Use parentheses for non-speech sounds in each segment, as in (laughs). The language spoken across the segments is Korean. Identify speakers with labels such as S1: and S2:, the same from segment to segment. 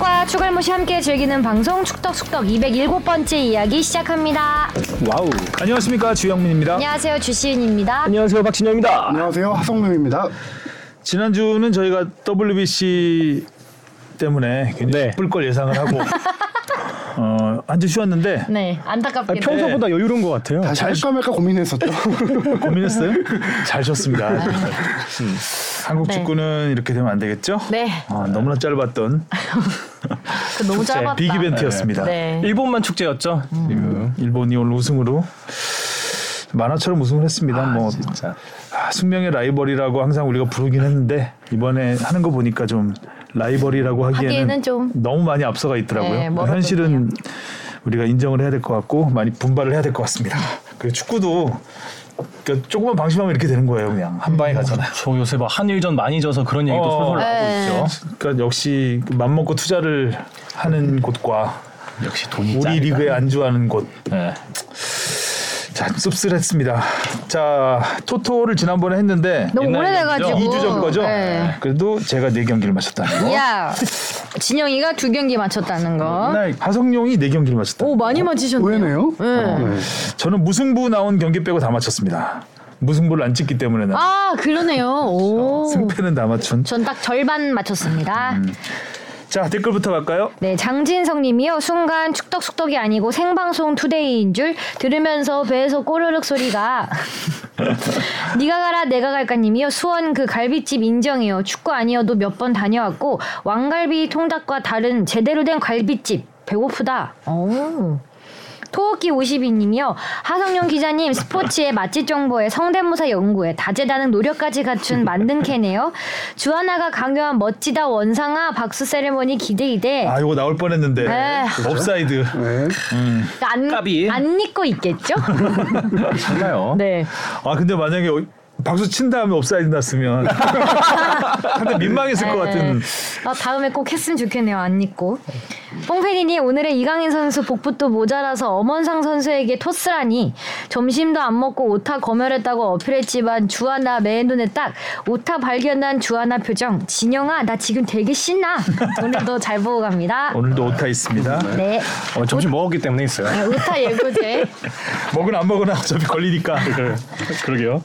S1: 다시 함께 즐기는 방송 축덕숙덕 207번째 이야기 시작합니다.
S2: 와우. 안녕하십니까 주영민입니다.
S1: 안녕하세요 주시은입니다.
S2: 안녕하세요 박진영입니다.
S3: 안녕하세요 하성룡입니다.
S2: 지난주는 저희가 WBC 때문에 굉장히 바쁠 걸
S1: (laughs)
S2: 예상을 하고 어, 한 주 쉬었는데 네.
S1: 네 안타깝게 도
S2: 평소보다
S4: 여유로운 것 같아요.
S3: 다시 할까 말까 고민했었죠.
S2: (laughs) 고민했어요? 잘 쉬었습니다. 음. 한국
S1: 아. 네.
S2: 축구는 이렇게 되면 안 되겠죠?
S1: 네.
S2: 어, 너무나 짧았던
S1: 그 너무
S2: 축제,
S1: 짧았다.
S2: 빅 이벤트였습니다.
S1: 네. 음.
S4: 일본만 축제였죠. 지금.
S2: 일본이 오늘 우승으로 만화처럼 우승을 했습니다. 뭐 아, 숙명의 라이벌이라고 항상 우리가 부르긴 했는데 이번에 하는 거 보니까 좀 라이벌이라고 하기에는,
S1: 하기에는 좀-
S2: 너무 많이 앞서가 있더라고요.
S1: 네, 멀었군요.
S2: 현실은 우리가 인정을 해야 될 것 같고 많이 분발을 해야 될 것
S1: 아.
S2: 같습니다. 그리고 축구도 그러니까 조금만 방심하면 이렇게 되는 거예요. 그냥 한
S1: 음.
S2: 방에 가잖아요.
S4: 저 요새 막 한일전 많이 져서 그런 얘기도
S2: 어.
S4: 솔솔
S1: 네.
S4: 나오고 있죠.
S2: 그러니까 역시 맘먹고 투자를 하는 곳과
S4: 역시 돈이
S2: 우리 리그에 안주하는 곳
S4: 네.
S2: 자, 씁쓸했습니다. 자, 토토를 지난번에 했는데
S1: 너무
S4: 옛날
S1: 오래돼가지고
S4: 경기죠?
S2: 2주 전 거죠?
S1: 네.
S2: 그래도 제가 4경기를 마쳤다는 거.
S1: 야 진영이가 두 경기 맞췄다는 거.
S2: 옛날 하성룡이 4경기를 마쳤다.
S1: 오 많이 맞히셨네요.
S3: 왜네요?
S1: 네.
S3: 네.
S2: 저는 무승부 나온 경기 빼고 다 맞췄습니다. 무승부를 안 찍기 때문에 나
S1: 아 그러네요. 오.
S2: 승패는 다 맞춘.
S1: 전 딱 절반 맞췄습니다.
S2: 자, 댓글부터 갈까요?
S1: 네, 장진성님이요. 순간 축덕숙덕이 아니고 생방송 투데이인 줄 들으면서 배에서 꼬르륵 소리가. (laughs) 니가 가라 내가 갈까님이요. 수원 그 갈비집 인정이요. 축구 아니어도 몇 번 다녀왔고 왕갈비 통닭과 다른 제대로 된 갈비집 배고프다. 오. 토끼 52님이요. 하성룡 기자님 스포츠의 맛집 정보에 성대모사 연구에 다재다능 노력까지 갖춘 만든 캐네요. 주하나가 강요한 멋지다 원상아 박수 세레머니 기대 기대.
S2: 아, 이거 나올 뻔했는데.
S1: 에이.
S2: 업사이드.
S3: 네.
S1: 그러니까 안,
S4: 까비.
S1: 안 입고 있겠죠?
S2: (laughs)
S4: 참나요.
S1: 네.
S2: 아, 근데 만약에 어- 박수 친 다음에 업사이드 났으면 (laughs) 상대 민망했을 것 같은.
S4: 네.
S1: 아, 다음에 꼭 했으면 좋겠네요. 안 입고. 뽕팬이니 오늘의 이강인 선수 복붙도 모자라서 엄원상 선수에게 토스라니 점심도 안 먹고 오타 검열했다고 어필했지만 주하나 맨 눈에 딱 오타 발견한 주하나 표정 진영아 나 지금 되게 신나 오늘도 잘 보고 갑니다.
S2: 오늘도 오타 있습니다.
S1: 네.
S4: 어, 점심 먹었기 때문에 있어요.
S1: 네, 오타 예고제.
S2: 먹으나 안 먹으나 어차피
S4: (laughs)
S2: 걸리니까.
S4: 네. 그러게요.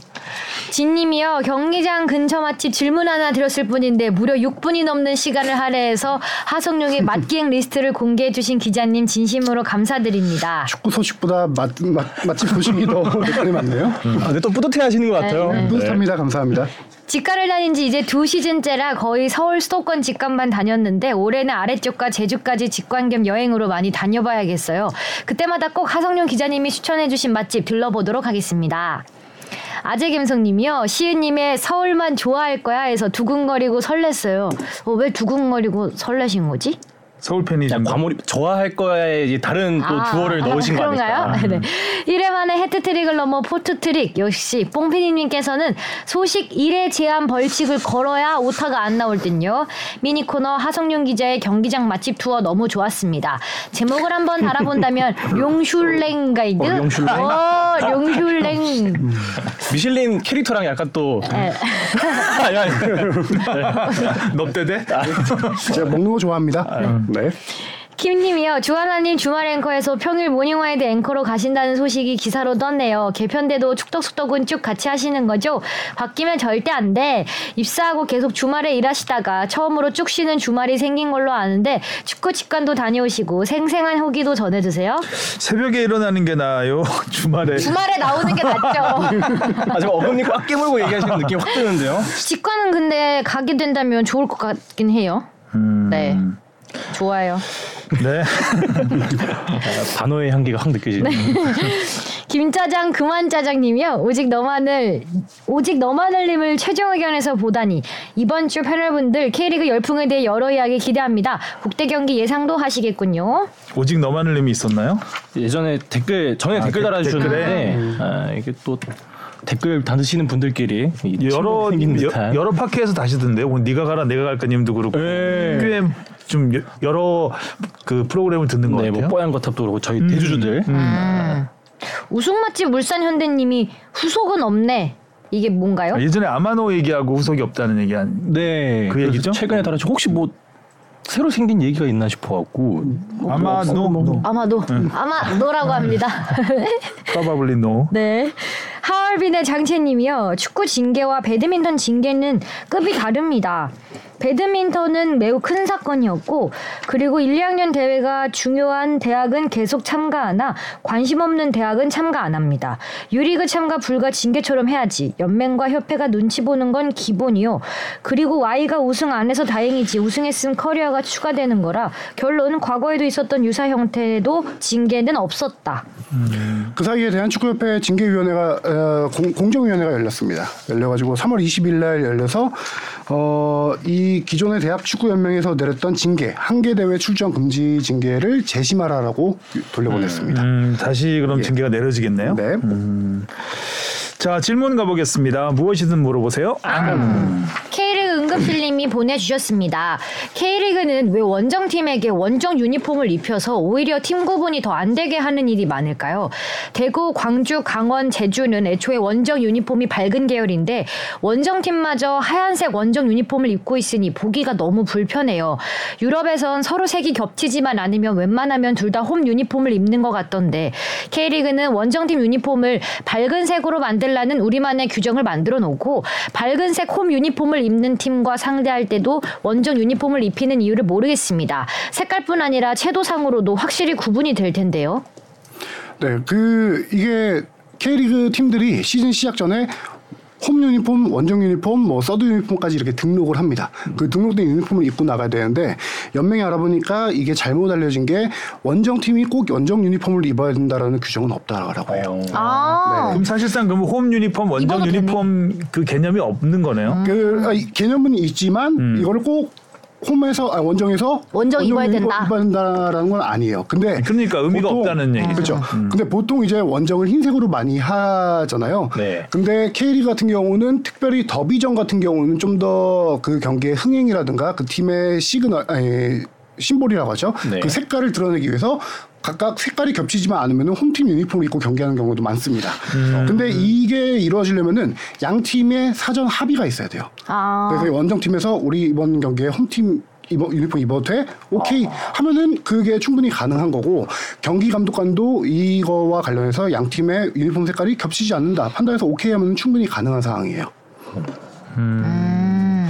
S1: 진님이요 경기장 근처 맛집 질문 하나 드렸을 뿐인데 무려 6분이 넘는 시간을 할애해서 하성룡의 맛기행 리스트를 공개해 주신 기자님 진심으로 감사드립니다.
S3: 축구 어, 소식보다 맛, 맛, 맛집 소식이 더 댓글이 많네요. 어,
S4: 아, 근데 또 뿌듯해 하시는 것 같아요.
S1: 네,
S3: 뿌듯합니다. 감사합니다.
S1: 직가를 다닌 지 이제 두 시즌째라 거의 서울 수도권 직관만 다녔는데 올해는 아래쪽과 제주까지 직관 겸 여행으로 많이 다녀봐야겠어요. 그때마다 꼭 하성룡 기자님이 추천해주신 맛집 들러보도록 하겠습니다. 아재 감성님이요 시은님의 서울만 좋아할 거야 해서 두근거리고 설렜어요. 어, 왜 두근거리고 설레신 거지?
S2: 네. 서울 팬이죠.
S4: 그냥 과몰입 좋아할 거에 이제 다른 또
S1: 아,
S4: 주어를
S1: 아,
S4: 넣으신 거 음.
S1: 그런가요?
S4: 아닐까.
S1: 네. 1회 만에 해트트릭을 넘어 포트트릭 역시 뽕피디님께서는 소식 1회 제한 벌칙을 걸어야 오타가 안 나올 듯요 미니코너 하성윤 기자의 경기장 맛집 투어 너무 좋았습니다 제목을 한번 달아본다면 용슐랭 가이드
S4: 어, 용슐랭?
S1: 어, 용슐랭
S4: 미슐린 캐릭터랑 약간 또
S1: 네.
S4: 아니, 아니.
S2: (laughs) 넙대대?
S4: 아.
S3: 제가 먹는 거 좋아합니다. 네.
S1: 김님이요. 주하나님 주말 앵커에서 평일 모닝와이드 앵커로 가신다는 소식이 기사로 떴네요. 개편돼도 축덕숙덕은 쭉 같이 하시는 거죠? 바뀌면 절대 안 돼. 입사하고 계속 주말에 일하시다가 처음으로 쭉 쉬는 주말이 생긴 걸로 아는데 축구 직관도 다녀오시고 생생한 후기도 전해주세요.
S2: 새벽에 일어나는 게 나아요. (laughs) 주말에.
S1: 주말에 나오는 게 낫죠.
S4: 아, 지금 어금니 꽉 깨물고 얘기하시는 느낌 확 드는데요.
S1: (laughs) 직관은 근데 가게 된다면 좋을 것 같긴 해요. 네. 좋아요.
S2: 네.
S4: 단어의 향기가 확 느껴지네요.
S1: 김짜장 그만짜장님이요. 오직 너만을 오직 너만을님을 최종 의견에서 보다니 이번 주 패널분들 K리그 열풍에 대해 여러 이야기 기대합니다. 국대 경기 예상도 하시겠군요.
S2: 오직 너만을님이 있었나요?
S1: 네.
S4: 예전에 댓글 전에
S2: 아,
S4: 댓글
S2: 댓- 댓글에? 음.
S4: 달아주셨는데 아, 이게 또 댓글 다드시는 분들끼리 이 친구가
S2: 여러
S4: 생긴
S2: 여,
S4: 듯한
S2: 여러 파케에서 다시던데 오늘 네가 가라 내가 갈까님도 그렇고
S4: 예.
S2: 꽤 좀 여- 여러 그 프로그램을 듣는 것
S4: 네, 뭐
S2: 같아요. 음.
S4: 뽀얀 거탑도 그렇고 저희 대주주들
S1: 아. 우승 맛집 울산 현대님이 후속은 없네. 이게
S2: 아,
S1: 뭔가요?
S2: 예전에 아마노 얘기하고 후속이 없다는 얘기 아니.
S4: 네
S2: 그
S4: 그래서
S2: 얘기죠?
S4: 최근에 달아주 혹시 뭐 새로 생긴 얘기가 있나 싶어갖고
S2: 음.
S4: 뭐,
S2: 아마 노
S1: 아마도 아마 너라고 합니다.
S2: probably no.
S1: 네. 하얼빈의 장채님이요. 축구 징계와 배드민턴 징계는 급이 다릅니다. 배드민턴은 매우 큰 사건이었고, 그리고 1, 2학년 대회가 중요한 대학은 계속 참가하나, 관심 없는 대학은 참가 안 합니다. 유리그 참가 불가 징계처럼 해야지. 연맹과 협회가 눈치 보는 건 기본이요. 그리고 Y가 우승 안 해서 다행이지. 우승했으면 커리어가 추가되는 거라, 결론 과거에도 있었던 유사 형태도 징계는 없었다.
S3: 그 사이에 대한축구협회 징계위원회가 어, 공, 공정위원회가 열렸습니다. 열려가지고 3월 20일 날 열려서 어, 이 기존의 대학축구연맹에서 내렸던 징계 한 개 대회 출전 금지 징계를 재심하라라고 돌려보냈습니다.
S2: 음, 다시 그럼 징계가 내려지겠네요.
S3: 예. 네.
S2: 자 질문 가보겠습니다. 무엇이든 물어보세요.
S3: 아.
S1: K리그 응급실님이 보내주셨습니다. K리그는 왜 원정팀에게 원정 유니폼을 입혀서 오히려 팀 구분이 더 안 되게 하는 일이 많을까요? 대구, 광주, 강원, 제주는 애초에 원정 유니폼이 밝은 계열인데 원정팀마저 하얀색 원정 유니폼을 입고 있으니 보기가 너무 불편해요. 유럽에선 서로 색이 겹치지만 않으면 웬만하면 둘 다 홈 유니폼을 입는 것 같던데 K리그는 원정팀 유니폼을 밝은 색으로 만들라는 우리만의 규정을 만들어 놓고 밝은 색 홈 유니폼을 입는 팀과 상대할 때도 원정 유니폼을 입히는 이유를 모르겠습니다. 색깔뿐 아니라 채도상으로도 확실히 구분이 될 텐데요.
S3: 네, 그 이게 K리그 팀들이 시즌 시작 전에 홈 유니폼, 원정 유니폼, 뭐 서드 유니폼까지 이렇게 등록을 합니다. 그 등록된 유니폼을 입고 나가야 되는데 연맹이 알아보니까 이게 잘못 알려진 게 원정 팀이 꼭 원정 유니폼을 입어야 된다라는 규정은 없다라고 해요.
S2: 어.
S1: 아,
S2: 그럼 사실상 그럼 홈 유니폼, 원정
S1: 입어도 음.
S2: 유니폼 그 개념이 없는 거네요.
S3: 그 아, 이 개념은 있지만
S2: 음.
S3: 이거를 꼭 홈에서 아, 원정에서
S1: 원정 입어야
S3: 유니폼
S1: 된다.
S3: 입어야 된다라는 건 아니에요. 근데
S2: 그러니까 의미가 없다는 얘기죠. 음.
S3: 그렇죠. 근데 보통 이제 원정을 흰색으로 많이 하잖아요.
S2: 네.
S3: 근데 K리그 같은 경우는 특별히 더비전 같은 경우는 좀 더 그 경기의 흥행이라든가 그 팀의 시그널 아니 심볼이라고 하죠.
S2: 네.
S3: 그 색깔을 드러내기 위해서 각각 색깔이 겹치지만 않으면 홈팀 유니폼을 입고 경기하는 경우도 많습니다.
S2: 음.
S3: 근데 이게 이루어지려면은 양 팀의 사전 합의가 있어야 돼요.
S1: 아,
S3: 그래서 원정팀에서 우리 이번 경기에 홈팀 입어, 유니폼 입어도 돼? 오케이 하면은 그게 충분히 가능한 거고 경기 감독관도 이거와 관련해서 양 팀의 유니폼 색깔이 겹치지 않는다 판단해서 오케이 하면 충분히 가능한 상황이에요.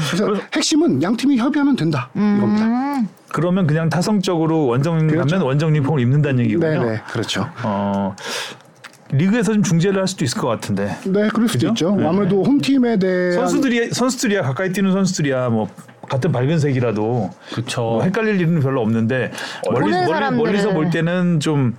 S3: 그래서 핵심은 양 팀이 협의하면 된다 이겁니다.
S2: 그러면 그냥 타성적으로 원정 가면 원정 유니폼을 입는다는 얘기군요.
S3: 그렇죠. 네네 그렇죠.
S2: 어, 리그에서 좀 중재를 할 수도 있을 것 같은데
S3: 네 그럴 수도 있죠. 아무래도 홈팀에 네, 대한
S2: 선수들이 선수들이야 가까이 뛰는 선수들이야 뭐 같은 밝은색이라도
S4: 그쵸.
S2: 뭐 헷갈릴 일은 별로 없는데 멀리,
S1: 어. 보는
S2: 멀리
S1: 사람들은-
S2: 멀리서 볼 때는 좀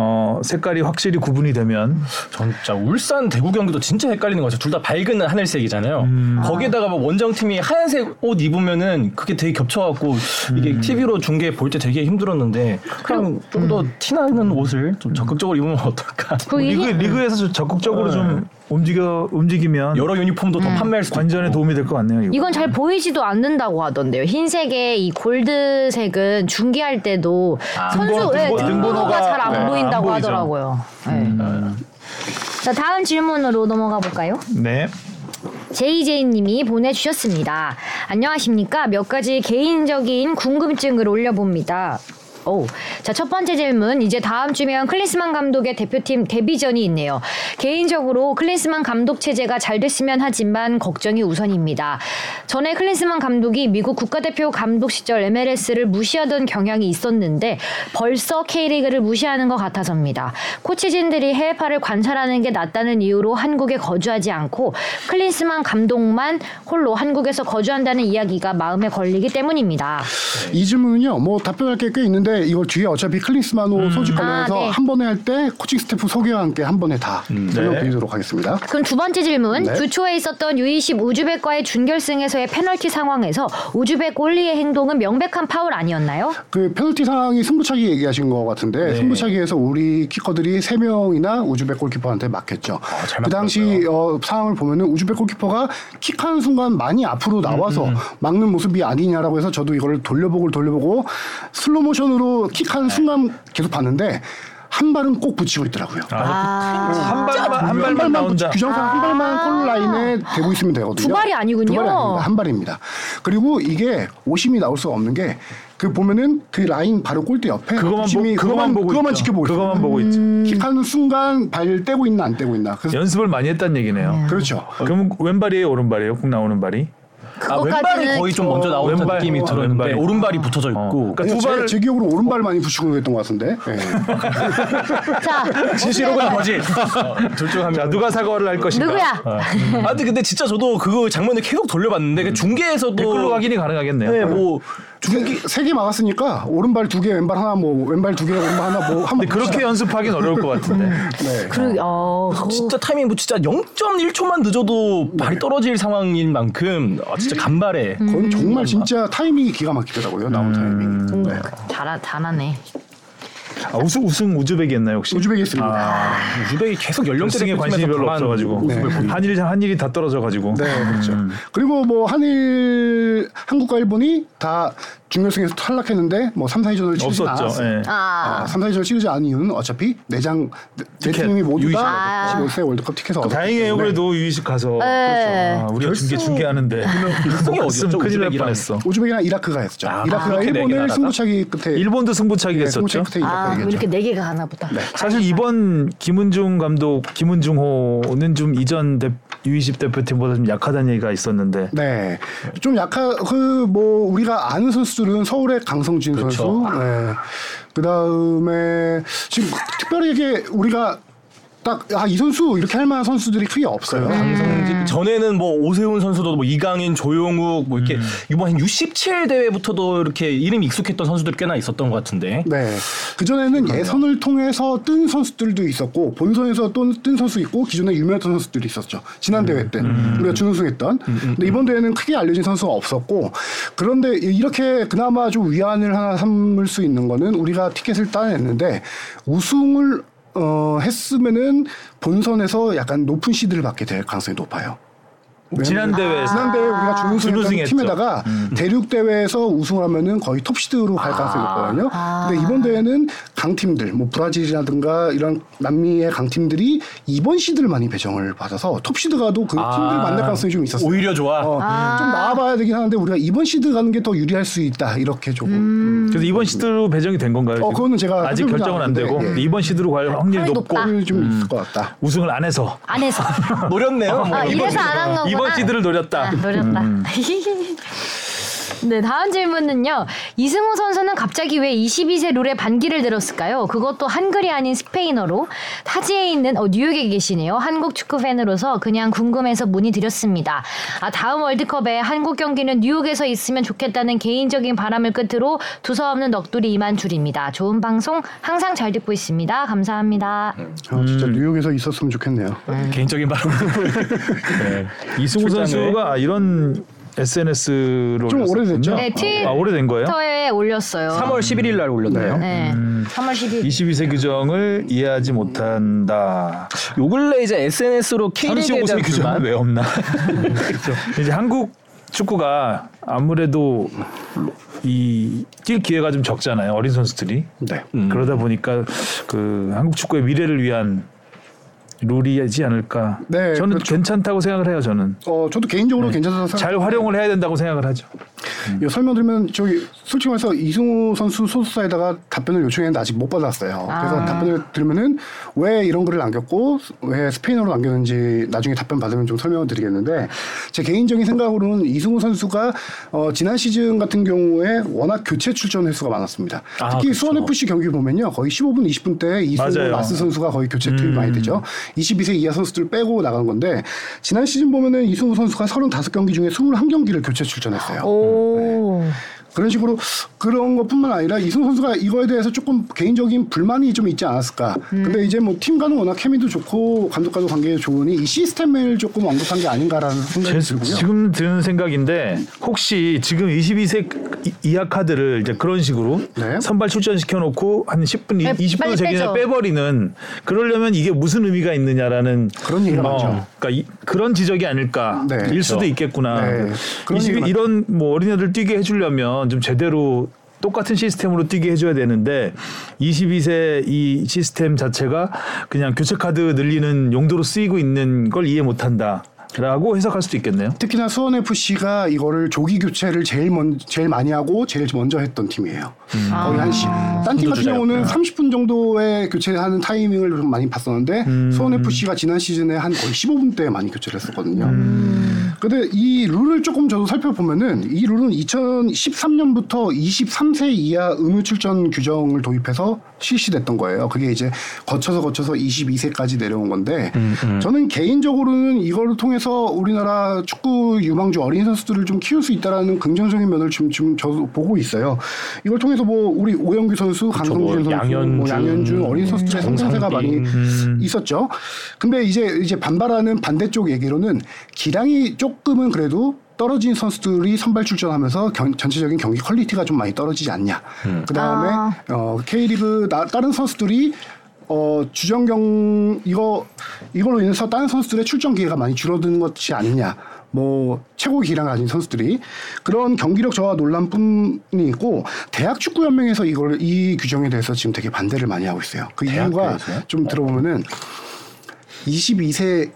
S2: 어, 색깔이 확실히 구분이 되면 뭐
S4: 전 진짜 울산 대구 경기도 진짜 헷갈리는 것 같아요. 둘 다 밝은 하늘색이잖아요.
S2: 음.
S4: 거기에다가 막 원정팀이 하얀색 옷 입으면은 그게 되게 겹쳐갖고
S2: 음.
S4: 이게 TV로 중계 볼 때 되게 힘들었는데 그냥 좀 더 티나는 옷을 좀 적극적으로 입으면 어떨까?
S1: 그 이-
S2: 리그 리그에서 좀 적극적으로
S1: 어.
S2: 좀 움직여 움직이면
S4: (laughs) 여러 유니폼도 더 판매할 수도 있고.
S2: 관전에 도움이 될 것 같네요. 이거.
S1: 이건 잘 보이지도 않는다고 하던데요. 흰색의 이 골드색은 중계할 때도 선수
S2: 아, 등번호,
S1: 예,
S2: 등번호,
S1: 등번호가
S2: 등번호가
S1: 잘 안
S2: 네, 안
S1: 보인다고
S2: 보이죠. 음.
S1: 하더라고요. 예. 자 다음 질문으로 넘어가 볼까요?
S2: 네.
S1: JJ님이 보내주셨습니다. 안녕하십니까? 몇 가지 개인적인 궁금증을 올려봅니다. 오. 자, 첫 번째 질문. 이제 다음 주면 클린스만 감독의 대표팀 데뷔전이 있네요. 개인적으로 클린스만 감독 체제가 잘 됐으면 하지만 걱정이 우선입니다. 전에 클린스만 감독이 미국 국가대표 감독 시절 MLS를 무시하던 경향이 있었는데 벌써 K리그를 무시하는 것 같아서입니다. 코치진들이 해외파를 관찰하는 게 낫다는 이유로 한국에 거주하지 않고 클린스만 감독만 홀로 한국에서 거주한다는 이야기가 마음에 걸리기 때문입니다.
S3: 이 질문은요, 뭐 답변할 게 꽤 있는데 이걸 뒤에 어차피 클린스만호 소집 관련해서
S1: 아, 네.
S3: 한 번에 할 때 코칭 스태프 소개와 함께 한 번에 다 설명드리도록 하겠습니다.
S1: 그럼 두 번째 질문.
S3: 네.
S1: 주초에 있었던 U20 우즈벡과의 준결승에서의 페널티 상황에서 우즈벡 골리의 행동은 명백한 파울 아니었나요?
S3: 그 페널티 상황이 승부차기 얘기하신 것 같은데 승부차기에서 우리 키커들이 세 명이나 우즈벡 골키퍼한테 막혔죠. 그 당시 어, 상황을 보면은 우즈벡 골키퍼가 킥하는 순간 많이 앞으로 나와서 막는 모습이 아니냐라고 해서 저도 이걸 돌려보고 돌려보고 슬로모션으로 킥하는 순간 계속 봤는데 한 발은 꼭 붙이고 있더라고요.
S1: 아.
S2: 한 발만 한 발만 나온다.
S3: 규정상 한 발만 골 라인에 대고 있으면 되거든요.
S1: 두 발이 아니군요.
S3: 두 발이 아닙니다. 한 발입니다. 그리고 이게 오심이 나올 수가 없는 게 그 보면은 그 라인 바로 골대 옆에
S2: 그거만 보,
S3: 오심이
S2: 그거만 보고
S3: 그거만
S2: 있죠.
S3: 지켜보고
S2: 그거만 보고 있죠.
S1: 음.
S3: 있어요. 킥하는 순간 발 떼고 있나 안 떼고 있나. 그래서
S2: 연습을 많이 했다는 얘기네요.
S3: 그렇죠.
S2: 그럼 왼발이에요, 오른발이에요? 꼭 나오는 발이?
S4: 아, 왼발이 거의 좀 먼저 나오는
S2: 왼발,
S4: 느낌이
S2: 어,
S4: 들었는데
S2: 왼발이.
S4: 오른발이 붙어져 있고
S2: 그러니까 두
S3: 제-
S2: 발을
S3: 제 기억으로 오른발 많이 붙이고 했던 것
S2: (laughs)
S3: 같은데. 예.
S1: 자,
S4: 진시로가 나머지 둘중 하면
S2: 자 누가 사과를 할 것인가?
S1: 누구야?
S4: (laughs) 아 근데, 근데 진짜 저도 그 장면을 계속 돌려봤는데 그 중계에서도
S2: 댓글로 음. 확인이 가능하겠네요.
S4: 네, 뭐
S3: 세개 막았으니까 오른발 두 개, 왼발 하나, 뭐 왼발 두 개, 오른발 하나, 뭐
S2: 근데
S3: 한번
S2: 그렇게 연습하긴 어려울 것 같은데.
S3: 네.
S1: 그리고 어,
S4: 진짜 타이밍 뭐 진짜 0.1초만 늦어도 발이 떨어질 상황인 만큼 아, 진짜 간발에
S1: 음.
S3: 그건 정말 진짜 타이밍이 기가 막히더라고요.
S2: 음.
S3: 나온 타이밍. 네.
S1: 잘 잘하네.
S2: 아, 우승 우승 우즈벡이었나요 혹시? 아,
S3: 우즈베키스입니다.
S4: 유백이 계속 연령대에
S2: 우승에 관심이 별로 없어가지고 한일이 한일이 다 떨어져가지고.
S3: 네, 그렇죠.
S2: 음.
S3: 그리고 뭐 한일, 한국과 일본이 다 중결승에서 탈락했는데 뭐 3, 4위전을 치르지
S2: 없었죠.
S3: 않았어요.
S2: 예.
S1: 아,
S3: 아, 3, 4위전을 치르지 않은 이유는 어차피 내장 네
S2: 티켓,
S3: 팀이 모두 다
S1: 유이시.
S3: 15세 월드컵 티켓을 얻었기
S2: 다행이에요.
S3: 때문에
S2: 그래도 유이식 가서
S1: 네.
S2: 아, 우리가 중계 중계하는데 (laughs)
S4: 결승이
S2: 없으면
S4: 어디였죠?
S2: 큰일 날
S4: 우즈벡이랑.
S2: 뻔했어.
S3: 우즈벡이랑 이라크가 했죠.
S4: 아,
S3: 이라크가
S4: 그렇게 네
S3: 일본을
S4: 개나
S3: 승부차기 끝에
S2: 일본도 승부차기 했었죠.
S3: 네. 승부차기 끝에
S1: 아,
S3: 이라크가
S1: 뭐
S3: 이겼죠.
S1: 이렇게 네 개가 하나 보다.
S2: 사실 이번 김은중 감독, 김은중호는 좀 이전 대, U20 대표팀보다 좀 약하다는 얘기가 있었는데
S3: 네. 좀 약한 그 뭐 우리가 아는 선수들은 서울의 강성진
S4: 그렇죠.
S3: 선수. 네. 그다음에 지금 특별히 이게 우리가 딱 아 이 선수 이렇게 할 만한 선수들이 크게 없어요.
S4: 이제 전에는 뭐 오세훈 선수도 뭐 이강인, 조용욱 뭐 이렇게 이번 한 67 대회부터도 이렇게 이름이 익숙했던 선수들 꽤나 있었던 것 같은데
S3: 네. 그전에는 예선을 통해서 뜬 선수들도 있었고 본선에서 또 뜬 선수 있고 기존에 유명했던 선수들이 있었죠. 지난 대회 때 우리가 준우승했던. 근데 이번 대회는 크게 알려진 선수가 없었고 그런데 이렇게 그나마 좀 위안을 하나 삼을 수 있는 거는 우리가 티켓을 따냈는데 우승을 어, 했으면은 본선에서 약간 높은 시드를 받게 될 가능성이 높아요. 네.
S2: 지난 대회에서
S3: 지난 대회 우리가 준우승했던
S2: 준우승했죠. 음.
S3: 팀에다가 대륙 대회에서 우승을 하면은 거의 톱시드로
S2: 아.
S3: 갈 가능성이 있거든요. 근데 이번 대회는 강팀들, 뭐 브라질이라든가 이런 남미의 강팀들이 이번 시드를 많이 배정을 받아서 톱시드가도 그
S4: 아,
S3: 팀들 만날 가능성이 좀 있었어요.
S4: 오히려 좋아.
S3: 어, 좀 나와봐야 되긴 하는데 우리가 이번 시드 가는 게 더 유리할 수 있다 이렇게 조금. 음.
S2: 그래서 이번 시드로 배정이 된 건가요?
S3: 어,
S2: 지금?
S3: 그거는 제가
S2: 아직
S3: 확인을
S2: 결정은 안
S3: 하는데,
S2: 되고
S3: 예.
S2: 근데 이번 시드로 갈 네, 확률이
S1: 확률이
S2: 높고
S1: 높다.
S3: 오히려 좀
S2: 음.
S3: 있을 것 같다.
S2: 우승을 안 해서
S1: 안에서.
S4: 노렸네요. 뭐
S1: 아,
S4: 이번
S1: 이래서 안 한 거구나.
S2: 이번 시드를 노렸다.
S1: 아, 노렸다. (laughs) 네, 다음 질문은요. 이승호 선수는 갑자기 왜 22세 룰의 반기를 들었을까요? 그것도 한글이 아닌 스페인어로 타지에 있는 어, 뉴욕에 계시네요. 한국 축구 팬으로서 그냥 궁금해서 문의드렸습니다. 아, 다음 월드컵에 한국 경기는 뉴욕에서 있으면 좋겠다는 개인적인 바람을 끝으로 두서없는 넋두리 이만 줄입니다. 좋은 방송 항상 잘 듣고 있습니다. 감사합니다.
S2: 음,
S3: 어, 진짜 뉴욕에서 있었으면 좋겠네요.
S4: 개인적인 (laughs) 바람. 네.
S2: 이승우
S4: 출장을.
S2: 선수가 이런 SNS로
S3: 좀 오래됐죠?
S1: 네, 트윗-
S2: 아, 오래된 거예요?
S1: 네. 터에 올렸어요.
S4: 3월 11일 날 올렸네요.
S1: 네,
S2: 음.
S1: 3월 12일.
S2: 22세 규정을 이해하지 못한다.
S4: 요 근래 이제 SNS로 K리그에
S2: 35세
S4: 대한
S2: 규정은
S4: 불만
S2: 왜
S3: (laughs)
S2: 없나? 그렇죠. 이제 한국 축구가 아무래도 이 뛸 기회가 좀 적잖아요. 어린 선수들이.
S3: 네.
S2: 그러다 보니까 그 한국 축구의 미래를 위한 룰이지 않을까.
S3: 네,
S2: 저는
S3: 그렇죠.
S2: 괜찮다고 생각을 해요. 저는
S3: 어, 저도 개인적으로 괜찮다고 생각.
S2: 음. 잘 활용을 해야 된다고 생각을 하죠.
S3: 이 설명드리면 저기 솔직히 말해서 이승우 선수 소속사에다가 답변을 요청했는데 아직 못 받았어요. 그래서 답변을 들으면은 왜 이런 글을 남겼고 왜 스페인어로 남겼는지 나중에 답변 받으면 좀 설명을 드리겠는데 제 개인적인 생각으로는 이승우 선수가 어, 지난 시즌 같은 경우에 워낙 교체 출전 횟수가 많았습니다.
S4: 아,
S3: 특히
S4: 그렇죠.
S3: 수원 FC 경기 보면요 거의 15분 20분 때 이승우
S2: 맞아요.
S3: 라스 선수가 거의 교체 투입 많이 되죠. 22세 이하 선수들 빼고 나간 건데 지난 시즌 보면은 이승우 선수가 35경기 중에 21경기를 교체 출전했어요.
S2: 음.
S1: 오.
S3: 그런 식으로 그런 것뿐만 아니라 이승 선수가 이거에 대해서 조금 개인적인 불만이 좀 있지 않았을까. 근데 이제 뭐 팀과는 워낙 케미도 좋고 감독과도 관계 좋으니 이 시스템을 조금 언급한 게 아닌가라는
S2: 제
S3: 생각이 들고요.
S2: 지금 드는 생각인데 혹시 지금 22세 이- 이하 카드를 이제 그런 식으로
S3: 네.
S2: 선발 출전시켜 놓고 한 10분,
S1: 네,
S2: 20분
S1: 빨리
S2: 제기에
S1: 빼죠.
S2: 빼버리는 그러려면 이게 무슨 의미가 있느냐라는
S3: 그런 얘기가 많죠.
S2: 그러니까 이- 그런 지적이 아닐까
S3: 네.
S2: 일 수도 있겠구나.
S3: 네. 그런
S2: 아, 이
S3: 얘기가
S2: 이런 뭐 어린애들 뛰게 해주려면 좀 제대로 똑같은 시스템으로 뛰게 해줘야 되는데 22세 이 시스템 자체가 그냥 교체 카드 늘리는 용도로 쓰이고 있는 걸 이해 못한다라고 해석할 수도 있겠네요.
S3: 특히나 수원 FC가 이거를 조기 교체를 제일 먼 제일 많이 하고 제일 먼저 했던 팀이에요.
S2: 음.
S3: 거의 한 시. 딴팀 같은
S2: 네.
S3: 경우는 30분 정도의 교체하는 타이밍을 좀 많이 봤었는데
S2: 음.
S3: 수원 FC가 지난 시즌에 한 거의 15분 때 많이 교체를 했었거든요.
S2: 음.
S3: 근데 이 룰을 조금 저도 살펴보면은 이 룰은 2013년부터 23세 이하 의무 출전 규정을 도입해서 실시됐던 거예요. 그게 이제 거쳐서 거쳐서 22세까지 내려온 건데
S4: 음,
S3: 저는 개인적으로는 이걸 통해서 우리나라 축구 유망주 어린 선수들을 좀 키울 수 있다라는 긍정적인 면을 지금 지금 저도 보고 있어요. 이걸 통해서 뭐 우리 오영규 선수, 강동준
S4: 뭐
S3: 선수, 뭐
S4: 양현준,
S3: 양현준 어린 선수들의 성장세가
S4: 음. 정상빈.
S3: 많이
S4: 음.
S3: 있었죠. 근데 이제 이제 반발하는 반대쪽 얘기로는 기량이 조금은 그래도 떨어진 선수들이 선발 출전하면서 경- 전체적인 경기 퀄리티가 좀 많이 떨어지지 않냐. 그다음에
S1: 아.
S3: 어, K리그 나- 다른 선수들이 어, 주전경 이거 이걸로 인해서 다른 선수들의 출전 기회가 많이 줄어드는 것이 아니냐. 뭐 최고 기량을 가진 선수들이 그런 경기력 저하 논란뿐이 있고 대학 축구 연맹에서 이걸 이 규정에 대해서 지금 되게 반대를 많이 하고 있어요. 그 이유가
S4: 대학교에서요?
S3: 좀 들어보면은 22세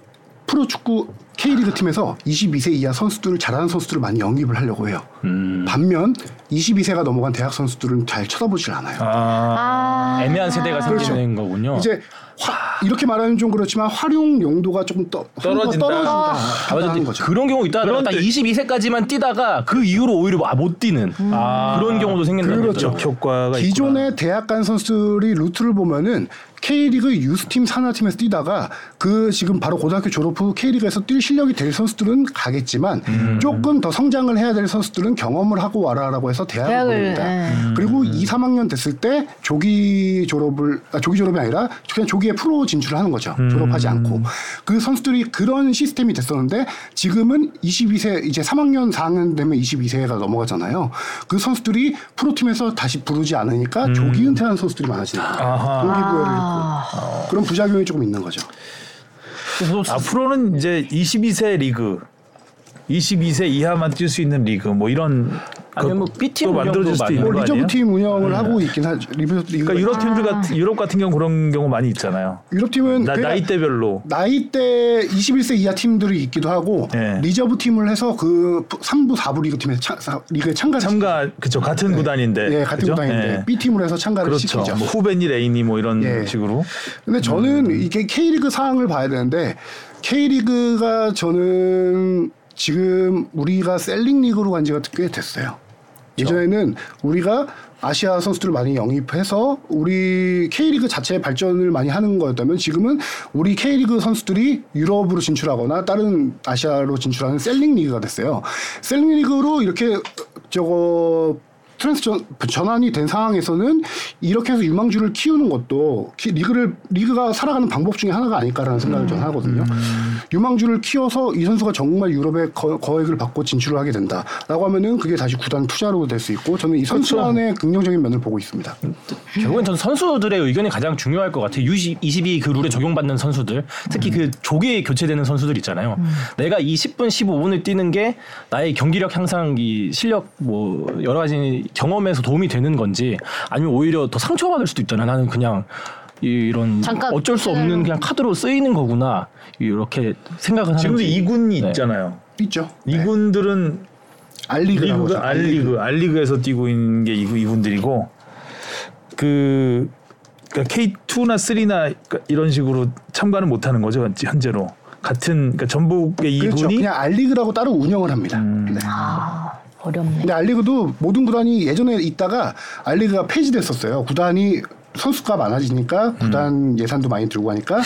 S3: 프로축구 K리그 팀에서 22세 이하 선수들을 잘하는 선수들을 많이 영입을 하려고 해요.
S4: 음.
S3: 반면 22세가 넘어간 대학 선수들은 잘 쳐다보질 않아요.
S2: 아,
S1: 아.
S4: 애매한 세대가 생기는 거군요.
S3: 이제 화- 이렇게 말하면 좀 그렇지만 활용 용도가 조금 떠,
S4: 떨어진다.
S3: 떨어진다.
S4: 아, 맞아.
S3: 하는 거죠.
S4: 그런 경우 있다. 그런데 22세까지만 뛰다가 그 이후로 오히려 아, 못 뛰는
S1: 음.
S4: 그런 경우도 생긴다.
S2: 그렇죠. 효과가 있구나.
S3: 기존의 대학 간 선수들이 루트를 보면은 K리그 유스팀 산하팀에서 뛰다가 그 지금 바로 고등학교 졸업 후 K리그에서 뛸 실력이 될 선수들은 가겠지만 조금 더 성장을 해야 될 선수들은 경험을 하고 와라라고 해서 대학을
S1: 대학을,
S3: 보냅니다.
S1: 예.
S2: 음.
S3: 그리고 2, 3학년 됐을 때 조기 졸업을 아, 조기 졸업이 아니라 그냥 조기에 프로 진출을 하는 거죠.
S2: 음.
S3: 졸업하지 않고 그 선수들이 그런 시스템이 됐었는데 지금은 22세 이제 3학년 4학년 되면 22세가 넘어가잖아요. 그 선수들이 프로팀에서 다시 부르지 않으니까 조기 은퇴하는 선수들이 많아지는 거예요.
S2: 음. 아하.
S3: 동기부여를 잃고 그런 부작용이 조금 있는 거죠.
S4: 그래서
S2: 앞으로는 이제 22세 리그, 22세 이하만 뛸 수 있는 리그 뭐 이런
S4: 아니면 뭐
S2: 것도
S4: B팀 운영도
S2: 만들어질 수도
S4: 많이
S2: 있는
S3: 뭐
S2: 거
S3: 리저브
S2: 아니에요? 네.
S3: 팀 운영을 하고 있긴 하죠. 리브, 리그,
S2: 그러니까 유럽 팀들 같은 유럽 같은 경우 그런 경우 많이 있잖아요.
S3: 유럽 팀은
S2: 나,
S3: 그냥-
S2: 나이대별로
S3: 나이대 21세 이하 팀들이 있기도 하고
S2: 예.
S3: 리저브 팀을 해서 그 3부 4부 리그 팀에 차, 사- 리그에 참가
S2: 참가 그쵸 같은 구단인데
S3: 예, 같은
S2: 그죠?
S3: 구단인데
S2: 예.
S3: B 팀으로 해서 참가를
S2: 그렇죠.
S3: 시키죠.
S2: 뭐 후배니 레이니 뭐 이런
S3: 예.
S2: 식으로
S3: 근데 저는 이게 K리그 상황을 봐야 되는데 K리그가 저는 지금 우리가 셀링 리그로 간 지가 꽤 됐어요. 예전에는 우리가 아시아 선수들을 많이 영입해서 우리 K리그 자체의 발전을 많이 하는 거였다면 지금은 우리 K리그 선수들이 유럽으로 진출하거나 다른 아시아로 진출하는 셀링 리그가 됐어요. 셀링 리그로 이렇게 저거 트랜스 전- 전환이 된 상황에서는 이렇게 해서 유망주를 키우는 것도 키- 리그를 리그가 살아가는 방법 중에 하나가 아닐까라는 생각을 저는 하거든요. 유망주를 키워서 이 선수가 정말 유럽의 거, 거액을 받고 진출을 하게 된다라고 하면은 그게 다시 구단 투자로 될 수 있고 저는 이 선수단의 긍정적인 면을 보고 있습니다.
S4: 결국엔 전 선수들의 의견이 가장 중요할 것 같아요. U22 그 룰에 적용받는 선수들, 특히
S2: 음.
S4: 그 조기에 교체되는 선수들 있잖아요.
S1: 음.
S4: 내가 이 10분, 15분을 뛰는 게 나의 경기력 향상, 이 실력 뭐 여러 가지 경험에서 도움이 되는 건지, 아니면 오히려 더 상처받을 수도 있잖아. 나는 그냥 이- 이런
S1: 잠깐 음.
S4: 어쩔 수
S1: 쓰는-
S4: 없는 그냥 카드로 쓰이는 거구나 이렇게 생각을 하는.
S2: 지금도 이군이
S4: 네.
S2: 있잖아요.
S3: 있죠.
S2: 이군들은
S3: 네. 알리그라고
S2: 리그가 알리그 알리그에서 뛰고 있는 게 이구 이분들이고 그 그러니까 K2나 3나 이런 식으로 참가는 못 하는 거죠 현- 현재로 같은 그러니까 전북의
S3: 그렇죠.
S2: 이군이
S3: 그냥 알리그라고 따로 운영을 합니다. 네.
S1: 아, 어렵네.
S3: 근데 알리그도 모든 구단이 예전에 있다가 알리그가 폐지됐었어요. 구단이 선수가 많아지니까
S2: 음.
S3: 구단 예산도 많이 들고 하니까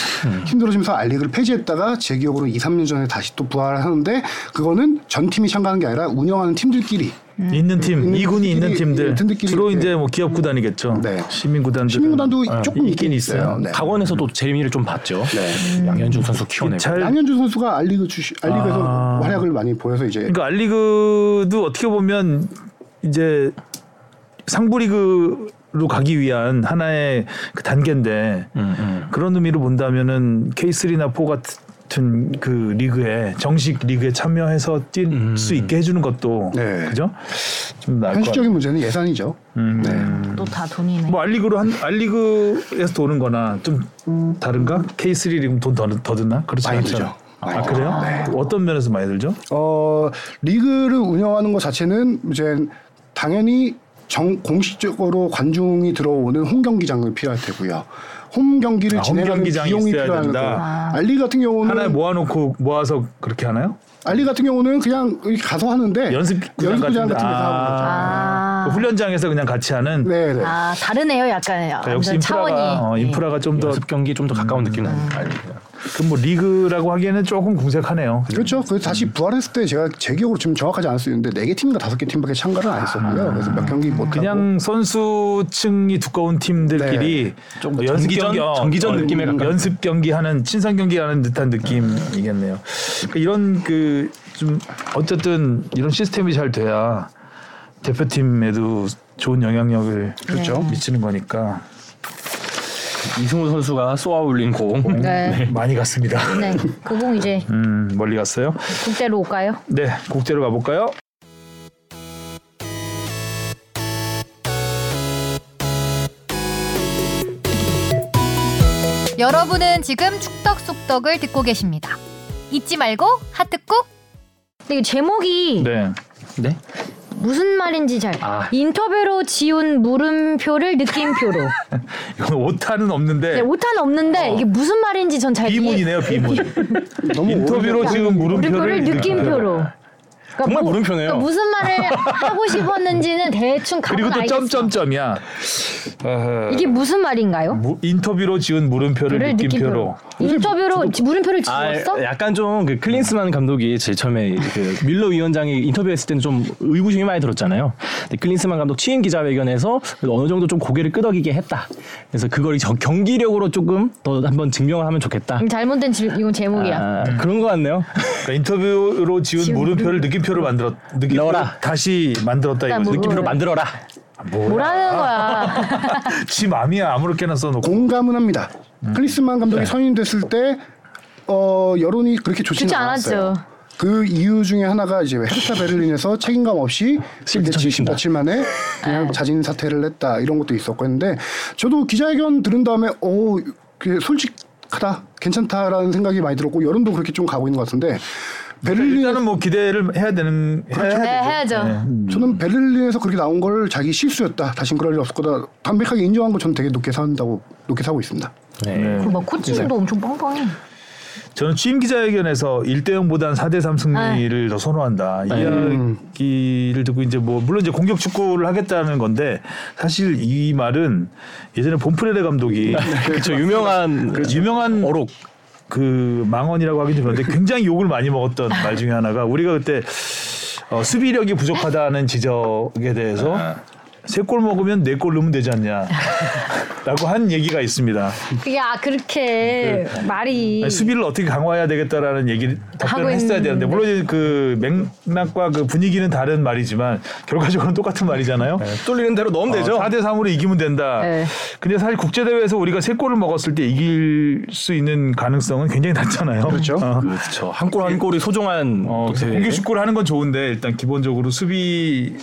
S3: 힘들어지면서 알리그를 폐지했다가 제 기억으로 2, 3년 전에 다시 또 부활하는데 그거는 전 팀이 참가하는 게 아니라 운영하는 팀들끼리
S2: 음. 있는 팀,
S3: 있는
S2: 이군이 있는
S3: 팀끼리,
S2: 팀들
S3: 예, 팀들끼리
S2: 주로
S3: 이렇게.
S2: 이제 뭐 기업 구단이겠죠.
S3: 네.
S2: 시민 구단
S3: 시민 구단도 조금
S2: 있긴
S3: 있긴
S2: 있어요.
S3: 있어요. 네.
S4: 강원에서도 재미를 좀 봤죠. 음. 양현준 선수 키워내고.
S2: 잘
S3: 양현준 선수가 알리그 주시 알리그에서 활약을 많이 보여서 이제
S2: 아. 그러니까 알리그도 어떻게 보면 이제 상부리그로 가기 위한 하나의 그 단계인데
S4: 음, 음.
S2: 그런 의미로 본다면은 K3나 4 같은 같은 그 리그에 정식 리그에 참여해서 뛸
S4: 음,
S2: 수 있게 해주는 것도
S3: 네.
S2: 그죠? 좀 나을 것 같아요.
S3: 현실적인 문제는 예산이죠.
S2: 음.
S3: 네.
S1: 또 다 돈이네.
S2: 뭐 알리그로 한 알리그에서 도는 거나 좀 다른가? K3 리그 돈더 더 드나? 그렇지
S3: 많이
S2: 않죠.
S3: 들죠. 많이
S2: 아
S3: 들죠.
S2: 그래요?
S3: 네.
S2: 어떤 면에서 많이 들죠?
S3: 어, 리그를 운영하는 것 자체는 이제 당연히 정, 공식적으로 관중이 들어오는 홈 경기장이 필요할 테고요. 홈 경기를
S2: 아, 홈
S3: 진행하는
S2: 경기장이
S3: 비용이
S2: 있어야
S3: 필요한
S2: 된다. 뭐-
S3: 거고
S1: 아.
S3: 알리 같은 경우는
S2: 하나에 모아놓고 모아서 그렇게 하나요?
S3: 알리 같은 경우는 그냥 이렇게 가서 하는데
S2: 연습구장
S3: (laughs) 연습구장
S2: 같은데.
S3: 같은 데서 하는 거죠.
S1: 아,
S2: 그 훈련장에서 그냥 같이 하는.
S3: 네, 네.
S1: 아 다르네요, 약간
S2: 그러니까 역시
S1: 완전 네.
S2: 인프라가 어, 인프라가 좀 더
S4: 연습
S2: 그
S4: 경기 좀 더 가까운 느낌이 나니까.
S2: 뭐 리그라고 하기에는 조금 궁색하네요. 그죠?
S3: 그렇죠. 그
S2: 음.
S3: 다시 부활했을 때 제가 제 기억으로 지금 정확하지 않을 수 있는데 네 개 팀인가 다섯 개 팀밖에 참가를 안 했었고요. 그래서 몇 경기 못 하고.
S2: 그냥 선수층이 두꺼운 팀들끼리
S4: 좀
S2: 뭐 연습
S4: 정기전?
S2: 경기, 어,
S4: 정기전
S2: 어,
S4: 느낌에 가깝다.
S2: 연습 경기하는 친선 경기하는 듯한 느낌이겠네요. 그러니까 이런 그 좀 어쨌든 이런 시스템이 잘 돼야 대표팀에도 좋은 영향력을
S3: 그렇죠.
S2: 미치는 거니까
S4: 이승우 선수가 쏘아 올린 공.
S1: 네.
S2: 많이 갔습니다.
S1: 네, 그공 이제
S2: 음 멀리 갔어요.
S1: 국대로 올까요?
S2: 네, 국대로 가볼까요?
S5: 여러분은 지금 축덕숙덕을 듣고 계십니다. 잊지 말고 하트 꾹!
S1: 근데 이게 제목이
S2: 네.
S4: 네.
S1: 무슨 말인지 잘
S4: 아.
S1: 인터뷰로 지운 물음표를
S2: (laughs)
S1: 느낌표로
S2: 네. 이건 오타는 없는데
S1: 네, 오타는 없는데
S2: 어.
S1: 이게 무슨 말인지 전 잘
S2: 비문이네요, 비문.
S3: 너무
S2: 인터뷰로
S3: 오래된
S2: 지금 그 물음표를
S1: 물음표를 느낌표로 그러니까
S4: 정말 물음표네요.
S1: 그러니까 무슨 말을
S2: (laughs)
S1: 하고 싶었는지는 대충 감은
S2: 그리고 또
S1: 알겠어.
S2: 점점점이야. 어허.
S1: 이게 무슨 말인가요?
S2: 무- 인터뷰로 지은 물음표를
S1: 를 느낌표로
S2: 느낌표로.
S1: 인터뷰로 지- 물음표를
S4: 아,
S1: 지웠어?
S4: 약간 좀 그 클린스만 감독이 제일 처음에 그 밀러 위원장이 인터뷰했을 때는 좀 의구심이 많이 들었잖아요. 근데 클린스만 감독 취임 기자회견에서 그래도 어느 정도 좀 고개를 끄덕이게 했다. 그래서 그걸 저- 경기력으로 조금 더 한번 증명을 하면 좋겠다.
S1: 음, 잘못된 질, 이건 제목이야.
S4: 아, 그런 것 같네요.
S2: 그러니까 인터뷰로 지은
S1: 지운
S2: 물음표를 느낌표로 만들었. 느낌표
S4: 넣어라.
S2: 다시 만들었다
S1: 일단
S2: 이거지.
S1: 뭐-
S4: 느낌으로 만들어라.
S2: 아.
S1: 뭐라는 거야?
S2: 지 맘이야 아무렇게나 써놓고.
S3: 공감은 합니다.
S4: 음.
S3: 클리스만 감독이
S4: 네.
S3: 선임됐을 때 어, 여론이 그렇게 좋지는
S1: 좋지 않았죠.
S3: 않았어요. 그 이유 중에 하나가 이제 왜 헤르타 베를린에서 책임감 없이 실제
S4: 쳐주신다.
S3: 70며칠 만에 그냥 자진 사퇴를 했다 이런 것도 있었고 했는데 저도 기자회견 들은 다음에 오 솔직하다 괜찮다라는 생각이 많이 들었고 여론도 그렇게 좀 가고 있는 것 같은데 베를린
S2: 일단은 뭐 기대를 해야 되는. (laughs) 해야
S1: 네,
S2: 되죠.
S1: 해야죠.
S4: 음.
S3: 저는 베를린에서 그렇게 나온 걸 자기 실수였다 다신 그럴 일 없을 거다 담백하게 인정한 거 저는 되게 높게 산다고 높게 사고 있습니다.
S4: 네.
S1: 그리고 막 코칭도 엄청 뻥뻥해.
S2: 저는 취임 기자회견에서 1대0보단 4대3 승리를 더 선호한다.
S4: 네.
S2: 이 이야기를 듣고 이제 뭐 물론 이제 공격 축구를 하겠다는 건데 사실 이 말은 예전에 본프레레 감독이
S4: 그렇죠. 유명한
S2: 그 유명한
S4: 어록.
S2: 그 망언이라고 하긴 좀 그런데 굉장히 욕을 많이 먹었던 말 중에 하나가 우리가 그때 어, 수비력이 부족하다는 지적에 대해서
S4: 아.
S2: 세 골 먹으면 네 골 넣으면 되지 않냐라고 한 얘기가 있습니다.
S1: 그게 아 그렇게 말이
S2: 네. 아니, 수비를 어떻게 강화해야 되겠다라는 얘기를 답변을 했어야
S1: 있는데.
S2: 되는데 물론 이제 그 맥락과 그 분위기는 다른 말이지만 결과적으로는 똑같은 말이잖아요.
S3: 네.
S4: 뚫리는 대로 넣으면 되죠.
S2: 4대 3으로 이기면 된다.
S1: 아, 네.
S2: 근데 사실 국제 대회에서 우리가 세 골을 먹었을 때 이길 수 있는 가능성은 굉장히 낮잖아요.
S3: 그렇죠.
S2: 어.
S4: 그렇죠. 한 골 한 골이 소중한
S2: 어,
S4: 대회.
S2: 공격 축구를 하는 건 좋은데 일단 기본적으로 수비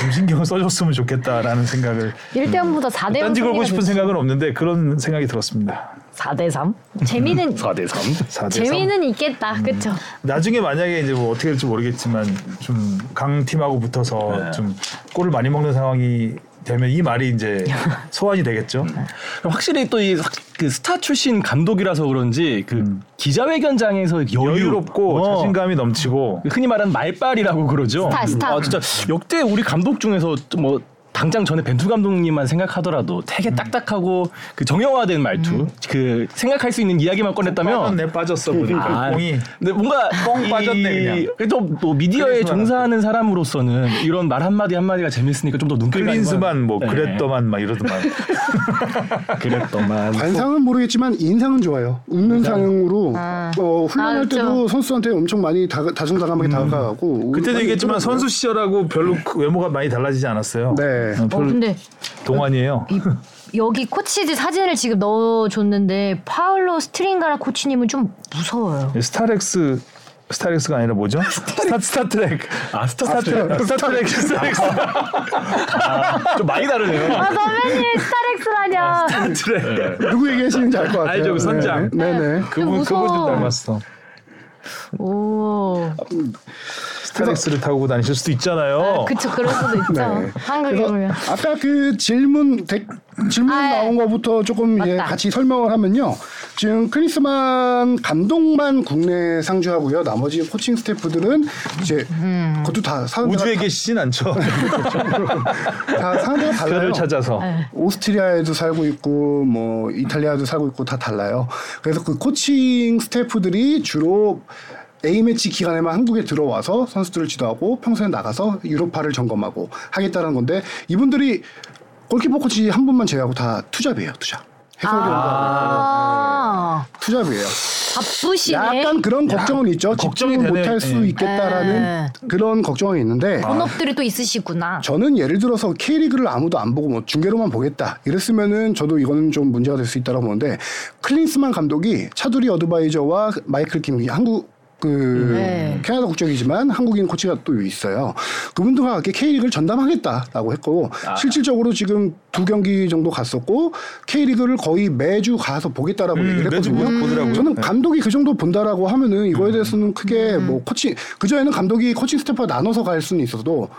S2: 좀 신경을 써줬으면 좋겠다라는 생각을
S1: 1대0보다 4대0
S2: 딴지 걸고 싶은 생각은 없는데 그런 생각이 들었습니다.
S1: 4대 3? 재미는
S2: 네,
S4: 4대 3.
S2: 4대 3.
S1: 재미는 있겠다. 그렇죠.
S2: 나중에 만약에 이제 뭐 어떻게 될지 모르겠지만 좀 강 팀하고 붙어서 좀 골을 많이 먹는 상황이 되면 이 말이 이제
S1: (laughs)
S2: 소환이 되겠죠.
S4: (laughs) 확실히 또 이 그 스타 출신 감독이라서 그런지 그 기자회견장에서
S2: 음.
S4: 여유. 롭고 어, 그
S2: 여유롭고 자신감이 넘치고
S4: 흔히 말하는 말빨이라고 그러죠.
S1: 스타, 스타.
S4: 아, 진짜 역대 우리 감독 중에서 좀뭐 당장 전에 벤투 감독님만 생각하더라도 되게
S2: 음.
S4: 딱딱하고 그 정형화된 말투, 그 생각할 수 있는 이야기만 꺼냈다면. 그 아,
S2: 빠졌네 빠졌어 보니까 공이
S4: 근데 뭔가
S2: 뻥
S4: 이-
S2: 빠졌네, 그냥.
S4: 그래도 또 미디어에
S2: 클린스만
S4: 종사하는 사람으로서는 이런 말 한마디 한마디가 재밌으니까 좀 더 눈길이 가는 거 네.
S2: 클린스만 뭐
S4: 같아요.
S2: 그랬더만 막 이러더만
S4: 네. 그랬더만
S3: 관상은 모르겠지만 인상은 좋아요. 웃는 상으로 어, 훈련할
S1: 아, 그렇죠.
S3: 때도 선수한테 엄청 많이 다가, 다정다감하게 다가가고
S2: 음. 그때도
S3: 많이
S2: 얘기했지만
S3: 했더라고요.
S2: 선수 시절하고 별로 그 외모가 많이 달라지지 않았어요.
S3: 네.
S2: 어,
S1: 어
S2: 별로
S1: 근데
S2: 동안이에요.
S1: 이, 여기 코치지 사진을 지금 넣어줬는데 파울 홀로 스트링가라 코치님은 좀 무서워요.
S2: 스타렉스 스타렉스가 아니라 뭐죠? 스타, 스타트렉.
S4: 아, 스타
S2: 스타트렉. 스타트렉. 스타렉스.
S4: 좀
S2: (laughs)
S4: 많이 다르네요.
S1: 아 선배님 스타렉스라냐?
S2: 스타트렉.
S3: 누구 얘기하시는지 알 것 같아요. 네.
S2: 알죠, 그 선장.
S3: 네네.
S2: 그분 그분 좀
S1: 무서워.
S2: 닮았어.
S1: 오.
S2: 스타렉스를 타고 다니실 수도 있잖아요.
S1: 아, 그쵸 그럴 수도 있죠.
S3: 네.
S1: 한국에 보면.
S3: 아까 그 질문 데- 질문
S1: 아,
S3: 나온 거부터 조금 이제
S1: 맞다.
S3: 같이 설명을 하면요. 지금 크리스만 감독만 국내 상주하고요. 나머지 코칭 스태프들은 이제
S1: 음.
S3: 그것도 다 사는
S2: 우주에
S3: 데가,
S2: 계시진 않죠.
S3: 다 사는 데가 달라요.
S2: 별을 찾아서.
S3: 네. 오스트리아에도 살고 있고 뭐 이탈리아도 살고 있고 다 달라요. 그래서 그 코칭 스태프들이 주로 A 매치 기간에만 한국에 들어와서 선수들을 지도하고 평소에 나가서 유로파를 점검하고 하겠다는 건데 이분들이 골키퍼 코치 한 분만 제외하고 다 투잡이에요, 투잡. 해설위원도
S1: 아
S3: 하고 투잡이에요.
S1: 바쁘시네.
S3: 약간 그런 걱정은 있죠.
S2: 걱정이
S3: 집중을
S2: 되네.
S3: 못할 수
S2: 예. 아.
S3: 있겠다라는 그런 걱정이 있는데
S1: 본업들이 또 있으시구나.
S3: 아, 저는 예를 들어서 K리그를 아무도 안 보고 뭐 중계로만 보겠다 이랬으면은 저도 이거는 좀 문제가 될 수 있다고 보는데 클린스만 감독이 차두리 어드바이저와 마이클 김기 한국 그
S1: 네.
S3: 캐나다 국적이지만 한국인 코치가 또 있어요. 그분들과 함께 K리그를 전담하겠다라고 했고
S2: 아.
S3: 실질적으로 지금 두 경기 정도 갔었고 K리그를 거의 매주 가서 보겠다라고
S2: 음,
S3: 얘기를
S2: 매주
S3: 했거든요.
S2: 보더라고요.
S3: 저는
S2: 네. 음.
S3: 감독이 그 정도 본다라고 하면은 이거에 대해서는 크게 뭐 코치 그 전에는 감독이 코칭 스태프와 나눠서 갈 수는 있어도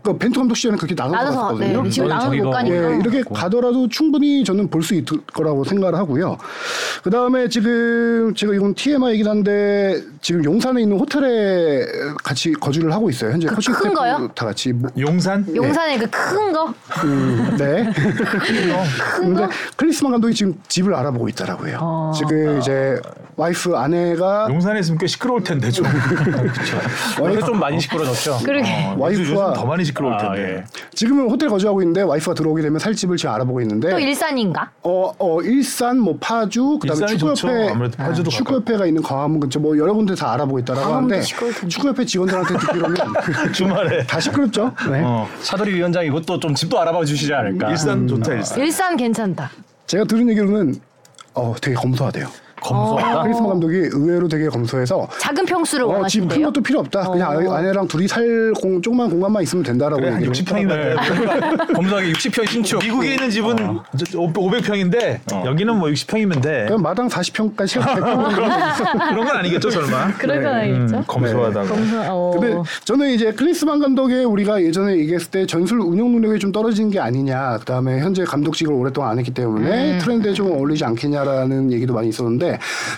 S3: 그 벤투 감독 시절에는 그렇게 나눠서
S1: 나눠서
S3: 갔거든요.
S1: 네, 지금
S4: 저는
S1: 나오는 못
S4: 저기가
S1: 가니까.
S3: 예, 이렇게 가더라도 충분히 저는 볼 수 있을 거라고 생각을 하고요. 그 다음에 지금 제가 이건 TMI이긴 한데 지금 용산에 있는 호텔에 같이 거주를 하고 있어요. 현재
S1: 그
S3: 코칭
S1: 큰 거요?
S3: 스태프 다 같이 뭐,
S2: 용산?
S1: 용산에 그 큰 거.
S3: 음,
S1: (laughs)
S3: 네. 음,
S1: 큰
S3: 근데
S1: 거.
S3: 크리스만 감독이 지금 집을 알아보고 있더라고요.
S1: 어.
S3: 지금 이제 와이프 아내가
S2: 용산에 있으면 꽤 시끄러울 텐데 좀.
S4: 원래 좀 많이 시끄러졌죠.
S1: 그러게.
S2: 어,
S3: 와이프와-
S2: 요즘 더 많이 시끄러울
S4: 아,
S2: 텐데.
S3: 지금은 호텔 거주하고 있는데 와이프가 들어오게 되면 살 집을 지금 알아보고 있는데
S1: 또 일산인가?
S3: 어, 어, 일산, 뭐 파주, 그다음에
S2: 일산이 좋죠.
S3: 축구협회,
S2: 아무래도 파주도
S3: 축구협회가 있는 광화문 근처 뭐 여러 군데 다 알아보고 있다라고
S1: 광화문도
S3: 하는데
S1: 시끄러울 텐데.
S3: 축구협회 직원들한테
S2: (laughs)
S3: 듣기로는 그
S2: 주말에.
S3: 다 시끄럽죠. 네.
S2: 어.
S4: 차돌이 위원장 이것도 좀 집도 알아봐 주시지 않을까. 음.
S2: 일산 좋다 일산.
S1: 일산 괜찮다.
S3: 제가 들은 얘기로는 어, 되게 검소하대요.
S2: 아.
S4: 검소하다.
S3: 크리스마 감독이 의외로 되게 검소해서
S1: 작은 평수를
S3: 어, 집 큰
S1: 뭐 원하신대요.
S3: 것도 필요 없다. 그냥
S1: 어.
S3: 아- 아내랑 둘이 살 공, 조그만 공간만 있으면 된다라고
S2: 그래 한
S3: 얘기를
S2: 60평이면
S3: 했더라고요.
S2: 돼.
S4: 네. (laughs) 검소하게 60평 신축. 어.
S2: 미국에 있는 집은 500평인데 여기는 뭐 60평이면 돼.
S3: 그냥 마당
S2: (laughs)
S3: 40평까지 100평 정도
S2: 그런 건 (laughs) 아니겠죠 설마? 음,
S1: 그럴 건 아니겠죠?
S2: 검소하다고.
S1: 검사. 어.
S3: 근데 저는 이제 크리스만 감독의 우리가 예전에 얘기했을 때 전술 운영 능력이 좀 떨어진 게 아니냐, 그다음에 현재 감독직을 오랫동안 안 했기 때문에
S2: 음.
S3: 트렌드에 좀 어울리지 않겠냐라는 얘기도 많이 있었는데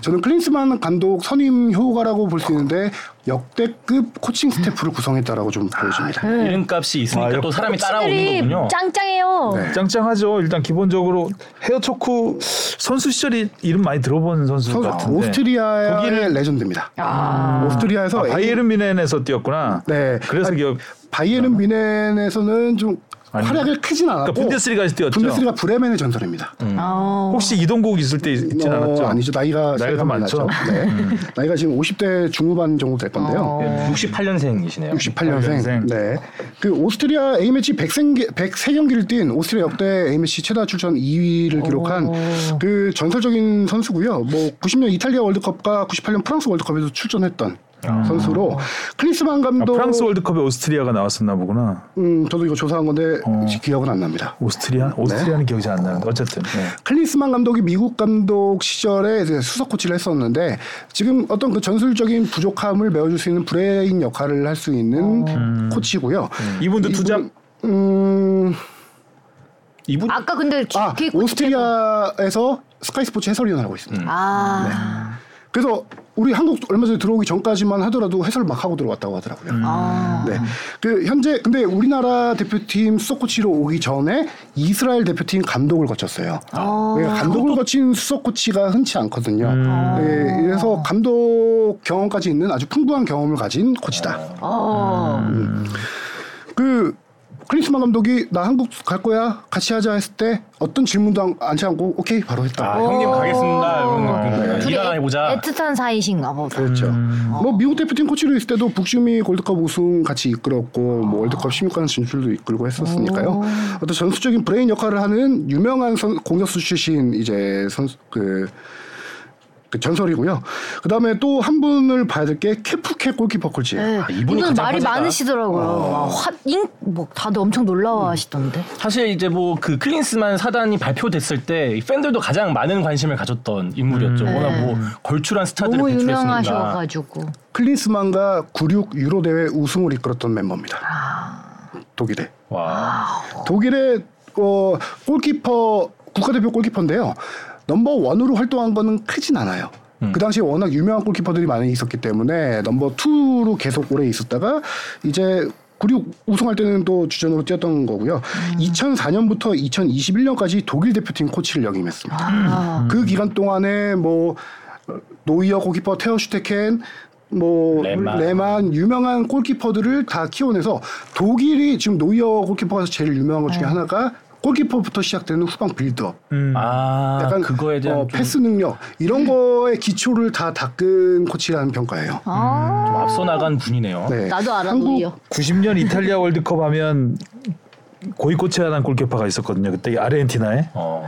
S3: 저는 클린스만 감독 선임 효과라고 볼 수 있는데 역대급 코칭 스태프를 구성했다라고 좀 보여집니다.
S4: 네. 이름값이 있으니까
S2: 아,
S4: 또 사람이 따라오는
S1: 친구들이
S4: 거군요.
S1: 짱짱해요.
S3: 네.
S2: 짱짱하죠. 일단 기본적으로 헤어초쿠 선수 시절이 이름 많이 들어본 선수
S3: 선수
S2: 같은데.
S3: 오스트리아의
S2: 독일의
S3: 레전드입니다.
S1: 아.
S3: 오스트리아에서
S2: 아, 바이에른 미넨에서 뛰었구나.
S3: 네.
S2: 그래서
S3: 아니,
S2: 기억.
S3: 바이에른 미넨에서는 좀
S2: 아니.
S3: 활약을 크진 않았고
S2: 그러니까 분데스리가에서 뛰었죠.
S3: 분데스리가 브레멘의 전설입니다.
S1: 아.
S2: 혹시 이동국 있을 때 있진
S3: 어,
S2: 않았죠?
S3: 아니죠. 나이가
S2: 나이가 더
S3: 세상에
S2: 많죠. 음.
S3: 나죠. 네. 나이가 지금 50대 중후반 정도 될
S4: 어.
S3: 건데요.
S4: 68년생이시네요.
S3: 68년생.
S2: 년생.
S3: 네. 그 오스트리아 A매치 100세, 100경기를 뛴 오스트리아 역대 A매치 최다 출전 2위를 기록한 그 전설적인 선수고요. 뭐 90년 이탈리아 월드컵과 98년 프랑스 월드컵에도 출전했던 선수로 클리스만
S2: 아,
S3: 감독
S2: 프랑스 월드컵에 오스트리아가 나왔었나 보구나.
S3: 음, 저도 이거 조사한 건데
S2: 어.
S3: 기억은 안 납니다. 네.
S2: 오스트리아? 오스트리아는 기억이 잘 안 나는데 어쨌든. 네.
S3: 클린스만 감독이 미국 감독 시절에 이제 수석 코치를 했었는데 지금 어떤 그 전술적인 부족함을 메워줄 수 있는 브레인 역할을 할 수 있는 코치고요.
S2: 음. 이분도 투자
S3: 음,
S4: 이분
S1: 아까 근데 키-
S3: 아
S1: 키-
S3: 오스트리아에서 스카이스포츠 해설위원 하고 있습니다.
S1: 아.
S3: 그래서 우리 한국 얼마 전에 들어오기 전까지만 하더라도 해설 막 하고 들어왔다고 하더라고요.
S1: 아.
S3: 네. 그 현재 근데 우리나라 대표팀 수석 코치로 오기 전에 이스라엘 대표팀 감독을 거쳤어요. 네, 감독을 거친 수석 코치가 흔치 않거든요. 네, 그래서 감독 경험까지 있는 아주 풍부한 경험을 가진 코치다.
S1: 어.
S3: 그 클린스만 감독이 나 한국 갈 거야 같이 하자 했을 때 어떤 질문도 안- 안치 않고 오케이 바로 했다.
S4: 아, 형님 가겠습니다. 이런
S2: 네.
S4: 느낌인가요?
S1: 둘이
S4: 일하나 해보자.
S1: 애- 애틋한 사이신가 보다.
S3: 그렇죠. 뭐 미국 대표팀 코치로 있을 때도 북심이 골드컵 우승 같이 이끌었고 뭐 월드컵 16강 진출도 이끌고 했었으니까요. 어떤 전술적인 브레인 역할을 하는 유명한 선, 공격수 출신 이제 선수 그, 그 전설이고요. 그다음에 또 한 분을 봐야 될 게 케푸케 골키퍼 코치.
S1: 네.
S4: 아, 이분이
S1: 이분
S4: 가장
S1: 말이
S4: 화제다.
S1: 많으시더라고요. 와, 화, 인, 뭐 다들 엄청 놀라워하시던데.
S4: 사실 이제 뭐 그 클린스만 사단이 발표됐을 때이 팬들도 가장 많은 관심을 가졌던 인물이었죠. 워낙 뭐 걸출한
S1: 음. 네.
S4: 스타들을
S1: 너무
S4: 배출했으니까.
S1: 유명하셔가지고.
S3: 클린스만과 96 유로 대회 우승을 이끌었던 멤버입니다. 독일에.
S4: 와.
S3: 독일의 어, 골키퍼 국가대표 골키퍼인데요. 넘버 원으로 활동한 거는 크진 않아요. 그 당시에 워낙 유명한 골키퍼들이 많이 있었기 때문에 넘버 투로 계속 오래 있었다가 이제 96 우승할 때는 또 주전으로 뛰었던 거고요. 2004년부터 2021년까지 독일 대표팀 코치를 역임했습니다.
S1: 아,
S4: 음.
S3: 그 기간 동안에 뭐 어, 노이어 골키퍼 테어 슈테켄 뭐
S4: 레만.
S3: 레만. 유명한 골키퍼들을 다 키워내서 독일이 지금 노이어 골키퍼가 제일 유명한 것 중에 하나가 골키퍼부터 시작되는 후방 빌드업
S2: 음.
S4: 아,
S3: 약간
S4: 그거에 대한
S3: 어,
S4: 좀
S3: 패스 능력 이런 거에 기초를 다 닦은 코치라는 평가예요.
S1: 아,
S4: 좀 앞서 나간 분이네요.
S3: 네.
S1: 나도 알아
S3: 한국-
S1: 노이어.
S2: 90년 이탈리아 월드컵 하면 고이코체라는 골키퍼가 있었거든요. 그때 아르헨티나에
S4: 어.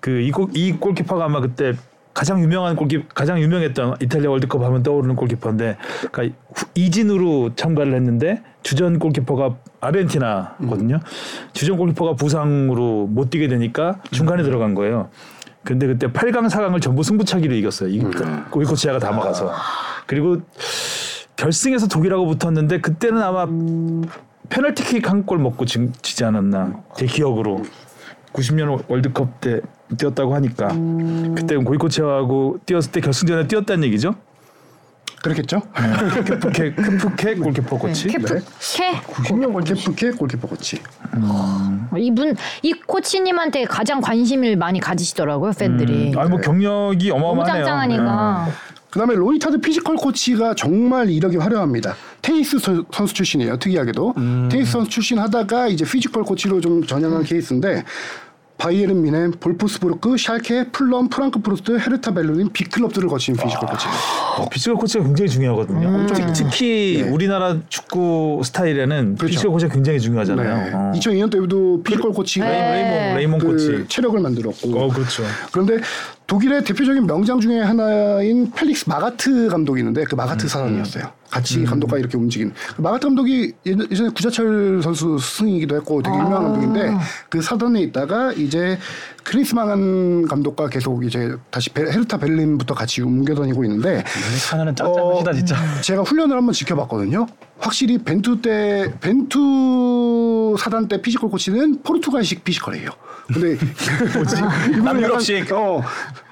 S2: 그이 이 골키퍼가 아마 그때 가장 유명한 골키 가장 유명했던 이탈리아 월드컵 하면 떠오르는 골키퍼인데 그러니까 후- 이진으로 참가를 했는데 주전 골키퍼가 아르헨티나거든요. 주전 골키퍼가 부상으로 못 뛰게 되니까 중간에 들어간 거예요. 근데 그때 8강 4강을 전부 승부차기로 이겼어요. 이 고이코치아가 다 막아서 그리고 결승에서 독일하고 붙었는데 그때는 아마 페널티킥 한 골 먹고 지, 지지 않았나 제 기억으로 90년 월드컵 때 뛰었다고 하니까
S1: 음.
S2: 그때 고이코치하고 뛰었을 때 결승전에 뛰었다는 얘기죠.
S3: 그렇겠죠? 어,
S1: 네.
S2: 캠프케 캠프케 골키퍼 코치.
S1: 캐프 캐
S3: 90년 골키퍼 골키퍼 코치.
S1: 이분 이 코치님한테 가장 관심을 많이 가지시더라고요 팬들이.
S2: 음, 아뭐 경력이
S1: 너무
S2: 어마어마하네요.
S1: 짱짱하니까.
S3: 그다음에 로이타드 피지컬 코치가 정말 이력이 화려합니다. 테니스 선- 선수 출신이에요. 특이하게도
S2: 음.
S3: 테니스 선수 출신 하다가 이제 피지컬 코치로 좀 전향한 케이스인데 바이에른 미넨, 볼프스부르크, 샬케, 플럼, 프랑크푸르트, 헤르타 벨루린 빅클럽들을 거친 피지컬 코치예요.
S2: 어, 피지컬 코치가 굉장히 중요하거든요.
S1: 음.
S2: 특- 특히 우리나라 축구 스타일에는
S3: 그렇죠.
S2: 피지컬 코치가 굉장히 중요하잖아요.
S3: 네.
S2: 어. 그
S3: 2002년 때도 피지컬
S1: 네.
S3: 코치가
S2: 레이몬 레이몬
S3: 그
S2: 코치.
S3: 체력을 만들었고
S2: 어 그렇죠.
S3: 그런데 독일의 대표적인 명장 중에 하나인 펠릭스 마가트 감독이 있는데 그 마가트 사단이었어요. 같이 감독과 이렇게 움직인 그 마가트 감독이 예전- 예전에 구자철 선수 스승이기도 했고 되게 유명한 감독인데 그 사단에 있다가 이제 크리스마간 감독과 계속 이제 다시 베- 헤르타 베를린부터 같이 옮겨다니고 있는데
S4: 하나는 짱짱하시다
S3: 어,
S4: 진짜.
S3: 제가 훈련을 한번 지켜봤거든요. 확실히 벤투 때 벤투 사단 때 피지컬 코치는 포르투갈식 피지컬이에요.
S4: (laughs)
S3: 근데 (laughs) 이분은
S4: 남유럽식.
S3: 약간, 어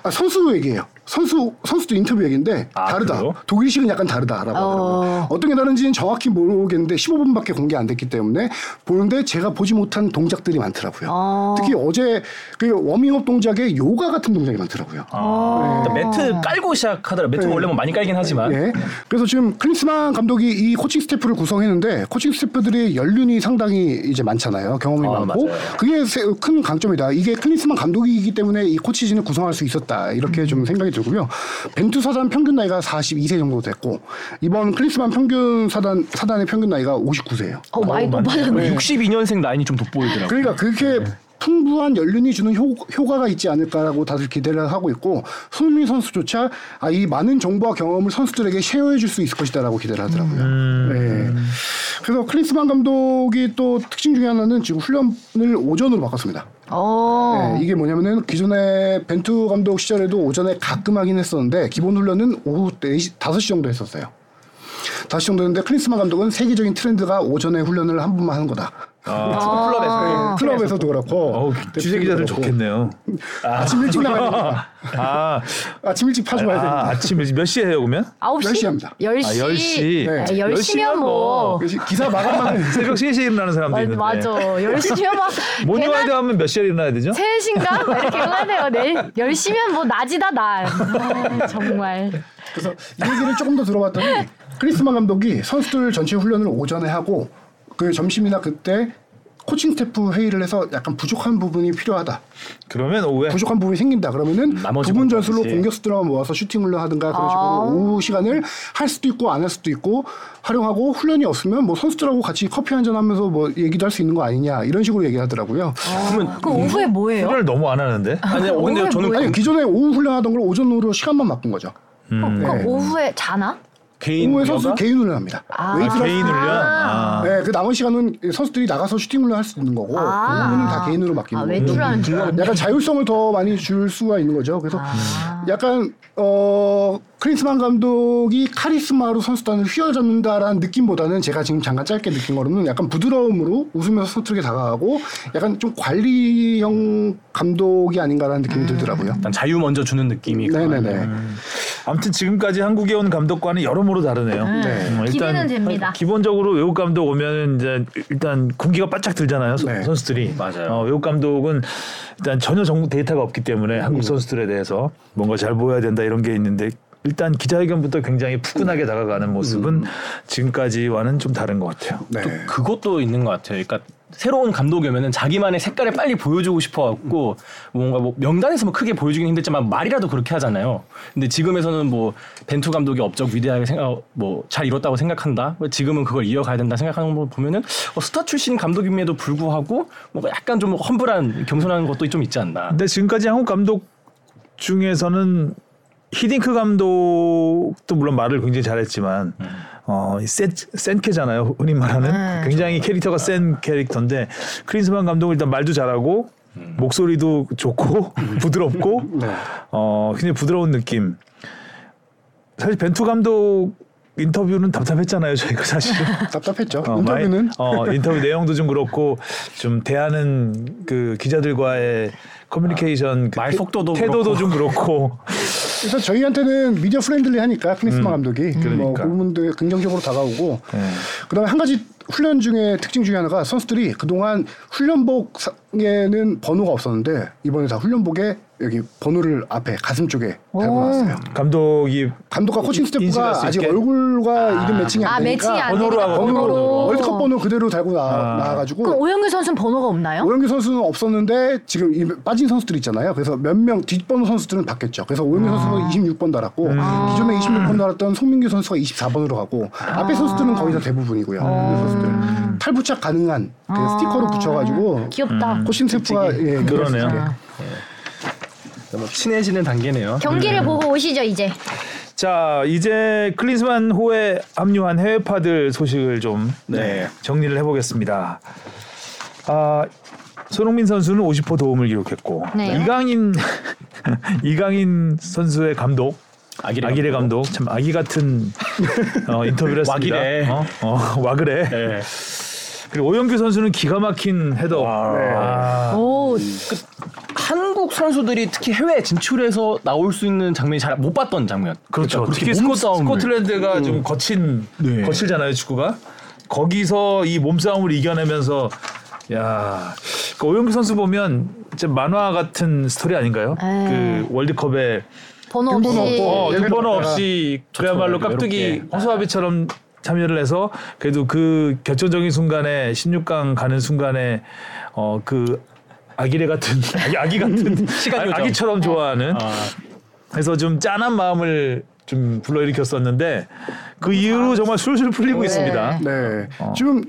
S3: 아, 선수 얘기예요. 선수 선수도 인터뷰 얘기인데
S4: 아,
S3: 다르다.
S4: 그래요?
S3: 독일식은 약간 다르다라고 하더라고요. 어떤 게 다른지는 정확히 모르겠는데 15분밖에 공개 안 됐기 때문에 보는데 제가 보지 못한 동작들이 많더라고요.
S1: 어.
S3: 특히 어제 그 워밍업 동작에 요가 같은 동작이 많더라고요.
S4: 아, 일단 매트 깔고 시작하더라. 매트
S3: 어. 네.
S4: 원래 뭐 많이 깔긴 하지만
S3: 예. 그래서 지금 클린스만 감독이 이 코칭 스태프를 구성했는데 코칭 스태프들이 연륜이 상당히 이제 많잖아요. 경험이
S4: 아,
S3: 많고
S4: 맞아요.
S3: 그게 세- 큰 강점이다. 이게 클린스만 감독이기 때문에 이 코치진을 구성할 수 있었다. 이렇게 좀 생각이 들고요. 벤투 사단 평균 나이가 42세 정도 됐고 이번 클린스만 평균 사단 사단의 평균 나이가 59세예요.
S1: 어 많이 높아졌네.
S4: 뭐 62년생 라인이 좀 돋보이더라고요. 네.
S3: 그러니까 그렇게 풍부한 연륜이 주는 효, 효과가 있지 않을까라고 다들 기대를 하고 있고 손흥민 선수조차 아, 이 많은 정보와 경험을 선수들에게 쉐어해 줄 수 있을 것이다라고 기대를 하더라고요.
S4: 음.
S3: 네. 그래서 클린스만 감독이 또 특징 중에 하나는 지금 훈련을 오전으로 바꿨습니다.
S1: 어.
S3: 네, 이게 뭐냐면은 기존에 벤투 감독 시절에도 오전에 가끔 하긴 했었는데 기본 훈련은 오후 4시, 5시 정도 했었어요. 5시 정도 했는데 클린스만 감독은 세계적인 트렌드가 오전에 훈련을 한 번만 하는 거다. 네,
S4: 클럽에서
S3: 클럽에서도 그렇고
S2: 아,
S3: 네,
S2: 어 취재 기자들
S3: 그렇고.
S2: 좋겠네요.
S3: 아침 일찍 나가야 되니까
S2: 아,
S3: 아침 일찍 파지 마야 되니까
S2: 아 아침 몇 시에 해요 그러면?
S1: 9시?
S3: 10시 합니다.
S1: 10시.
S2: 아, 10시.
S1: 아,
S3: 네.
S1: 10시면 뭐.
S3: 그래서 기사 마감만
S2: 새벽 3시에 일어나는 사람도 있는데.
S1: 맞아. (laughs) 10시면 막.
S2: 모닝와이드
S1: 걔나
S2: 하면 몇 시에 일어나야 되죠?
S1: 3시인가? 막 이렇게 일어나네요. 네. 10시면 뭐 낮이다, 날. 아, 정말.
S3: 그래서 이 얘기를 조금 더 들어봤더니 크리스마 감독이 선수들 전체 훈련을 오전에 하고 그 점심이나 그때 코칭 스태프 회의를 해서 약간 부족한 부분이 필요하다.
S2: 그러면 오후에
S3: 부족한 부분이 생긴다. 그러면은
S4: 나머지
S3: 부분 전술로
S4: 부분까지.
S3: 공격수들만 모아서 슈팅을 하든가 그런
S1: 아.
S3: 식으로 오후 시간을 할 수도 있고 안 할 수도 있고 활용하고 훈련이 없으면 뭐 선수들하고 같이 커피 한잔 하면서 뭐 얘기도 할 수 있는 거 아니냐 이런 식으로 얘기하더라고요.
S1: 아,
S4: 그러면
S6: 그럼 오후에 뭐예요?
S2: 훈련을 너무 안 하는데
S4: 아니 근데 저는 그
S3: 아니 그 기존에 오후 훈련하던 걸 오전으로 시간만 바꾼 거죠.
S2: 음.
S1: 어, 그럼
S3: 네.
S1: 오후에 자나?
S4: 개인
S3: 오후에 선수
S4: 여가?
S3: 개인 훈련합니다.
S1: 아.
S3: 웨이트를
S2: 개인 훈련 아.
S3: 네, 그 남은 시간은 선수들이 나가서 슈팅 훈련 할 수 있는 거고
S1: 아.
S3: 오후는 다 개인으로
S1: 아,
S3: 맡기는 거예요.
S1: 외출하는 줄 알았네.
S3: 약간 자율성을 더 많이 줄 수가 있는 거죠. 그래서 약간 어 크린스만 감독이 카리스마로 선수단을 휘어잡는다라는 느낌보다는 제가 지금 잠깐 짧게 느낀 거로는 약간 부드러움으로 웃으면서 선수들에게 다가가고 약간 좀 관리형 감독이 아닌가라는 느낌이 들더라고요.
S2: 음.
S4: 일단 자유 먼저 주는 느낌이
S3: 네네네.
S4: 강하네요.
S2: 아무튼 지금까지 한국에 온 감독과는 여러모로 다르네요.
S3: 네.
S2: 어,
S5: 음. 기대는 됩니다.
S2: 기본적으로 외국 감독 오면 이제 일단 군기가 바짝 들잖아요. 선-
S3: 네.
S2: 선수들이.
S4: 맞아요.
S2: 어, 외국 감독은 일단 전혀 정보 데이터가 없기 때문에 한국 선수들에 대해서 뭔가 잘 보여야 된다 이런 게 있는데 일단 기자회견부터 굉장히 푸근하게 다가가는 모습은 지금까지와는 좀 다른 것 같아요.
S3: 네.
S4: 또 그것도 있는 것 같아요. 그러니까 새로운 감독이 오면은 자기만의 색깔을 빨리 보여주고 싶어갖고
S2: 음.
S4: 뭔가 뭐 명단에서 뭐 크게 보여주긴 힘들지만 말이라도 그렇게 하잖아요. 근데 지금에서는 뭐 벤투 감독이 업적 위대하게 생각 뭐 잘 이뤘다고 생각한다. 뭐 지금은 그걸 이어가야 된다 생각하는 걸 보면은 어, 스타 출신 감독임에도 불구하고 뭔가 약간 좀 험불한 겸손한 것도 좀 있지 않나.
S2: 근데 지금까지 한국 감독 중에서는 히딩크 감독도 물론 말을 굉장히 잘했지만 어, 센, 센 캐잖아요 흔히 말하는 굉장히 캐릭터가 센 캐릭터인데 크린스만 감독은 일단 말도 잘하고 목소리도 좋고 (laughs) 부드럽고 어, 굉장히 부드러운 느낌 사실 벤투 감독 인터뷰는 답답했잖아요 저희가 사실
S3: 답답했죠.
S2: 어,
S3: 인터뷰는
S2: 많이- 어, 인터뷰 내용도 좀 그렇고 좀 대하는 그 기자들과의 커뮤니케이션 그
S4: 말
S2: 태-
S4: 속도도
S2: 태도도
S4: 그렇고.
S2: 좀 그렇고 (laughs)
S3: 그래서 저희한테는 미디어 프렌들리 하니까 크리스마 감독이 뭐
S2: 그러니까.
S3: 그 부분도 긍정적으로 다가오고
S2: 예.
S3: 그다음에 한 가지 훈련 중에 특징 중에 하나가 선수들이 그동안 훈련복에는 번호가 없었는데 이번에 다 훈련복에 여기 번호를 앞에 가슴 쪽에 달고놨어요.
S2: 감독이
S3: 감독과 코칭
S2: 인식할
S3: 스태프가
S2: 수
S3: 아직
S2: 있게?
S3: 얼굴과 이름 매칭이
S1: 아,
S3: 안 되니까
S1: 매칭이 안
S2: 번호로
S1: 되니까
S2: 하고
S1: 번호로.
S2: 번호로.
S3: 월드컵 번호 그대로 달고 나,
S2: 아.
S1: 그럼
S3: 나와가지고
S1: 오영규 선수는 번호가 없나요?
S3: 오영규 선수는 없었는데 지금 이 빠진 선수들 있잖아요. 그래서 몇 명 뒷번호 선수들은 바뀌었죠. 그래서 오영규 선수가 26번 달았고 기존에 26번 달았던 송민규 선수가 24번으로 가고 앞에 선수들은 거의 다 대부분이고요. 이 선수들 탈부착 가능한 그 스티커로 붙여가지고
S1: 귀엽다.
S3: 코심 세프가 예,
S2: 그러네요.
S3: 그랬어요.
S4: 친해지는 단계네요.
S1: 경기를 보고 오시죠 이제.
S2: 자 이제 클린스만 호에 합류한 해외파들 소식을 좀
S4: 네.
S2: 정리를 해보겠습니다. 아 손흥민 선수는 50호 도움을 기록했고
S1: 네.
S2: 이강인 (laughs) 이강인 선수의 감독
S4: 아기래
S2: 아기레 감독 참 아기 같은 어, 인터뷰를 했습니다.
S4: 와기래.
S2: 어? 어, 와그래.
S4: 네.
S2: 그리고 오영규 선수는 기가 막힌 헤더. 아,
S1: 오,
S4: 한국 선수들이 특히 해외 진출해서 나올 수 있는 장면이 잘 못 봤던 장면.
S2: 그렇죠.
S4: 그러니까
S2: 특히 음.
S4: 그렇게 몸
S2: 스코,
S4: 싸움을.
S2: 스코틀랜드가 좀 거친
S4: 네.
S2: 거칠잖아요 축구가. 거기서 이 몸싸움을 이겨내면서 야 그러니까 오영규 선수 보면 진짜 만화 같은 스토리 아닌가요?
S1: 에.
S2: 그 월드컵에
S1: 번호
S3: 등번호
S1: 없이.
S3: 없고.
S2: 어,
S3: 예,
S2: 등번호
S3: 그러니까.
S2: 없이 그야말로
S4: 저처럼
S2: 깍두기
S4: 외롭게.
S2: 허수아비처럼 참여를 해서 그래도 그 결정적인 순간에 16강 가는 순간에 어 그 아기래 같은 (laughs) 아기- 아기 같은
S4: (laughs) 시간
S2: 아-
S4: 요정.
S2: 아기처럼 좋아하는
S4: 아,
S2: 그래서 좀 짠한 마음을 좀 불러일으켰었는데 그 이후로 정말 술술 풀리고 있습니다.
S3: 아, 네. 지금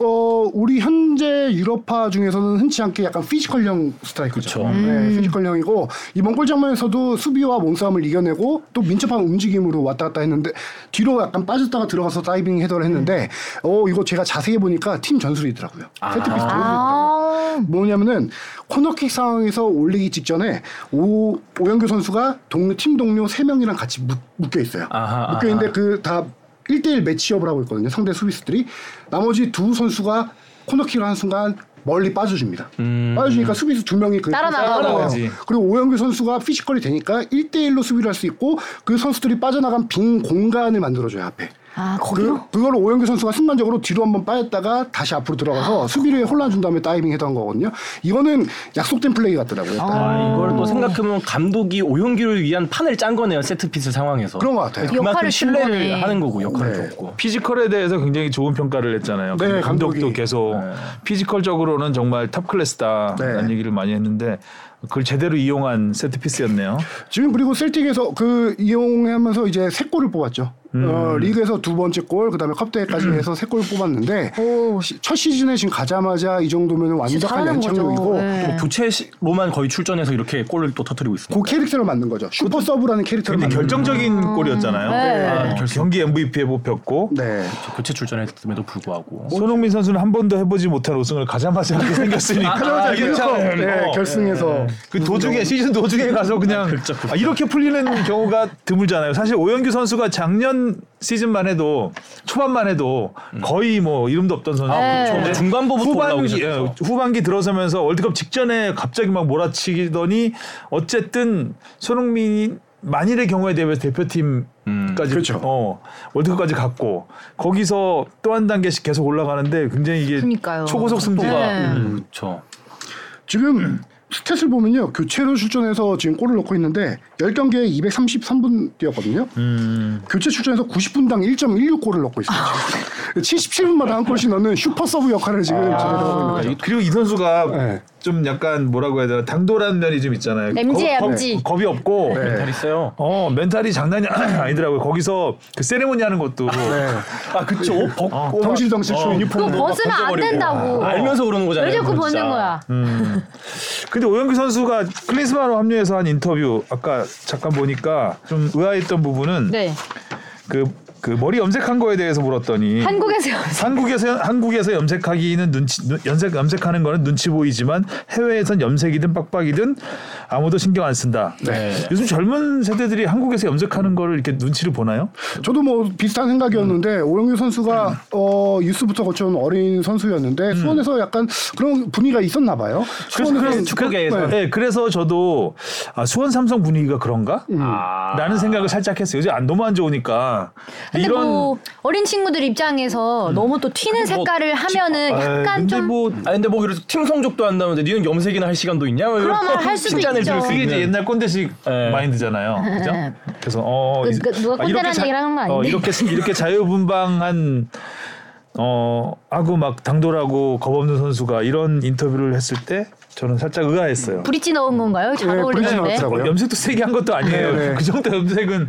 S3: 어 우리 현재 유럽파 중에서는 흔치 않게 약간 피지컬형 스트라이커죠. 네, 피지컬형이고 이번 골 장면에서도 수비와 몸싸움을 이겨내고 또 민첩한 움직임으로 왔다 갔다 했는데 뒤로 약간 빠졌다가 들어가서 다이빙 헤더를 했는데 어 이거 제가 자세히 보니까 팀 전술이더라고요. 세트피스 전술이
S1: 아,
S3: 뭐냐면은 코너킥 상황에서 올리기 직전에 오 오영규 선수가 동료 팀 동료 세 명이랑 같이 묶, 여 있어요.
S4: 아하, 아하.
S3: 묶여 있는데 그 다 1대1 매치업을 하고 있거든요. 상대 수비수들이 나머지 두 선수가 코너킥을 하는 순간 멀리 빠져줍니다. 빠져주니까 수비수 두 명이 그
S1: 따라 나가고.
S2: 따라가지.
S3: 그리고 오영규 선수가 피지컬이 되니까 1대1로 수비를 할 수 있고 그 선수들이 빠져나간 빈 공간을 만들어줘요 앞에.
S1: 아 거기요?
S3: 그, 그걸 오영규 선수가 순간적으로 뒤로 한번 빠졌다가 다시 앞으로
S1: 아.
S3: 들어가서 수비를 혼란 준 다음에 다이빙 했던 거거든요. 이거는 약속된 플레이 같더라고요. 일단.
S4: 아, 이걸 또 생각해보면 감독이 오용규를 위한 판을 짠 거네요 세트피스 상황에서
S3: 그런 것 같아요.
S4: 그만큼
S1: 역할을 준 거네.
S4: 신뢰를 하는 거고 역할을
S3: 네.
S4: 줬고
S2: 피지컬에 대해서 굉장히 좋은 평가를 했잖아요.
S3: 네,
S2: 근데 감독도
S3: 감독이.
S2: 계속 피지컬적으로는 정말 탑 클래스다라는
S3: 네.
S2: 얘기를 많이 했는데 그걸 제대로 이용한 세트 피스였네요.
S3: 지금 그리고 셀틱에서 그 이용하면서 이제 세 골을 뽑았죠.
S2: 음.
S3: 어, 리그에서 두 번째 골, 그다음에 컵대회까지 해서 세 골을 뽑았는데
S1: 오.
S3: 시- 첫 시즌에 지금 가자마자 이 정도면 완벽한
S1: 잘하는 거죠.
S3: 연착륙이고
S1: 네.
S4: 뭐 교체로만 거의 출전해서 이렇게 골을 또 터뜨리고 있습니다.
S3: 그 캐릭터를 만든 거죠. 슈퍼 서브라는 캐릭터를
S2: 근데
S3: 만든
S2: 결정적인 골이었잖아요.
S1: 네.
S2: 음. 아, 결승. 경기 MVP에 뽑혔고
S3: 거죠. 네.
S4: 교체 출전했음에도 불구하고
S2: 손흥민 선수는 한 번도 해보지 못한 우승을 가자마자 하게 (laughs) 생겼으니까
S3: 가자마자 결승,
S2: 괜찮아요.
S3: 네,
S2: 어.
S3: 결승에서
S2: 그 도중에 시즌 도중에 가서 그냥
S4: 극적, 극적.
S2: 아, 이렇게 풀리는 경우가 드물잖아요. 사실 오영규 선수가 작년 시즌만 해도 초반만 해도 거의 뭐 이름도 없던 선수.
S1: 네.
S2: 근데
S4: 뭐 중간부부터 올라오기
S2: 후반기
S4: 시작해서.
S2: 예, 후반기 들어서면서 월드컵 직전에 갑자기 막 몰아치더니 어쨌든 손흥민이 만일의 경우에 대비해서 대표팀 까지
S3: 그렇죠.
S2: 어, 월드컵까지 갔고 거기서 또 한 단계씩 계속 올라가는데 굉장히 이게
S1: 그러니까요.
S2: 초고속 승부가
S1: 네.
S4: 그렇죠.
S3: 지금 스탯을 보면요. 교체로 출전해서 지금 골을 넣고 있는데 10경기에 233분 뛰었거든요. 교체 출전해서 90분당 1.16골을 넣고 있어요. 지금. 77분마다 한 골씩 넣는 슈퍼 서브 역할을 지금 제대로
S1: 아.
S3: 하고 있는 거죠.
S2: 그러니까 이- 그리고 이 선수가
S3: 네.
S2: 좀 약간 뭐라고 해야 되나 당돌한 면이 좀 있잖아요.
S1: 램지예요,
S2: 겁-
S1: 램지.
S2: 겁, 이 없고
S4: 잘 있어요.
S2: 어 멘탈이 장난이 (clears throat) 아니더라고요. 거기서 그 세레모니 하는 것도
S4: 아 그쵸.
S2: 네.
S4: 옷 벗고 막
S3: 덩실덩실 출 유니폼
S1: 그거 벗으면 안
S4: 던져버리고.
S1: 된다고.
S4: 알면서 그러는 거잖아요.
S1: 왜 자꾸
S4: 그건
S1: 벗는
S4: 진짜.
S1: 거야?
S2: 근데 오영규 선수가 클린스만으로 합류해서 한 인터뷰 아까 잠깐 보니까 좀 의아했던 부분은
S1: 네.
S2: 그, 그 머리 염색한 거에 대해서 물었더니
S1: 한국에서
S2: 한국에서 한국에서 염색하기는 눈치 눈- 염색 염색하는 거는 눈치 보이지만 해외에선 염색이든 빡빡이든 아무도 신경 안 쓴다.
S4: 네.
S2: 요즘 젊은 세대들이 한국에서 염색하는 거를 이렇게 눈치를 보나요?
S3: 저도 뭐 비슷한 생각이었는데 오영규 선수가 어 유스부터 거쳐온 어린 선수였는데 수원에서 약간 그런 분위기가 있었나 봐요. 수원에서
S4: 축구계에서.
S2: 네, 그래서 저도 아, 수원 삼성 분위기가 그런가?
S4: 음.
S2: 라는 생각을 살짝 했어요. 요즘 안 너무 안 좋으니까
S1: 근데 뭐 어린 친구들 입장에서 너무 또 튀는 색깔을 하면은
S2: 아,
S1: 약간
S2: 근데
S1: 좀
S2: 뭐
S4: 아 근데 뭐 그래서 팀 성적도 안 나오는데 니는 염색이나 할 시간도 있냐?
S1: 그러면 할 수도
S4: 칭찬을
S1: 있죠.
S4: 들을 수
S2: 그게 이제
S3: 네.
S4: 있는.
S2: 옛날 꼰대식
S4: 예.
S2: 마인드잖아요. 그죠? 그래서 어
S1: 그-
S2: 이제-
S1: 그 누가
S2: 아, 이렇게
S1: 꼰대라는
S2: 자-
S1: 얘기를 하는 거
S2: 어,
S1: 아닌데?
S2: 이렇게 이렇게 자유분방한 어 하고 막 당돌하고 겁없는 선수가 이런 인터뷰를 했을 때 저는 살짝 의아했어요.
S1: 브릿지 넣은 건가요? 잘
S3: 네, 브릿지
S1: 어울리는데.
S3: 넣었더라고요.
S2: 어, 염색도 세게 한 것도 아니에요.
S3: 네, 네.
S2: 그 정도 염색은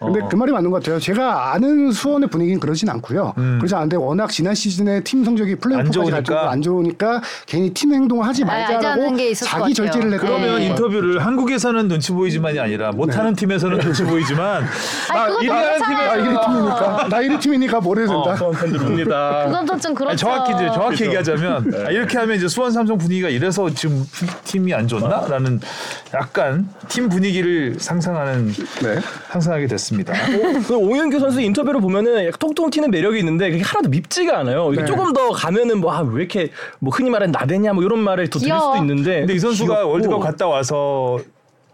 S3: 근데
S2: 어,
S3: 그 말이 맞는 것 같아요. 제가 아는 수원의 분위기는 그러진 않고요. 그러지 않은데 워낙 지난 시즌에 팀 성적이 플레이오프까지
S2: 음. 좋으니까.
S3: 갈 정도로 안 좋으니까 괜히 튀는 행동을 하지 말자라고
S1: 아, 하자는 게 있었을 것 같아요.
S3: 자기 절제를 내고
S2: 그러면
S1: 네.
S2: 인터뷰를 한국에서는 눈치 보이지만이 아니라 못하는
S3: 네.
S2: 팀에서는 눈치 보이지만
S1: 아니,
S2: 아,
S1: 그것도
S2: 이래야
S1: 괜찮아요.
S3: 나 이리 팀이니까 나 이리 팀이니까 뭘 해야
S2: 어,
S3: 된다.
S4: 수원 팬들 웁니다.
S1: 그건 또 좀 그렇죠.
S2: 아니, 정확히 이제 정확히
S4: 그죠.
S2: 얘기하자면 아, 이렇게 하면 이제 수원 삼성 분위기가 이래서 지금 팀이 안 좋나라는 약간 팀 분위기를 상상하는
S3: 네.
S2: 상상하게 됐습니다.
S4: 그 오윤규 선수 인터뷰를 보면은 약간 통통 튀는 매력이 있는데 그게 하나도 밉지가 않아요. 이게
S3: 네.
S4: 조금 더 가면은 뭐 아 왜 이렇게 뭐 흔히 말하는 나대냐 뭐 이런 말을 더 들을
S1: 귀여워.
S4: 수도 있는데
S2: 근데 이 선수가
S4: 귀엽고.
S2: 월드컵 갔다 와서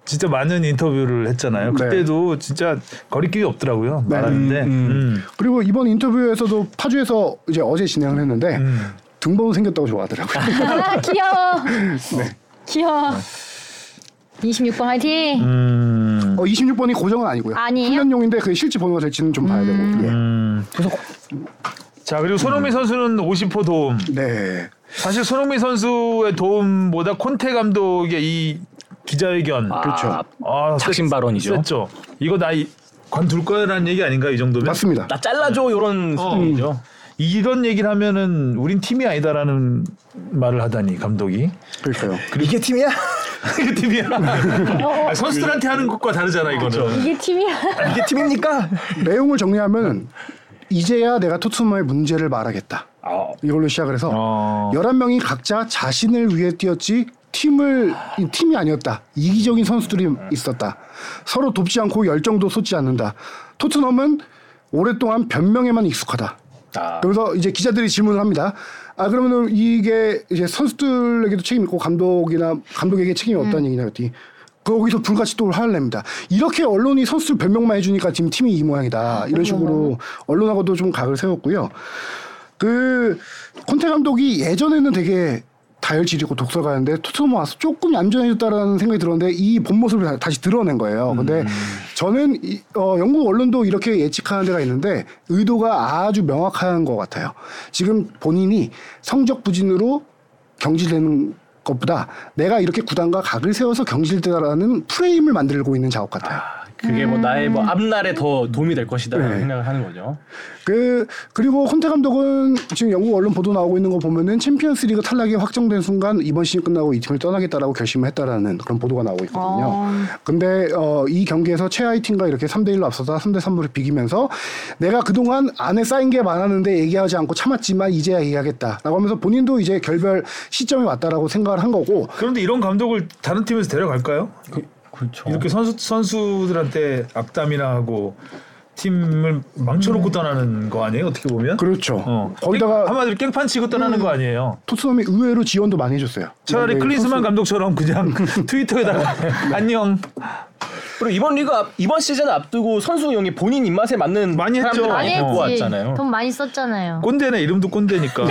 S2: 진짜 많은 인터뷰를 했잖아요.
S3: 네.
S2: 그때도 진짜 거리낌이 없더라고요. 말하는데 음.
S3: 그리고 이번 인터뷰에서도 파주에서 이제 어제 진행을 했는데
S2: 음.
S3: 등번호 생겼다고 좋아하더라고요.
S1: 아, 귀여워. 귀여워. 26번 화이팅.
S2: 음.
S3: (laughs) 어, 26번이 고정은 아니고요.
S1: 아니에요? 음.
S3: 훈련용인데 그 실제 번호가 될지는 좀 봐야 되고.
S2: 음. 자 그리고 손흥민 선수는 50호 도움.
S3: 예. 네.
S2: 사실 손흥민 선수의 도움보다 콘테 감독의 이 기자회견
S3: 그렇죠.
S2: 아,
S4: 작심
S2: 셌-
S4: 발언이죠.
S2: 셌죠. 이거 나 이- 관둘 거라는 얘기 아닌가 이 정도면?
S3: 맞습니다.
S4: 나 잘라줘 이런
S2: 어.
S4: 수준이죠.
S2: 이런 얘기를 하면은 우린 팀이 아니다라는 말을 하다니 감독이.
S3: 그러니까요.
S4: 이게 (laughs) 팀이야?
S2: 그
S4: (laughs)
S2: 팀이야. (laughs) 아, 선수들한테 하는 것과 다르잖아 이거는.
S4: 그렇죠.
S1: 이게 팀이야.
S4: 이게 팀입니까?
S3: 내용을 정리하면 이제야 내가 토트넘의 문제를 말하겠다.
S4: 아,
S3: 이걸로 시작을 해서
S2: 어.
S3: 11명이 각자 자신을 위해 뛰었지 팀을 이 팀이 아니었다. 이기적인 선수들이 있었다. 서로 돕지 않고 열정도 쏟지 않는다. 토트넘은 오랫동안 변명에만 익숙하다.
S4: 아.
S3: 그래서 이제 기자들이 질문을 합니다. 아 그러면 이게 이제 선수들에게도 책임 있고 감독이나 감독에게 책임이 없다는 얘기냐 그랬더니 거기서 불같이 또 화를 냅니다. 이렇게 언론이 선수 변명만 해주니까 지금 팀이 이 모양이다. 이런 식으로 언론하고도 좀 각을 세웠고요. 그 콘테 감독이 예전에는 되게 다혈질이고 독설가였는데 토트넘 와서 조금 얌전해졌다라는 생각이 들었는데 이 본 모습을 다- 다시 드러낸 거예요. 근데 저는 이- 어, 영국 언론도 이렇게 예측하는 데가 있는데 의도가 아주 명확한 것 같아요. 지금 본인이 성적 부진으로 경질되는 것보다 내가 이렇게 구단과 각을 세워서 경질되다라는 프레임을 만들고 있는 작업 같아요.
S4: 그게 뭐 나의
S1: 음.
S4: 뭐 앞날에 더 도움이 될 것이다라는
S3: 네.
S4: 생각을 하는 거죠.
S3: 그 그리고 콘테 감독은 지금 영국 언론 보도 나오고 있는 거 보면은 챔피언스리그 탈락이 확정된 순간 이번 시즌 끝나고 이 팀을 떠나겠다라고 결심을 했다라는 그런 보도가 나오고 있거든요. 근데 어, 이 경기에서 최하위 팀과 이렇게 3대 1로 앞서다 3대 3으로 비기면서 내가 그동안 안에 쌓인 게 많았는데 얘기하지 않고 참았지만 이제야 얘기하겠다라고 하면서 본인도 이제 결별 시점이 왔다라고 생각을 한 거고
S2: 그런데 이런 감독을 다른 팀에서 데려갈까요?
S4: 그렇죠.
S2: 이렇게 선수 선수들한테 악담이나 하고 팀을 망쳐놓고 떠나는 거 아니에요? 어떻게 보면
S3: 음. 그렇죠.
S2: 어.
S3: 거기다가 음.
S2: 한마디로 깽판 치고 떠나는 거 아니에요?
S3: 토트넘이 의외로 지원도 많이 해줬어요.
S2: 차라리
S3: 네,
S2: 클린스만
S3: 선수-
S2: 감독처럼
S3: (laughs)
S2: 그냥 트위터에다가 안녕
S4: 그리고 이번 리그 앞, 이번 시즌 앞두고 선수 영이 본인 입맛에 맞는
S2: 많이 했죠.
S4: 사람들
S1: 많이
S2: 많이
S4: 많이
S1: 했지.
S4: 데리고 왔잖아요.
S1: 돈 많이 썼잖아요.
S2: 꼰대네 이름도 꼰대니까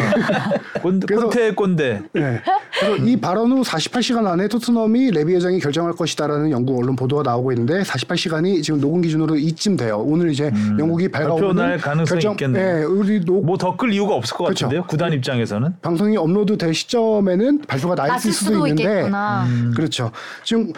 S2: 꼰대
S3: 그래서-
S2: 꼰대 꼰대
S3: 네. 그래서 이 발언 후 48시간 안에 토트넘이 레비 회장이 결정할 것이다라는 영국 언론 보도가 나오고 있는데 48시간이 지금 녹음 기준으로 이쯤 돼요. 오늘 이제 영국이
S2: 음, 발표날
S3: 발표할
S2: 가능성이 있겠네요.
S3: 네, 우리 녹
S2: 뭐 더 끌 이유가 없을 것
S3: 그렇죠.
S2: 같은데요? 구단 입장에서는
S3: 방송이 업로드 될 시점에는 발표가 나 있을
S5: 났을
S3: 수도,
S5: 수도
S3: 있는데
S5: 있겠구나.
S2: 음.
S3: 그렇죠. 지금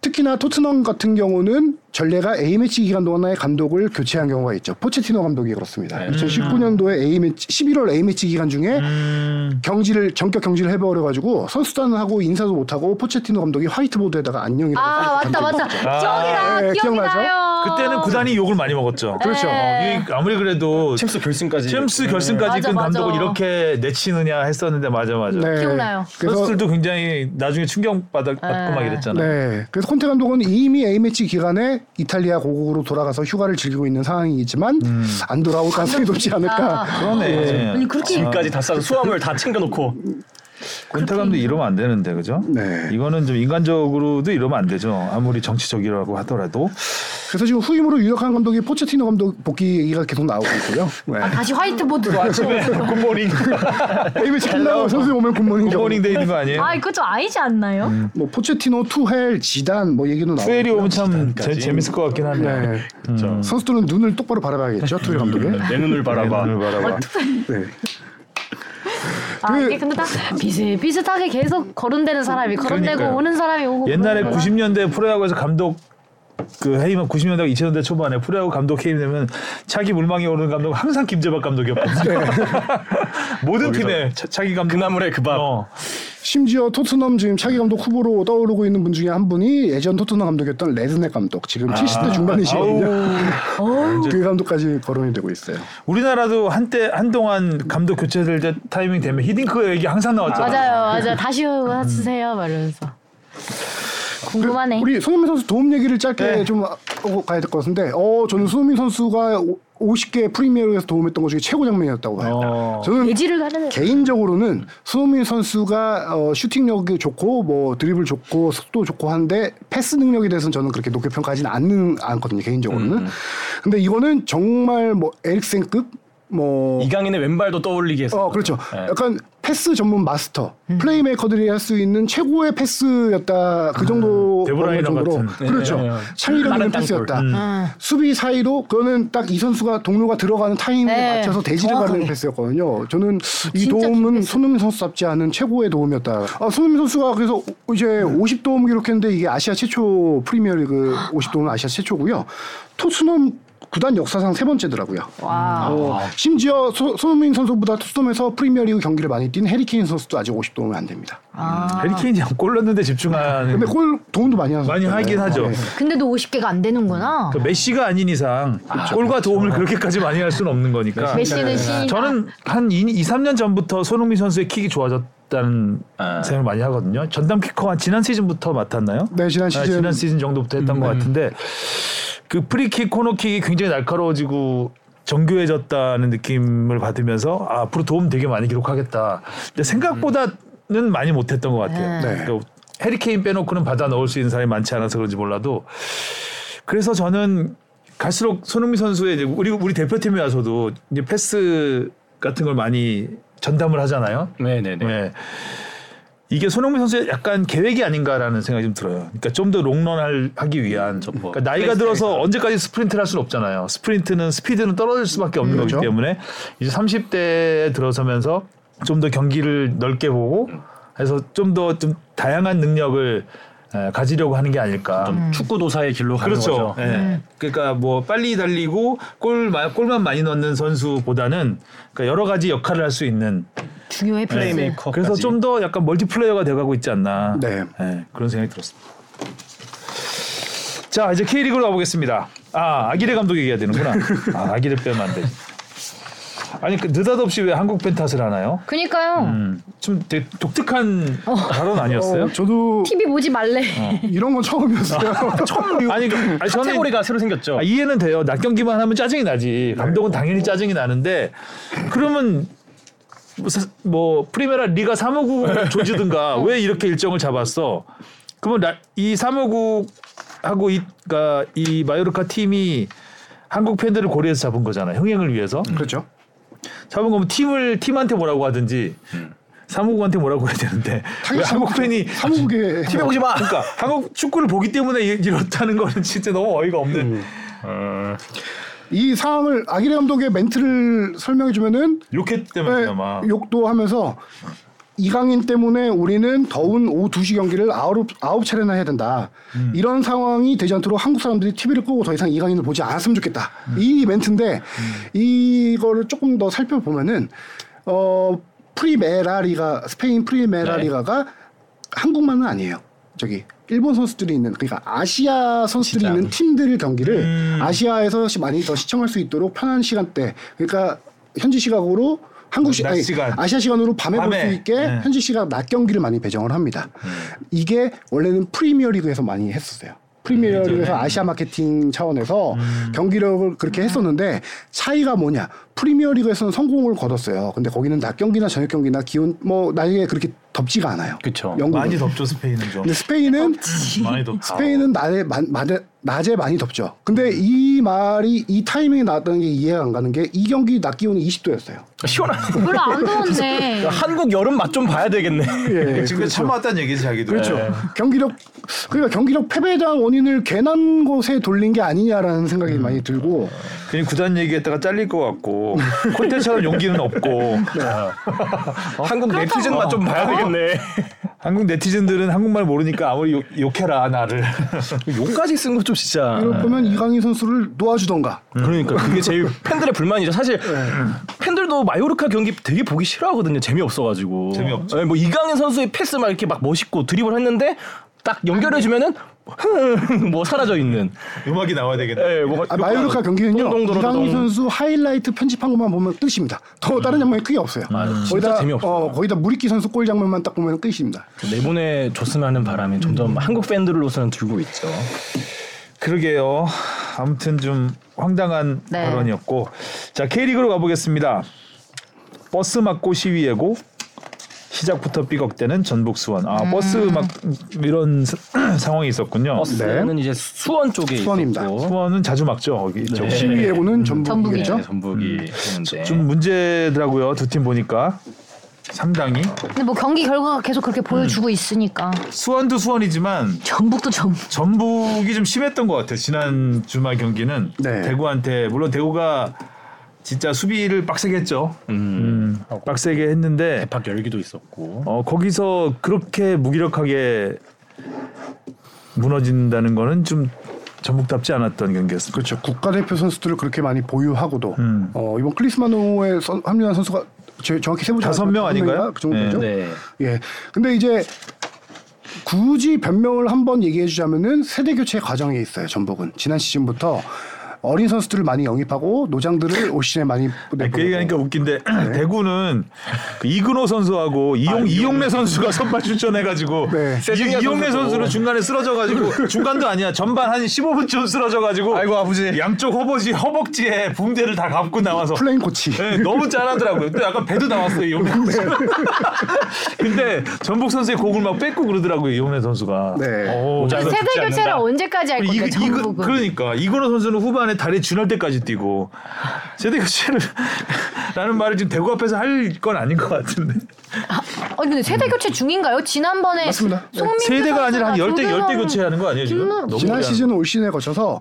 S3: 특히나 토트넘 같은 경우는 전례가 A매치 기간 동안에 감독을 교체한 경우가 있죠. 포체티노 감독이 그렇습니다.
S2: 네.
S3: 2019년도에 A매치 11월 A매치 기간 중에
S2: 음.
S3: 경질을 전격 경질을 해버려 가지고 선수단하고 인사도 못 하고 포체티노 감독이 화이트보드에다가 안녕이라고
S1: 아
S3: 써있던
S1: 맞다
S3: 감독이
S1: 맞다.
S3: 있죠.
S1: 기억이다.
S3: 예,
S1: 기억이
S3: 기억나죠?
S1: 나요.
S2: 그때는 구단이 욕을 많이
S1: 네.
S2: 먹었죠.
S3: 그렇죠. 네.
S2: 어, 이- 아무리 그래도
S4: 챔스 결승까지.
S2: 챔스 결승까지
S1: 맞아,
S2: 끈
S1: 맞아.
S2: 감독을 이렇게 내치느냐 했었는데 맞아 맞아.
S3: 네.
S1: 기억나요.
S3: 그래서
S2: 선수들도 굉장히 나중에 충격 받았- 받고 막 이랬잖아요.
S3: 네. 그래서 콘테 감독은 이미 A매치 기간에 이탈리아 고국으로 돌아가서 휴가를 즐기고 있는 상황이지만
S2: 음.
S3: 안 돌아올 가능성이 높지 않을까.
S1: 아.
S2: 그러네.
S1: 아니 그렇게
S4: 지금까지 다 싸서 수화물 다 챙겨놓고
S2: 곤타 감도 이러면 안 되는데 그죠?
S3: 네.
S2: 이거는 좀 인간적으로도 이러면 안 되죠. 아무리 정치적이라고
S3: (laughs)
S2: 하더라도
S3: 그래서 지금 후임으로 유력한 감독이 포체티노 감독 복귀 얘기가 계속 나오고 있고요. (laughs)
S1: 아, 다시 화이트보드.
S2: (laughs)
S4: 굿모닝
S3: 아, 에이비치 끝나고 선수 오면 굿모닝 죠
S2: 굿모닝 데이인 거 어, 아니에요?
S1: 아 그거 좀 아니지 않나요?
S3: 뭐 포체티노, 투헬, 지단 뭐 얘기도 나오고.
S2: 투엘이 오면 참 재, 재밌을 것 같긴 하네요.
S3: 네. 선수들은 눈을 똑바로 바라봐야겠죠. 투헬 감독이.
S4: 내 눈을 바라봐.
S2: 눈을 바라봐.
S3: 네.
S1: 아
S3: 그-
S1: 이게 근데 다 비슷비슷하게 계속 거론되는 사람이 거론되고
S2: 그러니까요.
S1: 오는 사람이 오고
S2: 옛날에
S1: 그러는 거야.
S2: 90년대 프로야구에서 감독 그 해임은 90년대 2000년대 초반에 프로야구 감독 해임되면 차기 물망에 오르는 감독은 항상 김재박 감독이었거든요. (laughs) 모든 팀에 차, 차기 감독.
S4: 그나물의 그밥.
S2: 어.
S3: 심지어 토트넘 지금 차기 감독 후보로 떠오르고 있는 분 중에 한 분이 예전 토트넘 감독이었던 레드넥 감독. 지금 70대 중반이시거든요. (laughs) 그 감독까지 거론이 되고 있어요.
S2: 우리나라도 한때 한동안 감독 교체될 때 타이밍 되면 히딩크 얘기 항상 나왔잖아요.
S1: 맞아요, 맞아요.
S2: 그
S1: 다시 하세요, 말면서 궁금하네.
S3: 우리 손흥민 선수 도움 얘기를 짧게
S2: 네.
S3: 좀 하고 가야 될 것 같은데, 어 저는 손흥민 선수가 50개 프리미어리그에서 도움했던 것 중에 최고 장면이었다고 봐요.
S2: 어.
S3: 저는
S1: 예지를 가는
S3: 개인적으로는 손흥민 선수가 어, 슈팅력이 좋고 뭐 드리블 좋고 속도 좋고 한데 패스 능력에 대해서는 저는 그렇게 높게 평가하지는 않는 않거든요 개인적으로는.
S2: 음.
S3: 근데 이거는 정말 뭐 에릭센급 뭐
S4: 이강인의 왼발도 떠올리게 했어.
S3: 어, 그렇죠. 약간 패스 전문 마스터, 플레이메이커들이 할 수 있는 최고의 패스였다. 그 정도
S2: 데브라이너
S3: 정도로.
S2: 같은.
S3: 그렇죠.
S4: 네, 네, 네.
S3: 창의력 있는
S4: 빠른
S3: 패스였다.
S4: 땅볼.
S1: 아.
S3: 수비 사이로 그거는 딱 이 선수가 동료가 들어가는 타이밍에
S1: 네,
S3: 맞춰서 대지를
S1: 정확하게.
S3: 가는 패스였거든요. 저는 이
S1: 어, 진짜
S3: 도움은 손흥민 선수답지 않은 최고의 도움이었다. 아, 손흥민 선수가 그래서 이제
S1: 네.
S3: 50도움 기록했는데 이게 아시아
S1: (gasps)
S3: 최초 프리미어리그 50도움은 아시아 최초고요. 토트넘 구단 역사상 세 번째더라고요.
S1: 와.
S3: 어, 심지어 소, 손흥민 선수보다 투스톰에서 프리미어리그 경기를 많이 뛴 해리케인 선수도 아직 50도움이 안 됩니다.
S2: 해리케인이 아, 골 넣는데 집중하는.
S1: 아.
S3: 근데 골 도움도 많이 네. 하죠.
S2: 많이 하긴 하죠.
S1: 근데도 50개가 안 되는구나.
S2: 그 메시가 아닌 이상 골과 도움을 그렇게까지 많이 할 수는 없는 거니까.
S1: 메시는 신이다.
S2: 네. 아, 저는 한 2, 3년 전부터 손흥민 선수의 킥이 좋아졌다는
S4: 아.
S2: 생각을 많이 하거든요. 전담 키커가 지난 시즌부터 맡았나요?
S3: 네, 지난
S2: 아,
S3: 시즌. 음, 네.
S2: 지난 시즌 정도부터 했던 것 같은데 그 프리킥, 코너킥이 굉장히 날카로워지고 정교해졌다는 느낌을 받으면서 아, 앞으로 도움 되게 많이 기록하겠다. 근데 생각보다는 많이 못했던 것 같아요.
S3: 네.
S2: 그러니까 해리케인 빼놓고는 받아 넣을 수 있는 사람이 많지 않아서 그런지 몰라도 그래서 저는 갈수록 손흥민 선수의 이제 우리 우리 대표팀에 와서도 이제 패스 같은 걸 많이 전담을 하잖아요.
S4: 네네네.
S2: 네. 이게 손흥민 선수의 약간 계획이 아닌가라는 생각이 좀 들어요. 그러니까 좀 더 롱런을 하기 위한.
S4: 뭐
S2: 그러니까 나이가
S4: 플레이
S2: 들어서
S4: 스타일이다.
S2: 언제까지 스프린트를 할 수는 없잖아요. 스프린트는 스피드는 떨어질 수밖에 없는
S3: 그렇죠.
S2: 거기 때문에 이제 30대에 들어서면서 좀 더 경기를 넓게 보고 해서 좀 더 좀 다양한 능력을 에, 가지려고 하는 게 아닐까.
S3: 음.
S4: 축구 도사의 길로 가는
S2: 그렇죠.
S4: 거죠. 네.
S2: 예. 그러니까 뭐 빨리 달리고 골 마- 골만 많이 넣는 선수보다는 그러니까 여러 가지 역할을 할 수 있는
S1: 중요해 플레이는.
S4: 플레이메이커.
S2: 그래서 좀 더 약간 멀티플레이어가 돼가고 있지 않나.
S3: 네.
S2: 예, 그런 생각이 들었습니다. 자 이제 K리그로 가보겠습니다. 아 아기레 감독 얘기해야 되는구나. 아 아기레 빼면 안 돼. 아니 그 느닷없이 왜 한국 팬 탓을 하나요?
S1: 그니까요.
S2: 음, 좀 되게 독특한 발언 아니었어요?
S1: (laughs)
S3: 저도
S1: TV 보지 말래.
S2: 어.
S3: 이런
S2: (laughs)
S3: 건 처음이었어요.
S2: 아니, 그- 아니 저는
S4: 카테고리가 새로 생겼죠.
S2: 아, 이해는 돼요. 낮 경기만 하면 짜증이 나지. 감독은 당연히 짜증이 나는데 그러면 뭐, 사- 뭐 프리메라 리가 3호국 조지든가 왜 이렇게 일정을 잡았어? 그러면 라- 이 3호국하고 이, 그러니까 이 마요르카 팀이 한국 팬들을 고려해서 잡은 거잖아. 흥행을 위해서.
S3: 그렇죠.
S2: 잡은 거면 팀을 팀한테 뭐라고 하든지 사무국한테 뭐라고 해야 되는데 왜 한국 팬이
S3: 한국에
S4: 아,
S2: TV 보지 마. 그러니까 한국 축구를 보기 때문에 이- 이렇다는 거는 진짜 너무 어이가 없는.
S3: 이 상황을 아기레 감독의 멘트를 설명해 주면은
S2: 욕했
S3: 네,
S2: 때문이나마.
S3: 욕도 하면서 이강인 때문에 우리는 더운 오후 2시 경기를 아홉, 아홉 차례나 해야 된다. 이런 상황이 되지 않도록 한국 사람들이 TV를 끄고 더 이상 이강인을 보지 않았으면 좋겠다. 이 멘트인데 이거를 조금 더 살펴보면은 어 프리메라리가 스페인 프리메라리가가 한국만은 아니에요. 저기 일본 선수들이 있는 그러니까 아시아 선수들이
S4: 시장.
S3: 있는 팀들의 경기를 아시아에서 시- 많이 더 시청할 수 있도록 편한 시간대 그러니까 현지 시각으로 한국 시
S2: 낮
S3: 아니,
S2: 시간.
S3: 아시아 시간으로 밤에 볼
S2: 밤에.
S3: 수 있게
S2: 네. 음.
S3: 현지 시각 낮 경기를 많이 배정을 합니다. 이게 원래는 프리미어 리그에서 많이 했었어요.
S2: 음,
S3: 프리미어 리그에서 아시아 마케팅 차원에서 경기력을
S2: 음.
S3: 그렇게 했었는데 차이가 뭐냐? 프리미어 리그에서는 성공을 거뒀어요. 근데 거기는 낮 경기나 저녁 경기나 기온 뭐 날씨가 그렇게 덥지가 않아요.
S4: 그쵸.
S3: 영국은.
S2: 많이 덥죠 스페인은 좀.
S3: 근데 스페인은
S2: 많이 덥.
S3: 스페인은 낮에, 마- 마데- 낮에 많이 덥죠.
S2: 음.
S3: 근데 이 말이 이 타이밍에 나왔다는 게 이해가 안 가는 게 이 경기 낮 기온이 20도였어요.
S4: (laughs) 시원하네.
S1: (laughs) 별로 안
S2: (laughs)
S1: 더웠네.
S4: 한국 여름 맛 좀 봐야 되겠네.
S3: 예,
S2: 지금 참았다는 얘기지 자기도.
S3: 그렇죠.
S2: 네.
S3: 경기력 그러니까 경기력 패배에 대한 원인을 괜한 곳에 돌린 게 아니냐라는 생각이 많이 들고
S2: 그냥 구단 얘기했다가 잘릴 것
S3: (laughs)
S2: 같고 콘텐츠처럼 용기는 없고
S3: 네.
S4: 어? 한국 어. 네티즌 맛 좀 봐야 되겠네.
S2: 한국 네티즌들은 한국말 모르니까 아무리 욕, 욕해라
S3: (laughs)
S2: 나를.
S4: 욕까지 쓴 거 좀 진짜.
S3: 이럴 거면 이강인 선수를 놓아주던가
S4: 음. 그러니까 그게 (laughs) 제일 팬들의 불만이죠. 사실 팬들도 마요르카 경기 되게 보기 싫어하거든요. 재미없어가지고.
S2: 재미없죠.
S4: 예, 뭐 이강인 선수의 패스 막 이렇게 막 멋있고 드리블 했는데 딱 연결해주면은 (laughs) 뭐 사라져 있는.
S2: 음악이 나와야 되겠네.
S4: 예, 뭐가
S3: 아, 마요르카 경기는요 이강인
S4: 동동동동.
S3: 선수 하이라이트 편집한 것만 보면 끝입니다. 더 다른 장면이 크게 없어요. 거의 다
S4: 재미없어요.
S3: 어, 거의 다 무리끼 선수 골 장면만 딱 보면 끝입니다.
S4: 내보내 줬으면 하는 바람이 점점 한국 팬들로서는 들고 있죠.
S2: 그러게요. 아무튼 좀 황당한
S1: 네.
S2: 발언이었고 자 K리그로 가보겠습니다. 버스 막고 시위예고 시작부터 삐걱대는 전북 수원. 아 버스 막 이런 사- (clears throat) 상황이 있었군요.
S4: 버스는 이제 수원 쪽에
S3: 네. 수원입니다.
S4: 있었고
S2: 수원은 자주 막죠. 여기 이쪽.
S4: 네.
S3: 시위 예고는
S4: 네,
S3: 전북이겠죠.
S4: 전북이 했는데
S2: 좀 문제더라고요. 두 팀 보니까 상당히
S1: 근데 뭐 경기 결과가 계속 그렇게 보여주고 있으니까
S2: 수원도 수원이지만
S1: 전북도 전북.
S2: 전북이 좀 심했던 것 같아요. 지난 주말 경기는
S3: 네.
S2: 대구한테 물론 대구가 진짜 수비를 빡세게 했죠. 음, 빡세게 했는데
S4: 박 열기도 있었고
S2: 어, 거기서 그렇게 무기력하게 무너진다는 거는 좀 전북답지 않았던 경기였습니다.
S3: 그렇죠. 국가대표 선수들을 그렇게 많이 보유하고도
S2: 음.
S3: 어, 이번 클리스마노에 선- 합류한 선수가 제- 정확히 세보자
S2: 다섯 명 아닌가요?
S3: 그 정도죠.
S4: 네.
S3: 예. 근데 이제 굳이 변명을 한번 얘기해 주자면은 세대 교체 과정에 있어요. 전북은 지난 시즌부터 어린 선수들을 많이 영입하고 노장들을 올 시즌에 많이
S2: 아니,
S3: 내보내고.
S2: 그 얘기하니까 웃긴데 (clears throat) 대구는 그 이근호 선수하고 이용 이용래 선수가 선발 출전해가지고
S3: 네.
S2: 이,
S4: 세징야
S2: 이용래
S4: 선수도.
S2: 선수는 중간에 쓰러져가지고 중간도 아니야 전반 한 15분쯤 쓰러져가지고
S4: 아이고, 아버지.
S2: 양쪽 허벅지 허벅지에 붕대를 다 감고 나와서
S3: 플레인 코치.
S2: 네, 너무 짠하더라고요. 또 약간 배도 나왔어요 이용래 선수. (laughs) 근데 전북 선수의 공을 막 뺏고 그러더라고요 이용래 선수가. 어,
S3: 네.
S2: 오,
S4: 모자가
S2: 그래서
S4: 뜯지
S1: 세대 교체를
S4: 않는다.
S1: 언제까지 할
S2: 어, 이,
S1: 건데
S2: 이, 이,
S1: 전북은.
S2: 그러니까 이근호 선수는 후반에 다리 준할 때까지 뛰고 세대 교체를 라는 말을 지금 대구 앞에서 할 건 아닌 것 같은데
S1: 아니 근데 세대 교체 중인가요? 지난번에
S3: 맞습니다. 네.
S1: 송민규
S2: 세대가 아니라 한
S1: 선수가
S2: 열대
S1: 조별선-
S2: 열대 교체하는 거 아니에요 지금?
S1: 김문-
S2: 너무
S3: 지난
S2: 오래 하는
S3: 시즌 올 시즌에 거쳐서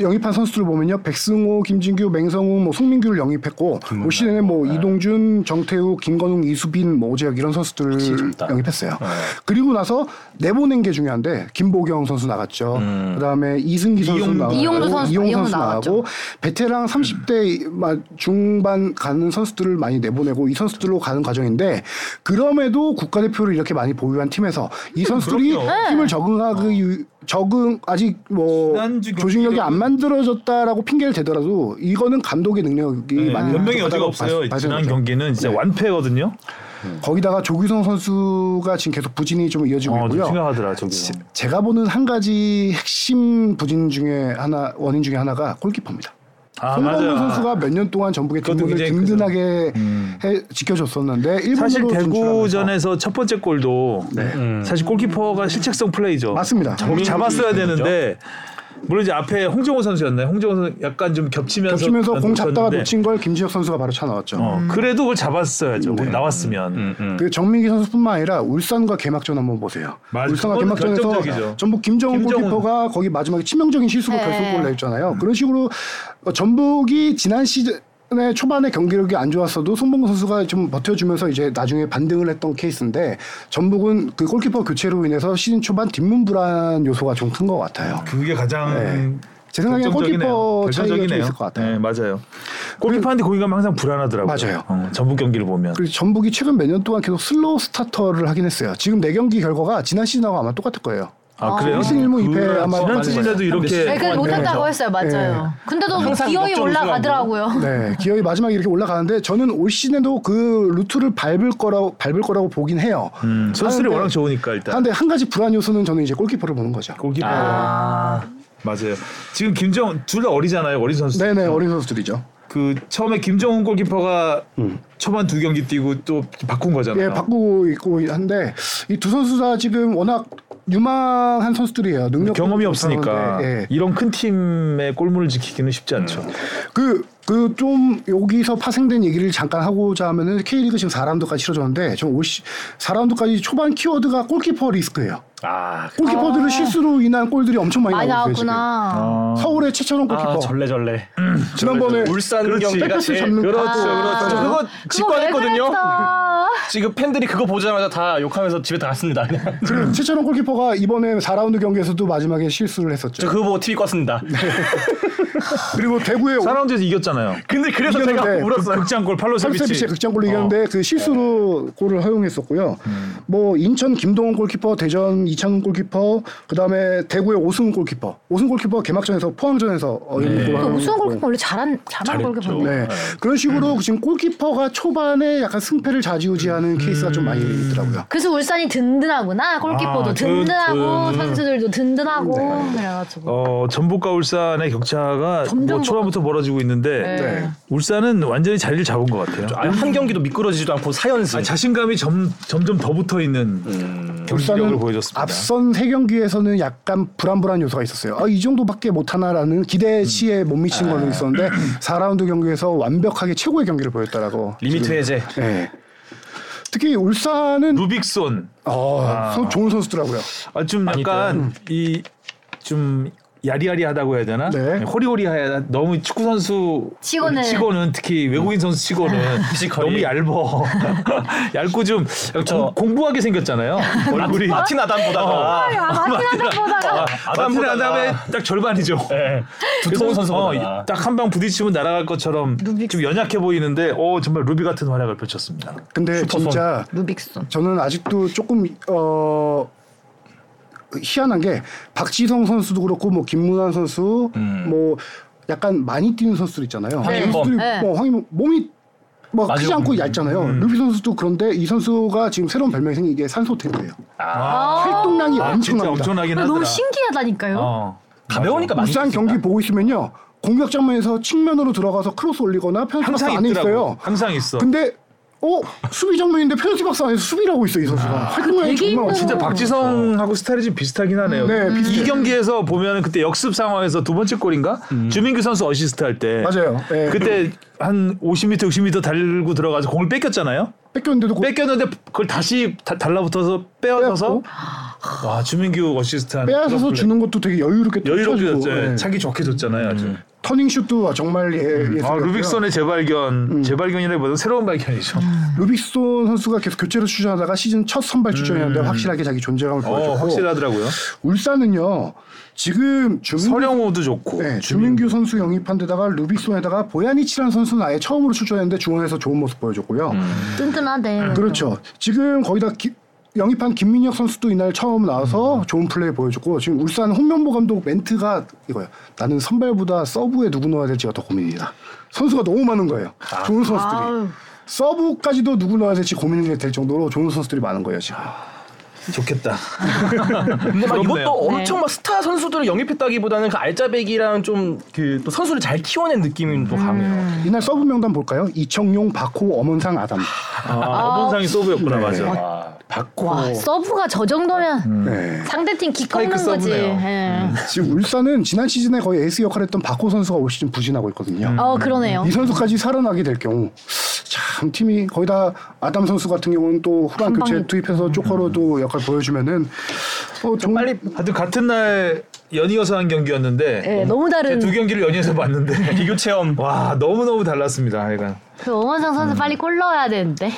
S3: 영입한 선수들 보면요, 백승호, 김진규, 맹성우, 뭐 송민규를 영입했고 올 시즌에 뭐
S2: 네.
S3: 이동준, 정태우, 김건웅, 이수빈, 뭐 오재혁 이런
S2: 아,
S3: 선수들을
S4: 젊다.
S3: 영입했어요.
S2: 네.
S3: 그리고 나서 내보낸 게 중요한데 김보경 선수 나갔죠. 그다음에 이승기 선수
S2: 이용도.
S3: 나가고
S1: 이용도 선수-
S3: 이용
S1: 이용도
S3: 선수 나가고 베테랑 30대 막 중반 가는 선수들을 많이 내보내고 이 선수들로 가는 과정인데 그럼에도 국가대표를 이렇게 많이 보유한 팀에서 이 선수들이
S2: 그럼요. 어.
S3: 팀을 적응하기 적응 아직 뭐
S2: 지난주
S3: 조직력이
S2: 경기력은-
S3: 안 만들어졌다라고 핑계를 대더라도 이거는 감독의 능력이
S2: 네,
S3: 많이
S2: 변명이
S3: 부족하다고
S2: 여지가 없어요.
S3: 봐-
S2: 지난
S3: 봐주는 거죠. 네.
S2: 경기는 진짜 완패거든요. 아,
S3: 거기다가 조규성 선수가 지금 계속 부진이 좀 이어지고
S2: 어, 좀
S3: 있고요.
S2: 심각하더라 저기.
S3: 제- 제가 보는 한 가지 핵심 부진 중에 하나 원인 중에 하나가 골키퍼입니다.
S2: 아
S3: 손범문
S2: 맞아요.
S3: 선수가 몇 년 동안 전북의
S2: 그것도
S3: 뒷문을
S2: 굉장히 음.
S3: 든든하게 해, 지켜줬었는데 일본으로
S2: 사실
S3: 진출하면서 네.
S2: 대구전에서 첫 번째 골도 음. 사실 골키퍼가 실책성 플레이죠.
S3: 맞습니다.
S2: 거기 잡았어야 되는데 물론 이제 앞에 홍정호 선수였나요? 홍정호 선수 약간 좀 겹치면서
S3: 겹치면서 공 잡다가
S2: 놓쳤는데
S3: 놓친 걸 김지혁 선수가 바로 차 나왔죠.
S2: 어, 그래도 그걸
S3: 음,
S2: 잡았어야죠.
S3: 네.
S2: 나왔으면.
S3: 그 정민기 선수뿐만 아니라 울산과 개막전 한번 보세요.
S2: 맞아요.
S3: 울산과
S2: 그건
S3: 개막전에서
S2: 결정적이죠.
S3: 전북 김정훈
S2: 김정훈.
S3: 골키퍼가 거기 마지막에 치명적인 실수로
S1: 네.
S3: 결승골을 냈잖아요.
S2: 음.
S3: 그런 식으로 어, 전북이 지난 시즌 에 초반에 경기력이 안 좋았어도 송봉구 선수가 좀 버텨주면서 이제 나중에 반등을 했던 케이스인데 전북은 그 골키퍼 교체로 인해서 시즌 초반 뒷문 불안 요소가 좀 큰 것 같아요.
S2: 그게 가장
S3: 네. 제 생각엔
S2: 결정적이네요.
S3: 골키퍼 차이가 좀
S2: 결정적이네요.
S3: 있을 것 같아요. 그
S2: 네, 맞아요. 골키퍼한테 거기 가면 항상 불안하더라고요.
S3: 맞아요.
S2: 어, 전북 경기를 보면.
S3: 그리고 전북이 최근 몇 년 동안 계속 슬로우 스타터를 하긴 했어요. 지금 네 경기 결과가 지난 시즌하고 아마 똑같을 거예요.
S2: 아 그래요?
S3: 일승 일무 이패
S2: 그
S3: 아마
S2: 지난
S3: 맞을
S2: 시즌에도 이렇게
S1: 네, 그 못했다고
S4: 네.
S1: 했어요, 맞아요. 근데도
S4: 항상
S1: 기어이
S4: 걱정
S1: 올라가더라고요.
S3: 네, 기어이 마지막에 이렇게 올라가는데 저는 올 시즌에도 그 루트를 밟을 거라고 밟을 거라고 보긴 해요.
S2: 음, 선수들이
S3: 하는데-
S2: 워낙 좋으니까 일단.
S3: 그런데 한 가지 불안 요소는 저는 이제 골키퍼를 보는 거죠.
S2: 골키퍼. 아, 맞아요. 지금 김정 둘 다 어리잖아요. 어린 선수.
S3: 네, 네, 어린 선수들이죠.
S2: 그 처음에 김정훈 골키퍼가 초반 두 경기 뛰고 또 바꾼 거잖아요.
S3: 음. 예, 바꾸고 있고 한데 이 두 선수 다 지금 워낙 유망한 선수들이에요. 능력
S2: 경험이 없으니까
S3: 예.
S2: 이런 큰 팀의 골문을 지키기는 쉽지 않죠.
S3: 그 그 좀 여기서 파생된 얘기를 잠깐 하고자 하면은 K리그 지금 4라운드까지 치러졌는데 전 4라운드까지 초반 키워드가 골키퍼 리스크예요.
S4: 아,
S3: 골키퍼들은 실수로 인한 골들이 엄청 네, 많이,
S1: 많이
S3: 나오고 있어요,
S1: 나왔구나.
S3: 지금. 서울의 최철원 골키퍼.
S4: 아 절레절레.
S3: 지난번에
S4: 울산
S2: 그렇지.
S4: 경기가
S3: 백패스
S4: 제일-
S3: 잡는 거.
S4: 그렇죠,
S1: 아.
S4: 그렇죠. 그거
S1: 그거 왜
S4: 직관했거든요.
S1: 그랬어?
S4: 지금 팬들이 그거 보자마자 다 욕하면서 집에 다 갔습니다. 그냥.
S3: 그 최철원 골키퍼가 이번에 4라운드 경기에서도 마지막에 실수를
S4: (laughs) 저
S3: 했었죠.
S4: 그거 보고 TV 껐습니다.
S3: 그리고 대구의
S2: 사라운드에서 이겼잖아요.
S4: 근데 그래서
S3: 이겼는데 네,
S4: 제가 울었어요.
S2: 극장골
S3: 삼세비치의
S2: 팔로세비치.
S3: 극장골로 이겼는데 그 실수로 골을 허용했었고요. 뭐 인천 김동원 골키퍼, 대전 이창훈 골키퍼, 그다음에 대구의 오승훈 골키퍼. 오승훈 골키퍼 개막전에서 포항전에서 어, 이런 골을
S1: 그
S3: 허용했고.
S1: 우승 골키퍼 원래 잘한 잘한 골키퍼.
S3: 네. 그런 식으로 지금 골키퍼가 초반에 약간 승패를 좌지우지하는 케이스가 좀 많이 있더라고요.
S1: 그래서 울산이 든든하구나. 골키퍼도
S2: 아, 든-
S1: 든든하고
S2: 든-
S1: 선수들도 든든하고 그래가지고.
S2: 어 전북과 울산의 격차가
S1: 점점
S2: 뭐 초반부터 벌어지고 있는데
S1: 네.
S2: 울산은 완전히 자리를 잡은 것 같아요.
S4: 아한 경기도 미끄러지지도 않고 사연승.
S2: 아, 자신감이 점, 점점 더 붙어 있는 경기력을
S3: 울산은
S2: 보여줬습니다.
S3: 앞선 세 경기에서는 약간 불안불안 요소가 있었어요. 아, 이 정도밖에 못 하나라는
S2: 음.
S3: 기대치에 못 미친
S2: 아. (clears throat)
S3: 거는 있었는데 4라운드 경기에서 완벽하게 최고의 경기를 보였다라고.
S4: 리미트 해제.
S3: 지금. 예. 특히 울산은
S2: 루빅손
S3: 어, 선- 좋은 선수더라고요.
S2: 아, 좀
S4: 많이
S2: 약간 이 좀 야리야리하다고 해야 되나?
S3: 네.
S2: 호리호리하야 너무 축구 선수
S1: 치고는. 네.
S2: 특히 외국인 선수 치고는
S4: 피지컬이.
S2: (laughs) 너무 얇어 얇고 좀
S4: 그쵸.
S2: 공, 공부하게 생겼잖아요 얼굴이
S4: 마틴 아담보다가
S1: 아, 마티나도 보다가
S2: 마틴
S4: 아담보다가.
S2: 아담의 딱 절반이죠. 예. 어,
S4: 네. 두통운 선수보다.
S2: 딱 한 방 부딪히면 날아갈 것처럼
S1: 루빅.
S2: 좀 연약해 보이는데 어 정말 루비 같은 활약을 펼쳤습니다.
S3: 근데
S4: 슈퍼선.
S3: 진짜
S1: 루빅손.
S3: 저는 아직도 조금 어
S2: 음.
S3: 희한한 게 박지성 선수도 그렇고 뭐 김문환 선수 뭐 약간 많이 뛰는 선수들 있잖아요.
S4: 황인범.
S3: 선수들이
S1: 네.
S3: 뭐 황인범 몸이 뭐 크지
S4: 맞아요.
S3: 않고 얇잖아요.
S2: 음.
S3: 루비 선수도 그런데 이 선수가 지금 새로운 별명이 생긴 게 산소 탱크예요. 활동량이
S2: 아, 진짜
S3: 엄청납니다.
S2: 엄청나긴 하더라.
S1: 너무 신기하다니까요.
S2: 어.
S4: 가벼우니까 많이
S3: 울산 경기
S4: 있습니다.
S3: 보고 있으면요. 공격 장면에서 측면으로 들어가서 크로스 올리거나 페널티 박스
S2: 항상
S3: 안에
S2: 있더라고.
S3: 있어요.
S2: 항상 있어.
S3: 근데 어 수비 장면인데 페널티 박스 안에서 수비를 하고 있어 이 선수가 활동량이
S1: 되게 힘들어.
S2: 아.
S3: 정말 엄청
S2: 진짜 음. 박지성하고 스타일이 좀 비슷하긴 하네요. 음.
S3: 네, 비슷해요.
S2: 이 경기에서 보면 그때 역습 상황에서 두 번째 골인가
S4: 음.
S2: 주민규 선수 어시스트 할 때
S3: 맞아요. 예.
S2: 그때 한 50m 60m 달리고 들어가서 공을 뺏겼잖아요.
S3: 뺏겼는데도 고-
S2: 뺏겼는데 그걸 다시 다- 달라붙어서 빼앗아서 와 주민규 어시스트 한
S3: 빼앗아서
S2: 그런 플레이.
S3: 주는 것도 되게 여유롭게
S2: 여유롭게
S3: 쳐주고, 음.
S2: 줬죠.
S3: 예.
S2: 차기 좋게 줬잖아요. 아주.
S3: 터닝 슛도 정말 예, 예
S2: 아, 루빅손의 재발견,
S3: 음.
S2: 재발견이라기보다 새로운 발견이죠.
S3: 루빅손 선수가 계속 교체로 출전하다가 시즌 첫 선발 출전이었는데 확실하게 자기 존재감을
S2: 음. 어,
S3: 보여줬고
S2: 확실하더라고요.
S3: 울산은요 지금 주민,
S2: 서령호도 좋고.
S3: 네, 주민규 선수 영입한 데다가 루빅손에다가 보야니치라는 선수는 아예 처음으로 출전했는데 중원에서 좋은 모습 보여줬고요.
S2: 음.
S1: 튼튼하대.
S3: 그렇죠. 지금 거기다 기- 영입한 김민혁 선수도 이날 처음 나와서 좋은 플레이 보여줬고 지금 울산 홍명보 감독 멘트가 이거예요. 나는 선발보다 서브에 누구 넣어야 될지가 더 고민이다. 선수가 너무 많은 거예요. 좋은 선수들이.
S1: 아유.
S3: 서브까지도 누구 넣어야 될지 고민이 될 정도로 좋은 선수들이 많은 거예요 지금.
S2: 좋겠다.
S4: (laughs) 근데 막
S2: 부럽네요.
S4: 이것도 엄청
S1: 네.
S4: 막 스타 선수들을 영입했다기보다는 그 알짜배기랑 좀 그 또 선수를 잘 키워낸 느낌이 또
S1: 음.
S4: 강해요.
S3: 이날 서브 명단 볼까요? 이청용, 박호, 엄원상, 아담.
S2: 아, 어본상이 서브였구나,
S4: 네.
S2: 맞아.
S1: 와 서브가 저 정도면
S3: 네.
S1: 상대팀 기
S2: 스파이크
S1: 꺾는 거지.
S2: 서브네요.
S1: 예.
S3: 지금 울산은 지난 시즌에 거의 에이스 역할을 했던 박호 선수가 올 시즌 부진하고 있거든요.
S1: 어 그러네요.
S3: 이 선수까지 살아나게 될 경우 참 팀이 거의 다 아담 선수 같은 경우는 또 후반
S1: 한 방에.
S3: 교체 투입해서 쪼커로도 역할 보여주면은 어, 정,
S2: 빨리 하여튼 같은 날 연이어서 한 경기였는데
S3: 네.
S1: 예, 너무 다른.
S2: 두 경기를 연이어서 (laughs) 봤는데
S4: 비교 체험.
S2: 와 너무 너무 달랐습니다. 하여간
S1: 그 엄원상 선수 빨리 골 넣어야 되는데.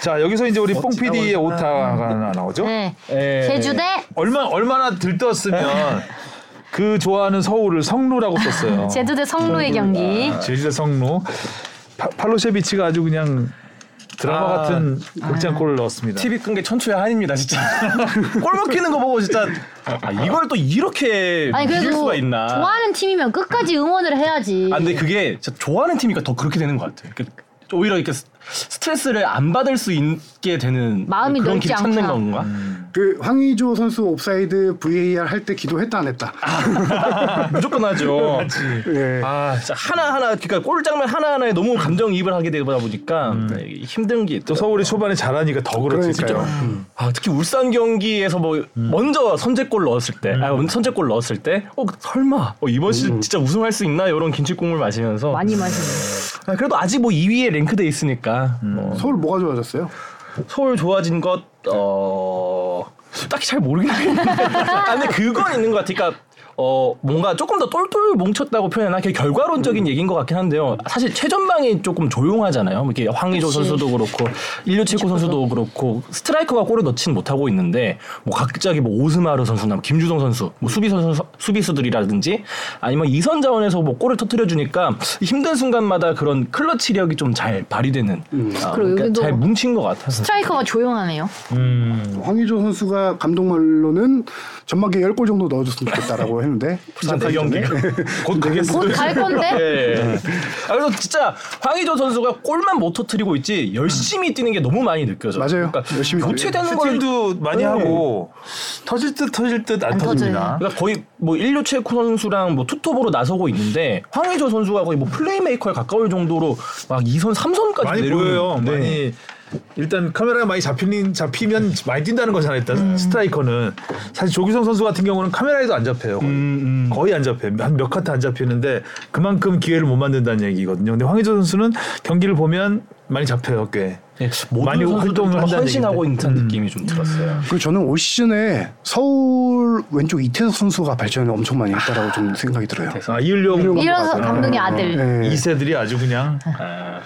S2: 자 여기서 이제 우리 뽕 PD의 오타가 하나 나오죠.
S1: 네.
S4: 예.
S1: 제주대
S2: 얼마 얼마나 들떴으면 그 좋아하는 서울을 성루라고
S3: (laughs)
S2: 썼어요.
S1: 제주대 성로의 경기.
S2: 제주대 성루 파, 팔로셰비치가 아주 그냥 드라마
S4: 아.
S2: 같은 극장골을 넣었습니다.
S4: TV 끈 게 천추의 한입니다 진짜. (laughs) 골 먹히는 거 보고 진짜 아, 이걸 또 이렇게
S1: 아니
S4: 이길
S1: 그래도
S4: 수가 있나.
S1: 좋아하는 팀이면 끝까지 응원을 해야지.
S4: 아, 근데 그게 진짜 좋아하는 팀이니까 더 그렇게 되는 것 같아요. 그러니까 오히려 이렇게 스- 스트레스를 안 받을 수 있게 되는
S1: 마음이
S4: 그런
S1: 넓지
S4: 길 찾는
S1: 않구나.
S4: 건가?
S3: 그 황의조 선수 옵사이드 VAR 할 때 기도했다 안 했다.
S4: (laughs) 무조건 하죠.
S3: 예.
S4: 아, 진짜 하나하나 그러니까 골 장면 하나하나에 너무 감정이입을 하게 되다 보니까 네, 힘든 게
S2: 또
S4: 있더라고요.
S2: 서울이 초반에 잘하니까 더 그렇지.
S3: 그러니까요.
S4: 아, 특히 울산 경기에서 뭐 먼저 선제골 넣었을 때, 아, 선제골 넣었을 때, 어 설마 어, 이번 시즌 진짜 우승할 수 있나 이런 김치국물 마시면서
S1: 많이 마시네.
S4: 아, 그래도 아직 뭐 2위에 랭크돼 있으니까 어,
S3: 서울 뭐가 좋아졌어요?
S4: 서울 좋아진 것 어. 딱히 잘 모르긴
S1: (laughs)
S4: 하는데 아, 근데 그건 있는 것 같아. 그러니까 어 뭔가 조금 더 똘똘 뭉쳤다고 표현하나 그
S1: 음.
S4: 결과론적인 얘기인 것 같긴 한데요. 사실 최전방이 조금 조용하잖아요. 뭐 이렇게 황의조
S1: 그치.
S4: 선수도 그렇고 인류 최고 선수도 그렇고 스트라이커가 골을 넣지는 못하고 있는데 뭐 갑자기 뭐 오스마르 선수나 뭐 김주동 선수, 뭐 수비 선수 수비수들이라든지 아니면 이선 자원에서 뭐 골을 터뜨려 주니까 힘든 순간마다 그런 클러치력이 좀 잘 발휘되는 아,
S1: 음. 그리고
S4: 그러니까
S1: 여기도
S4: 잘 뭉친 것 같아서
S1: 스트라이커가 조용하네요.
S3: 황의조 선수가 감독 말로는 전막에 10골 정도 넣어줬으면 좋겠다라고 (laughs) 했는데
S4: 부산 대경기 (laughs)
S2: 곧 되겠어.
S1: 곧 갈 건데.
S4: 예. 아, 그래서 진짜 황의조 선수가 골만 못 터뜨리고 있지
S2: 음.
S4: 열심히 뛰는 게 너무 많이 느껴져요. 그러니까
S3: 맞아요. 열심히
S4: 교체되는 걸
S2: 슈팅도 많이 하고 터질 듯 터질 듯 안
S1: 안
S2: 터집니다.
S4: 그러니까 거의 뭐 인류 최고 선수랑 뭐 투톱으로 나서고 있는데 황의조 선수가 거의 뭐 플레이메이커에 가까울 정도로 막 2선 3선까지
S2: 아,
S4: 네.
S2: 많이 보여요. 많이 일단 카메라가 많이 잡히는 잡히면 많이 뛴다는 거잖아요. 일단
S4: 음.
S2: 스트라이커는 사실 조규성 선수 같은 경우는 카메라에도 안 잡혀요.
S4: 음,
S2: 거의, 거의 안 잡혀요. 한 몇 카트 안 잡히는데 그만큼 기회를 못 만든다는 얘기거든요. 근데 황의조 선수는 경기를 보면 많이 잡혀요, 꽤.
S4: 네, 모든
S2: 많이 활동을
S4: 선수들
S2: 한다는
S4: 헌신하고
S2: 얘기인데. 음.
S4: 있는 듯한 느낌이 좀 들었어요.
S3: 그리고 저는 올 시즌에 서울 왼쪽 이태석 선수가 발전을 엄청 많이 했다라고 좀 생각이 들어요.
S2: 아, 이을용
S1: 이런 감독의 아들.
S3: 예.
S2: 이세들이 아주 음, 그냥
S4: 아,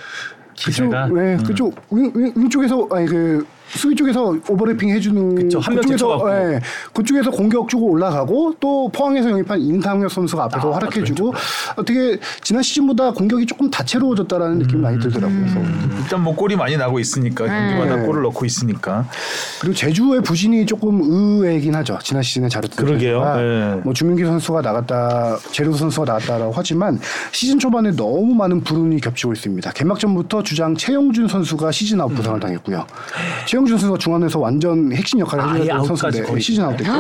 S3: 그쪽,
S4: 기세가
S3: 네, 그쪽 왼, 왼, 왼쪽에서 아니 그 수비 쪽에서 오버래핑 해주는
S4: 그쵸, 한명
S3: 그쪽에서
S4: 제쳐갖고.
S3: 예, 그쪽에서 공격 쪽으로 올라가고 또 포항에서 영입한 인상혁 선수가 앞에서
S4: 아,
S3: 활약해주고 어, 되게 지난 시즌보다 공격이 조금 다채로워졌다라는
S4: 음,
S3: 느낌이 많이 들더라고요. 그래서
S2: 일단 뭐 골이 많이 나고 있으니까 경기마다
S3: 네.
S2: 골을 넣고 있으니까
S3: 그리고 제주의 부진이 조금 의외이긴 하죠. 지난 시즌에 잘했던
S2: 그러게요.
S3: 선수가.
S2: 예.
S3: 뭐 주민기 선수가 나갔다, 제로 선수가 나갔다라고 하지만 시즌 초반에 너무 많은 불운이 겹치고 있습니다. 개막전부터 주장 최영준 선수가 시즌 아웃 부상을
S4: 음.
S3: 당했고요. 최영준 선수가 중앙에서 완전 핵심 역할을
S4: 아예
S3: 해주는
S4: 아웃까지
S3: 선수인데
S4: 거의.
S3: 시즌 아웃 됐고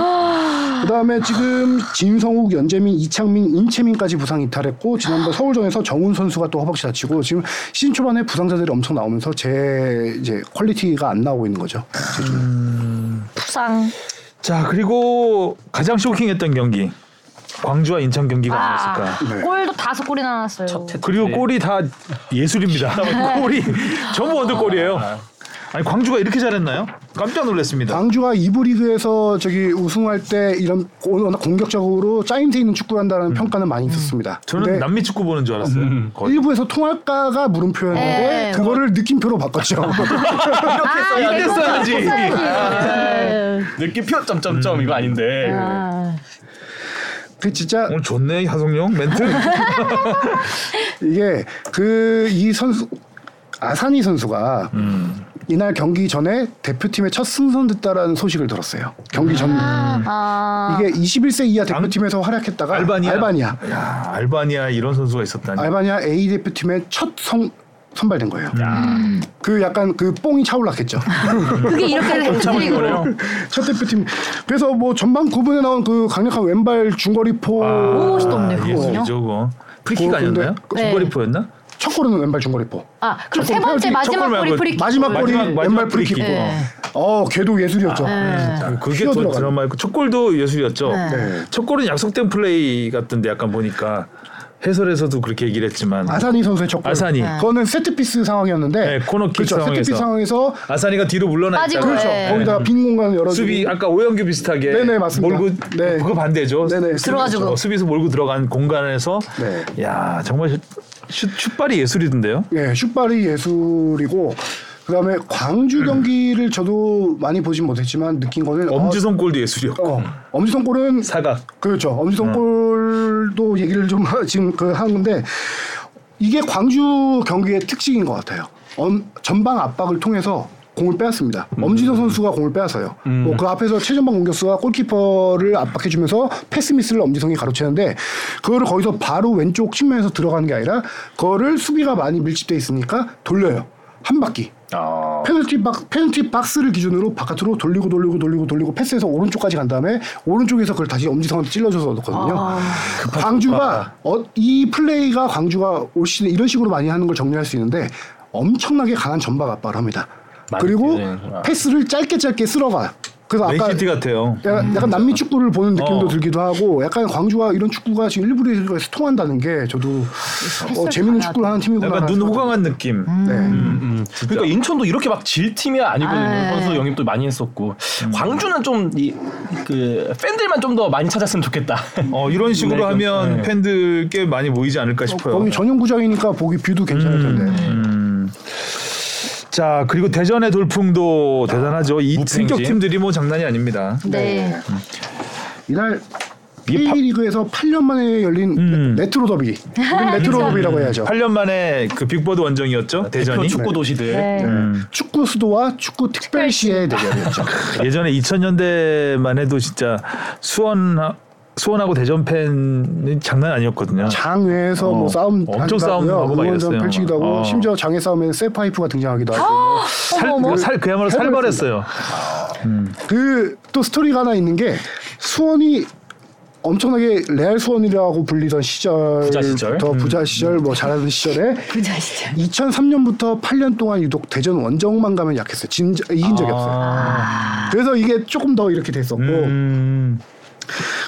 S3: 그다음에 지금 진성욱, 연재민, 이창민, 인채민까지 부상 이탈했고 지난번 서울전에서 정훈 선수가 또 허벅지 다치고 지금 시즌 초반에 부상자들이 엄청 나오면서 제 이제 퀄리티가 안 나오고 있는 거죠.
S1: 부상.
S2: 자 그리고 가장 쇼킹했던 경기 광주와 인천 경기가
S1: 아,
S2: 아니었을까.
S3: 네.
S1: 골도 다섯 골이나 나왔어요.
S2: 그리고 골이 다 예술입니다.
S1: 아, 네.
S2: 골이 전부 원더골이에요. 아니 광주가 이렇게 잘했나요? 깜짝 놀랐습니다.
S3: 광주가 이부 리그에서 저기 우승할 때 이런 고- 워낙 공격적으로 짜임새 있는 축구를 한다는 평가는 많이 있었습니다.
S2: 음. 저는
S3: 근데
S2: 남미 축구 보는 줄 알았어요. 거의.
S3: 일부에서 통할까가 물음표였는데
S1: 네.
S3: 그거를 느낌표로 바꿨죠.
S1: 아,
S2: 써야 돼,
S1: 이거
S2: 써야지.
S1: 써야지. 네.
S4: 느낌표 점점점 이거 아닌데.
S1: 아,
S3: (laughs) 그 진짜
S2: 오늘 좋네 하성룡 멘트.
S3: 음. 이게 그 이 선수 아산이 선수가
S2: 음.
S3: 이날 경기 전에 대표팀에 첫 승선됐다라는 소식을 들었어요. 경기 전
S1: 아,
S3: 이게 21세 이하 대표팀에서 활약했다가
S2: 알바니아.
S3: 알바니아
S2: 야, 알바니아 이런 선수가 있었다니.
S3: 알바니아 A 대표팀에 첫 선, 선발된 거예요.
S2: 음.
S3: 그 약간 그 뽕이 차올랐겠죠.
S1: 그게 이렇게 흔들리고.
S3: (laughs) 첫 대표팀. 그래서 뭐 전반 9분에 나온 그 강력한 왼발 중거리포
S2: 아.
S1: 오, 멋있던데, 그거.
S2: 예술이죠 그거. 프리킥
S3: 그거 근데-
S2: 아니었나요?
S1: 네.
S2: 중거리포였나?
S3: 첫 골은 왼발 중거리포.
S1: 아, 그럼
S3: 첫
S1: 세
S3: 골
S1: 번째
S3: 페널티,
S2: 첫
S1: 마지막
S2: 골 말고
S1: 골이 프리킥.
S3: 마지막 골이 왼발 그 프리킥.
S2: 프리킥.
S1: 네.
S3: 어, 걔도
S1: 아,
S3: 예술이었죠.
S2: 그- 그게 또
S3: 휘어들어가는.
S2: 드라마였고 첫 골도 예술이었죠.
S3: 네.
S2: 첫 골은 약속된 플레이 같은데 약간 보니까 해설에서도 그렇게 얘기를 했지만
S3: 아산이 선수의 첫 골.
S2: 아산이.
S3: 그거는 세트피스 상황이었는데.
S2: 네, 코너킥
S3: 그렇죠. 세트피스 상황에서
S2: 아산이가 뒤로 물러나
S1: 빠지고.
S2: 있다가
S1: 그렇죠. 네.
S3: 거기다가 빈 공간을 열어
S2: 수비 아까 오영규 비슷하게
S3: 네네, 맞습니다.
S2: 예, 몰고
S3: 네.
S2: 그거 반대죠.
S3: 네네.
S1: 들어가지고.
S4: 그렇죠.
S2: 어, 수비수 몰고 들어간 공간에서
S3: 네.
S2: 야 정말 슛- 슛, 슛발이 예술이던데요.
S3: 예, 슛발이 예술이고 그다음에 광주 경기를 저도 많이 보진 못했지만 느낀 거는 어,
S2: 엄지성 골도 예술이었고
S3: 어, 엄지성 골은
S2: 사각.
S3: 그렇죠. 엄지성 골도 얘기를 좀 (laughs) 지금 그 하는데 이게 광주 경기의 특징인 것 같아요. 엄, 전방 압박을 통해서 공을 빼앗습니다. 엄지성 선수가 공을 빼앗아요. 뭐그 앞에서 최전방 공격수가 골키퍼를 압박해주면서 패스 미스를 엄지성이 가로채는데 그거를 거기서 바로 왼쪽 측면에서 들어가는 게 아니라 그거를 수비가 많이 밀집돼 있으니까 돌려요. 한 바퀴.
S2: 아,
S3: 페널티 박 페널티 박스를 기준으로 바깥으로 돌리고 돌리고 돌리고 돌리고 패스해서 오른쪽까지 간 다음에 오른쪽에서 그걸 다시 엄지성한테 찔러줘서 넣거든요. 광주가 어, 이 플레이가 광주가 올 시즌 이런 식으로 많이 하는 걸 정리할 수 있는데 엄청나게 강한 전박 압박을 합니다.
S4: 많이
S3: 그리고
S4: 뛰어다니는구나.
S3: 패스를 짧게 짧게 쓸어가. 그래서 아까 네,
S2: 맨시티 같아요.
S3: 약간, 약간 남미 축구를 보는 느낌도
S2: 어.
S3: 들기도 하고 약간 광주가 이런 축구가 지금 일부 리그에서 통한다는 게 저도 어, 재밌는 축구를 하는 팀이구나.
S2: 약간 눈 호강한 느낌.
S3: 네.
S4: 음. 그러니까 인천도 이렇게 막 질 팀이 아니거든요. 네.
S1: 아,
S4: 선수 영입도 많이 했었고
S2: 음.
S4: 광주는 좀 이 그 팬들만 좀 더 많이 찾았으면 좋겠다.
S2: 어 이런 식으로
S4: 네,
S2: 하면
S4: 네.
S2: 팬들 꽤 많이 모이지 않을까 싶어요. 음.
S3: 거기 전용구장이니까 보기 뷰도 괜찮을 텐데.
S2: 자 그리고 대전의 돌풍도 대단하죠. 이
S4: 무팽지.
S2: 승격 팀들이 뭐 장난이 아닙니다.
S1: 네.
S3: 이날 K리그에서 8년 만에 열린
S2: 음.
S3: 레- 레트로 더비. 우린
S2: (laughs)
S3: 레트로 더비라고 해야죠.
S2: 8년 만에 그 빅보드 원정이었죠.
S4: 대표
S2: 대전이
S4: 축구 도시들.
S1: 네.
S2: 음.
S3: 축구 수도와 축구
S2: (laughs)
S3: 특별시의 대결이었죠.
S2: 예전에 2000년대만 해도 진짜 수원 수원하고 대전 팬이 장난 아니었거든요.
S3: 장외에서
S2: 어,
S3: 뭐 싸움
S2: 엄청
S3: 하기도
S2: 싸움
S3: 하고요.
S2: 하고 막
S3: 응원전
S2: 이랬어요.
S3: 펼치기도 하고
S2: 어.
S3: 심지어 장외 싸움에는 쇠파이프가 등장하기도 하고
S2: 살, 뭐, 살 그야말로 살벌했어요.
S3: 그 또 스토리가 하나 있는 게 수원이 엄청나게 레알 수원이라고 불리던 시절
S4: 부자 시절.
S3: 더
S2: 음.
S3: 부자 시절 뭐 잘하던 시절에
S1: 부자 시절.
S3: 2003년부터 8년 동안 유독 대전 원정만 가면 약했어요. 진, 이긴 적이 없어요. 그래서 이게 조금 더 이렇게 됐었고
S2: 아. 음,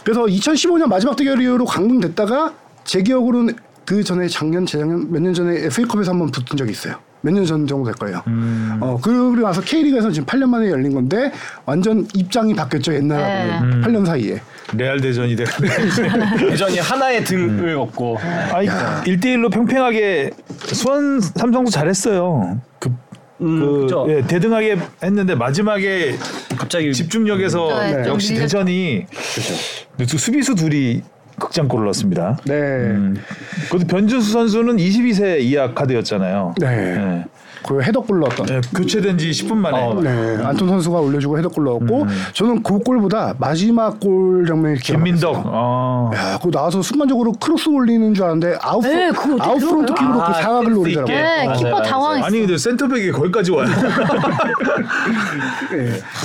S3: 그래서 2015년 마지막 대결 이후로 강등됐다가 제 기억으로는 그 전에 작년 재작년 몇 년 전에 FA컵에서 한번 붙은 적이 있어요. 몇 년 전 정도 될 거예요.
S2: 음.
S3: 어 그리고 나서 K리그에서 지금 8년 만에 열린 건데 완전 입장이 바뀌었죠 옛날하고
S2: 네.
S3: 8년 사이에.
S2: 레알 대전이 되는. (laughs)
S4: 대전이 하나의
S2: 음.
S4: 등을 얻고
S2: 아, 아니 1대 1로 평평하게 수원 삼성도 잘했어요. 그
S4: 음,
S2: 그
S4: 그죠.
S2: 예, 대등하게 했는데 마지막에
S4: 갑자기
S2: 집중력에서
S5: 네, 좀
S2: 역시
S5: 밀렸죠.
S2: 대전이 그 수비수 둘이 극장골을 넣었습니다.
S3: 네.
S2: 음. 그것도 변준수 선수는 22세 이하 카드였잖아요.
S3: 네.
S2: 예.
S3: 그 헤더골 넣었던.
S2: 예, 교체된 지 10분 만에
S3: 네,
S2: 음.
S3: 안톤 선수가 올려주고 헤더골 넣었고 저는 그 골보다 마지막 골 장면이 기억나요.
S2: 김민덕. 어.
S3: 야, 그거 나와서 순간적으로 크로스 올리는 줄 알았는데 아웃
S1: 네, 그거 어떻게
S3: 아웃 프론트
S1: 들어가요?
S3: 킥으로 그
S4: 아,
S3: 사각을
S4: 센스
S3: 노리더라고요.
S4: 있게.
S1: 네,
S4: 맞아요,
S1: 키퍼
S4: 맞아요.
S1: 당황했어.
S2: 아니 근데 센터백이 거기까지 와요.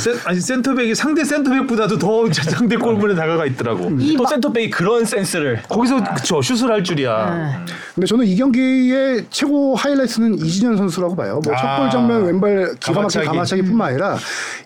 S2: 센, 아니 센터백이 상대 센터백보다도 더 (laughs) 상대 골문에 다가가 있더라고.
S4: 또 센터백이 그런 센스를
S2: 거기서 그쵸 슛을 할
S1: 아.
S2: 줄이야.
S1: 네.
S3: 근데 저는 이 경기의 최고 하이라이트는 이진현 선수라고 봐요. 뭐 첫
S2: 아,
S3: 골 장면 왼발 기가 막힌
S2: 가마차기.
S3: 가마차기뿐만 아니라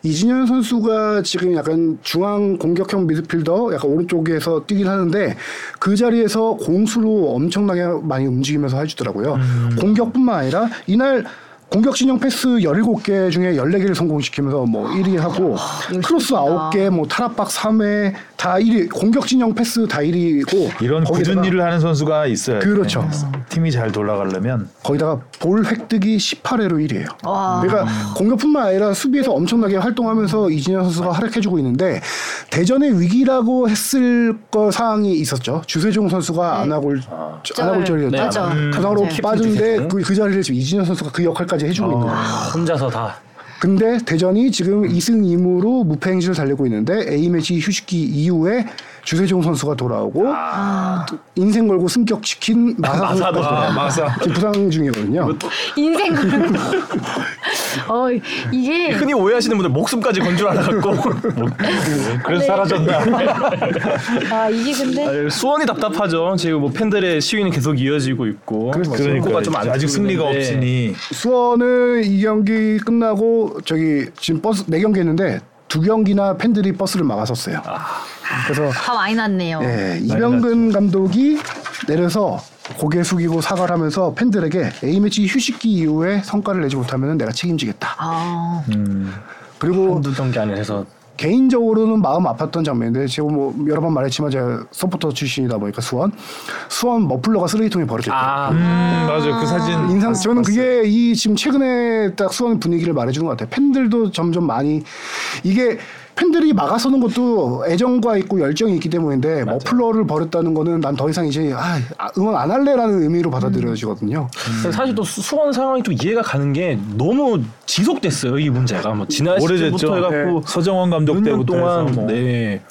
S3: 이진현 선수가 지금 약간 중앙 공격형 미드필더 약간 오른쪽에서 뛰긴 하는데 그 자리에서 공수로 엄청나게 많이 움직이면서 해주더라고요.
S2: 음.
S3: 공격뿐만 아니라 이날 공격 진영 패스 17개 중에 14개를 성공시키면서 뭐 1위 하고
S2: 아,
S3: 크로스 9개 뭐 탈압박 3회 다 1위 공격 진영 패스 다 1위고
S2: 이런 굳은 일을 하는 선수가 있어야 돼.
S3: 그렇죠.
S2: 팀이 잘 돌아가려면
S3: 거기다가 볼 획득이 18회로 1위예요. 그러니까 공격뿐만 아니라 수비에서 엄청나게 활동하면서 이진현 선수가 활약해주고 있는데 대전의 위기라고 했을 거 상황이 있었죠. 주세종 선수가 안아골 안아골절이었죠.
S4: 네, 맞아.
S3: 음. 가상으로
S4: 네.
S3: 빠졌는데
S4: 캡틴
S3: 그, 그 자리를 지금 이진현 선수가 그 역할까지 해주고 있는 거예요.
S2: 아,
S4: 혼자서 다
S3: 근데 대전이 지금 2승 2무로 무패 행진을 달리고 있는데 A 매치 휴식기 이후에 주세종 선수가 돌아오고 인생 걸고 승격 시킨 마사 선수가 돌아와요.
S2: 마사.
S3: 지금 부상 중이거든요.
S4: (laughs)
S1: 인생 그런 어 이게
S4: 흔히 오해하시는 분들 목숨까지 건 줄
S2: (laughs)
S4: 알아갖고
S2: 뭐,
S1: 네.
S2: 그래서 사라졌나.
S1: 아 이게 근데
S4: 아, 수원이 답답하죠. 지금 뭐 팬들의 시위는 계속 이어지고 있고
S2: 그러니까
S4: 승부가 좀안
S2: 아직
S4: 풀리고
S2: 승리가
S4: 있는데
S2: 없으니
S3: 수원은 이 경기 끝나고 저기 지금 버스 네 경기 했는데 두 경기나 팬들이 버스를 막았었어요.
S4: 아,
S3: 그래서
S5: 다 많이 났네요.
S3: 예, 이병근 감독이 내려서 고개 숙이고 사과를 하면서 팬들에게 A매치 휴식기 이후에 성과를 내지 못하면 내가 책임지겠다.
S5: 아,
S3: 그리고
S4: 한두 경기 안에 해서
S3: 개인적으로는 마음 아팠던 장면인데 제가 뭐 여러 번 말했지만 제가 서포터 출신이다 보니까 수원 수원 머플러가 쓰레기통에 버려졌다.
S4: 아
S2: 음, 맞아요. 그 사진
S3: 인상 저는 그게 이 지금 최근에 딱 수원 분위기를 말해주는 것 같아요. 팬들도 점점 많이 이게 팬들이 막아서는 것도 애정과 있고 열정이 있기 때문인데 머플러를 버렸다는 거는 난 더 이상 이제 아, 아, 응원 안 할래라는 의미로 받아들여지거든요.
S2: 음.
S4: 음. 사실 또 수- 수원 상황이 좀 이해가 가는 게 너무 지속됐어요 이 문제가 뭐 지난
S2: 오래됐죠. 네.
S4: 시즌부터
S1: 네.
S4: 해갖고
S2: 서정원 감독
S4: 몇 년
S2: 때부터
S4: 네. 동안
S2: 해서 뭐.
S4: 네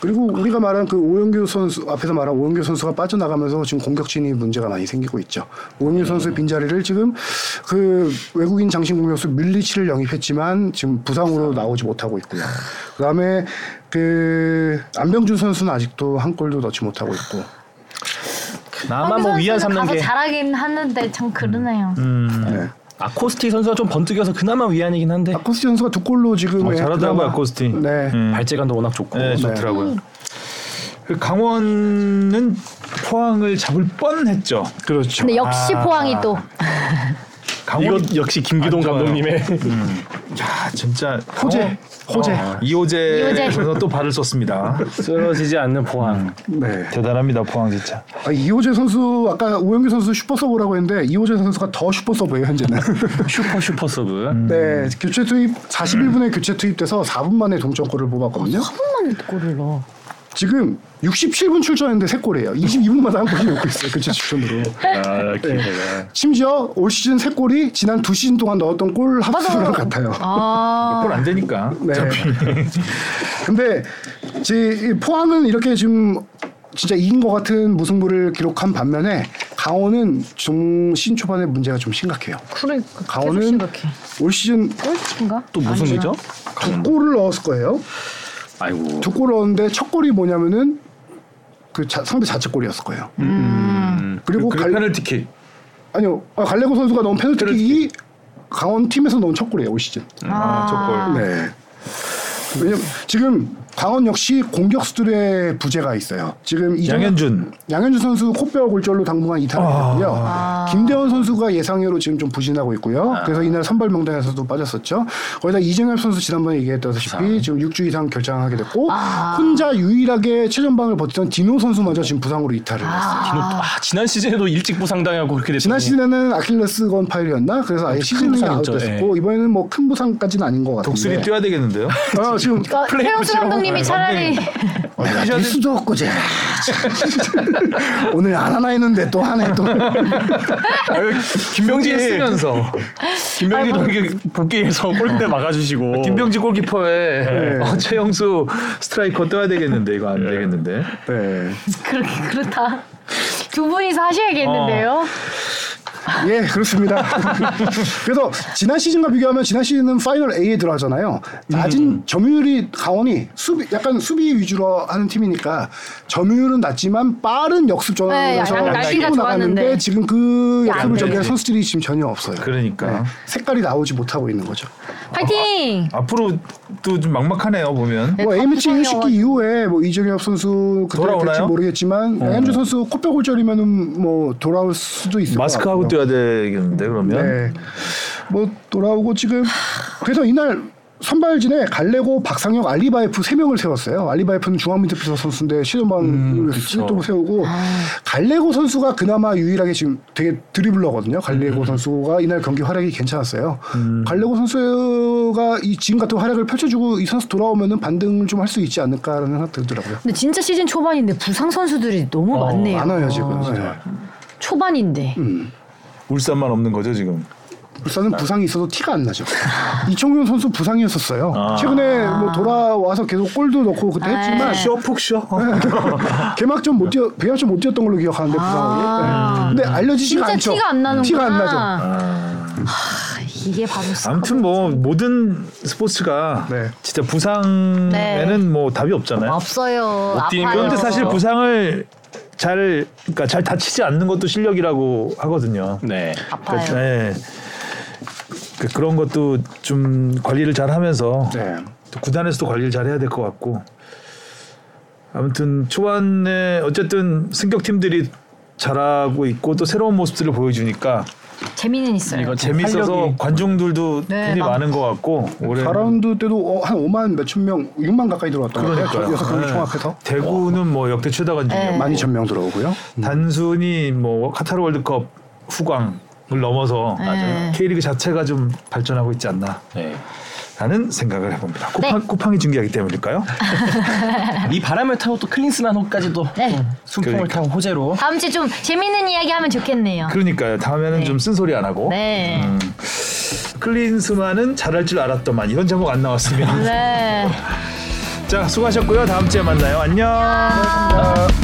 S3: 그리고 우리가 말한 그 오영규 선수 앞에서 말한 오영규 선수가 빠져나가면서 지금 공격진이 문제가 많이 생기고 있죠.
S2: 음.
S3: 오영규 선수의 빈자리를 지금 그 외국인 장신 공격수 밀리치를 영입했지만 지금 부상으로 나오지 못하고 있고요. 그다음에 그 안병준 선수는 아직도 한 골도 넣지 못하고 있고.
S4: 나만 뭐 위안 삼는
S1: 가서
S4: 게 음,
S1: 잘하긴 하는데 참 그러네요.
S2: 음.
S3: 네.
S4: 아코스티 선수가 좀 번뜩여서 그나마 위안이긴 한데
S3: 아코스티 선수가 두 골로 지금 예,
S2: 어, 잘하더라고요, 아코스티.
S3: 네.
S2: 음.
S4: 발재간도 워낙 좋고
S2: 네, 좋더라고요. 그 강원은 포항을 잡을 뻔했죠.
S3: 그렇죠.
S1: 근데 역시
S2: 아.
S1: 포항이 또
S2: 강원
S4: 이거 역시 김기동
S2: 안 좋아요.
S4: 감독님의
S2: 야 진짜 어?
S3: 호재, 호재.
S1: 이호재.
S2: 이호재에서 또 발을 썼습니다.
S4: (laughs) 쓰러지지 않는 보안
S2: 음.
S3: 네.
S2: 대단합니다 포항 진짜.
S3: 아, 이호재 선수 아까 오영규 선수 슈퍼 서브라고 했는데 이호재 선수가 더 슈퍼
S2: (laughs)
S3: 서브예요 현재는.
S4: 슈퍼 슈퍼 서브
S2: 음.
S3: 네,
S1: 음.
S3: 교체 투입
S1: 네.
S3: 41분에 교체 투입돼서 4분 만에 동점골을 뽑았거든요.
S1: 어, 한번만 골을 넣어.
S3: 지금 67분 출전했는데 3골이에요. 22분마다 한 골씩 넣고 있어요. 교체 출전으로.
S4: 아,
S2: 네.
S1: 네.
S4: 기대가.
S3: 심지어 올 시즌 3골이 지난 2시즌 동안 넣었던 골 합수랑 같아요.
S4: (laughs)
S5: 아,
S1: 어.
S2: 골 안 되니까.
S3: 네. (laughs) 근데 제- 이 포항은 이렇게 지금 진짜 이긴 것 같은 무승부를 기록한 반면에 강원은 좀 시즌 초반에 문제가 좀 심각해요.
S1: 그러니까 계속
S3: 강원은
S1: 심각해.
S3: 올 시즌
S1: 꼴찌인가?
S4: 또 무슨 일이죠?
S3: 두 골을 넣었을 거예요.
S4: 아이고
S3: 두 골 넣었는데 첫 골이 뭐냐면은 그 자- 상대 자책골이었을 거예요. 음. 그리고 갈,
S2: 음, 페널티킥.
S3: 아니요 아, 갈레고 선수가 넣은 페널티킥이
S2: 음,
S3: 강원 팀에서 넣은 첫 골이에요 올 시즌.
S2: 아, 저 골.
S3: 네. 왜냐면 지금 강원 역시 공격수들의 부재가 있어요. 지금 이정-
S2: 양현준. 아.
S3: 양현준 선수 코뼈 골절로 당분간 이탈했거든요. 김대원 선수가 예상외로 지금 좀 부진하고 있고요. 그래서 이날 선발 명단에서도 빠졌었죠. 거기다 이정엽 선수 지난번에 얘기했다시피 지금 6주 이상 결장하게 됐고 혼자 유일하게 최전방을 버티던 디노 선수마저 지금 부상으로 이탈을 했어요.
S4: 디노, 아, 지난 시즌에도 일찍 부상당하고 그렇게 됐더니
S3: 지난
S2: 네.
S3: 시즌에는 아킬레스건 파일이었나? 그래서 아예 시즌이
S4: 부상이었죠.
S3: 아웃됐었고 이번에는 뭐 큰 부상까지는 아닌 것 같은데.
S2: 예. 독수리 뛰어야 되겠는데요?
S3: 아, 지금
S1: 그러니까 최용수 감독님이 차라리
S4: (laughs)
S3: 어, 내가 될 수도 없고 쟤 오늘 안 하나 했는데 또 하네 또
S4: 아유, 김병지
S2: 쓰면서
S4: 김병지 동기 복귀해서 골대 막아주시고
S2: 김병지 골키퍼에
S3: 네.
S2: 어, 최영수 스트라이커 떠야 되겠는데 이거 안 되겠는데.
S3: 네.
S1: 그렇게 그렇다. 두 분이서 하셔야겠는데요.
S4: 어.
S3: 예 그렇습니다 그래서 지난 시즌과 비교하면 지난 시즌은 파이널 A에 들어가잖아요 낮은
S2: 음.
S3: 점유율이 강원이 수비 약간 수비 위주로 하는 팀이니까 점유율은 낮지만 빠른 역습
S1: 네,
S3: 전환에서
S1: 약간 날개가
S3: 치고 나가는데
S1: 좋았는데.
S3: 지금 그
S1: 안
S3: 약속을
S1: 되지.
S3: 저기할 선수들이 지금 전혀 없어요
S2: 네. 그러니까.
S3: 네. 색깔이 나오지 못하고 있는 거죠
S1: 파이팅!
S2: 앞으로 또 좀 막막하네요 보면.
S1: 네,
S3: 뭐 A매치
S1: 컵
S3: 일식기 이후에 뭐 이정엽 선수 그때
S2: 돌아오나요? 어.
S3: 될지 모르겠지만 양현주 선수 코뼈 골절이면은 뭐 돌아올 수도 있을
S2: 마스크하고
S3: 것
S2: 뛰어야
S3: 같고요.
S2: 되겠는데 그러면.
S3: 네. 뭐 돌아오고 지금 그래서 이날 선발진에 갈레고 박상혁 알리바이프 세 명을 세웠어요. 알리바이프는 중앙 미드필더 선수인데 시즌반 실도로 세우고 갈레고 선수가 그나마 유일하게 지금 되게 드리블러거든요. 갈레고 선수가 이날 경기 활약이 괜찮았어요. 갈레고 선수가 이 지금 같은 활약을 펼쳐주고 이 선수 돌아오면은 반등을 좀 할 수 있지 않을까라는 생각 들더라고요.
S1: 근데 진짜 시즌 초반인데 부상 선수들이 너무 많네요.
S3: 어, 많아요 지금. 음, 네.
S1: 초반인데.
S2: 울산만 없는 거죠 지금.
S3: 울산은 부상이 있어도 티가 안 나죠. (laughs) 이청용 선수 부상이었었어요. 최근에 뭐 돌아와서 계속 골도 넣고 그때 했지만
S1: 아.
S2: 푹 쉬어.
S3: 개막전 못 뛰어 개막전 못 뛰었던 걸로 기억하는데 부상으로.
S1: 아.
S3: 네. 근데 알려지지가
S1: 진짜
S3: 않죠.
S1: 티가 안 나는구나.
S3: 티가 안 나죠.
S1: 하, 이게 바로
S2: (laughs) 아무튼 뭐 모든 스포츠가
S3: 네.
S2: 진짜 부상에는
S1: 네.
S2: 뭐 답이 없잖아요.
S1: 없어요.
S4: 뛰면
S1: 아파요.
S2: 그런데 사실 부상을 잘 그러니까 잘 다치지 않는 것도 실력이라고 하거든요.
S4: 네.
S1: 아파요.
S2: 네. 그- 그런 것도 좀 관리를 잘 하면서
S3: 네.
S2: 또 구단에서도 관리를 잘 해야 될 것 같고 아무튼 초반에 어쨌든 승격팀들이 잘하고 있고 또 새로운 모습들을 보여주니까
S1: 재미는 있어요.
S4: 이거
S2: 재밌어서
S4: 활력이-
S2: 관중들도
S1: 네,
S2: 돈이
S1: 많-
S2: 많은 것 같고 올해
S3: 4라운드 네. 때도 어, 한 5만 몇천 명, 6만 가까이 들어왔던 것 같아요. 네. 여섯 경기 총합해서
S2: 네. 대구는 뭐 역대 최다 관중이었고
S3: 네, 12,000명 들어오고요.
S2: 음. 단순히 뭐 카타르 월드컵 후광을 넘어서
S1: 네. 맞아요.
S2: K리그 자체가 좀 발전하고 있지 않나
S4: 네.
S2: 라는 생각을 해봅니다.
S1: 네.
S2: 쿠팡, 쿠팡이
S1: (laughs)
S2: 중계하기 때문일까요?
S4: 이 바람을 타고 또 클린스만 호까지도
S1: 네.
S4: 또 순풍을
S2: 그러니까.
S4: 타고 호재로
S1: 다음 주에 좀 재밌는 이야기 하면 좋겠네요.
S2: 그러니까요. 다음에는 좀 쓴소리 안 하고
S1: 네.
S2: 음. 클린스만은 잘할 줄 알았더만 이런 제목 안 (laughs) 나왔으면
S1: 네.
S2: 자 수고하셨고요. 다음 주에 만나요. 안녕.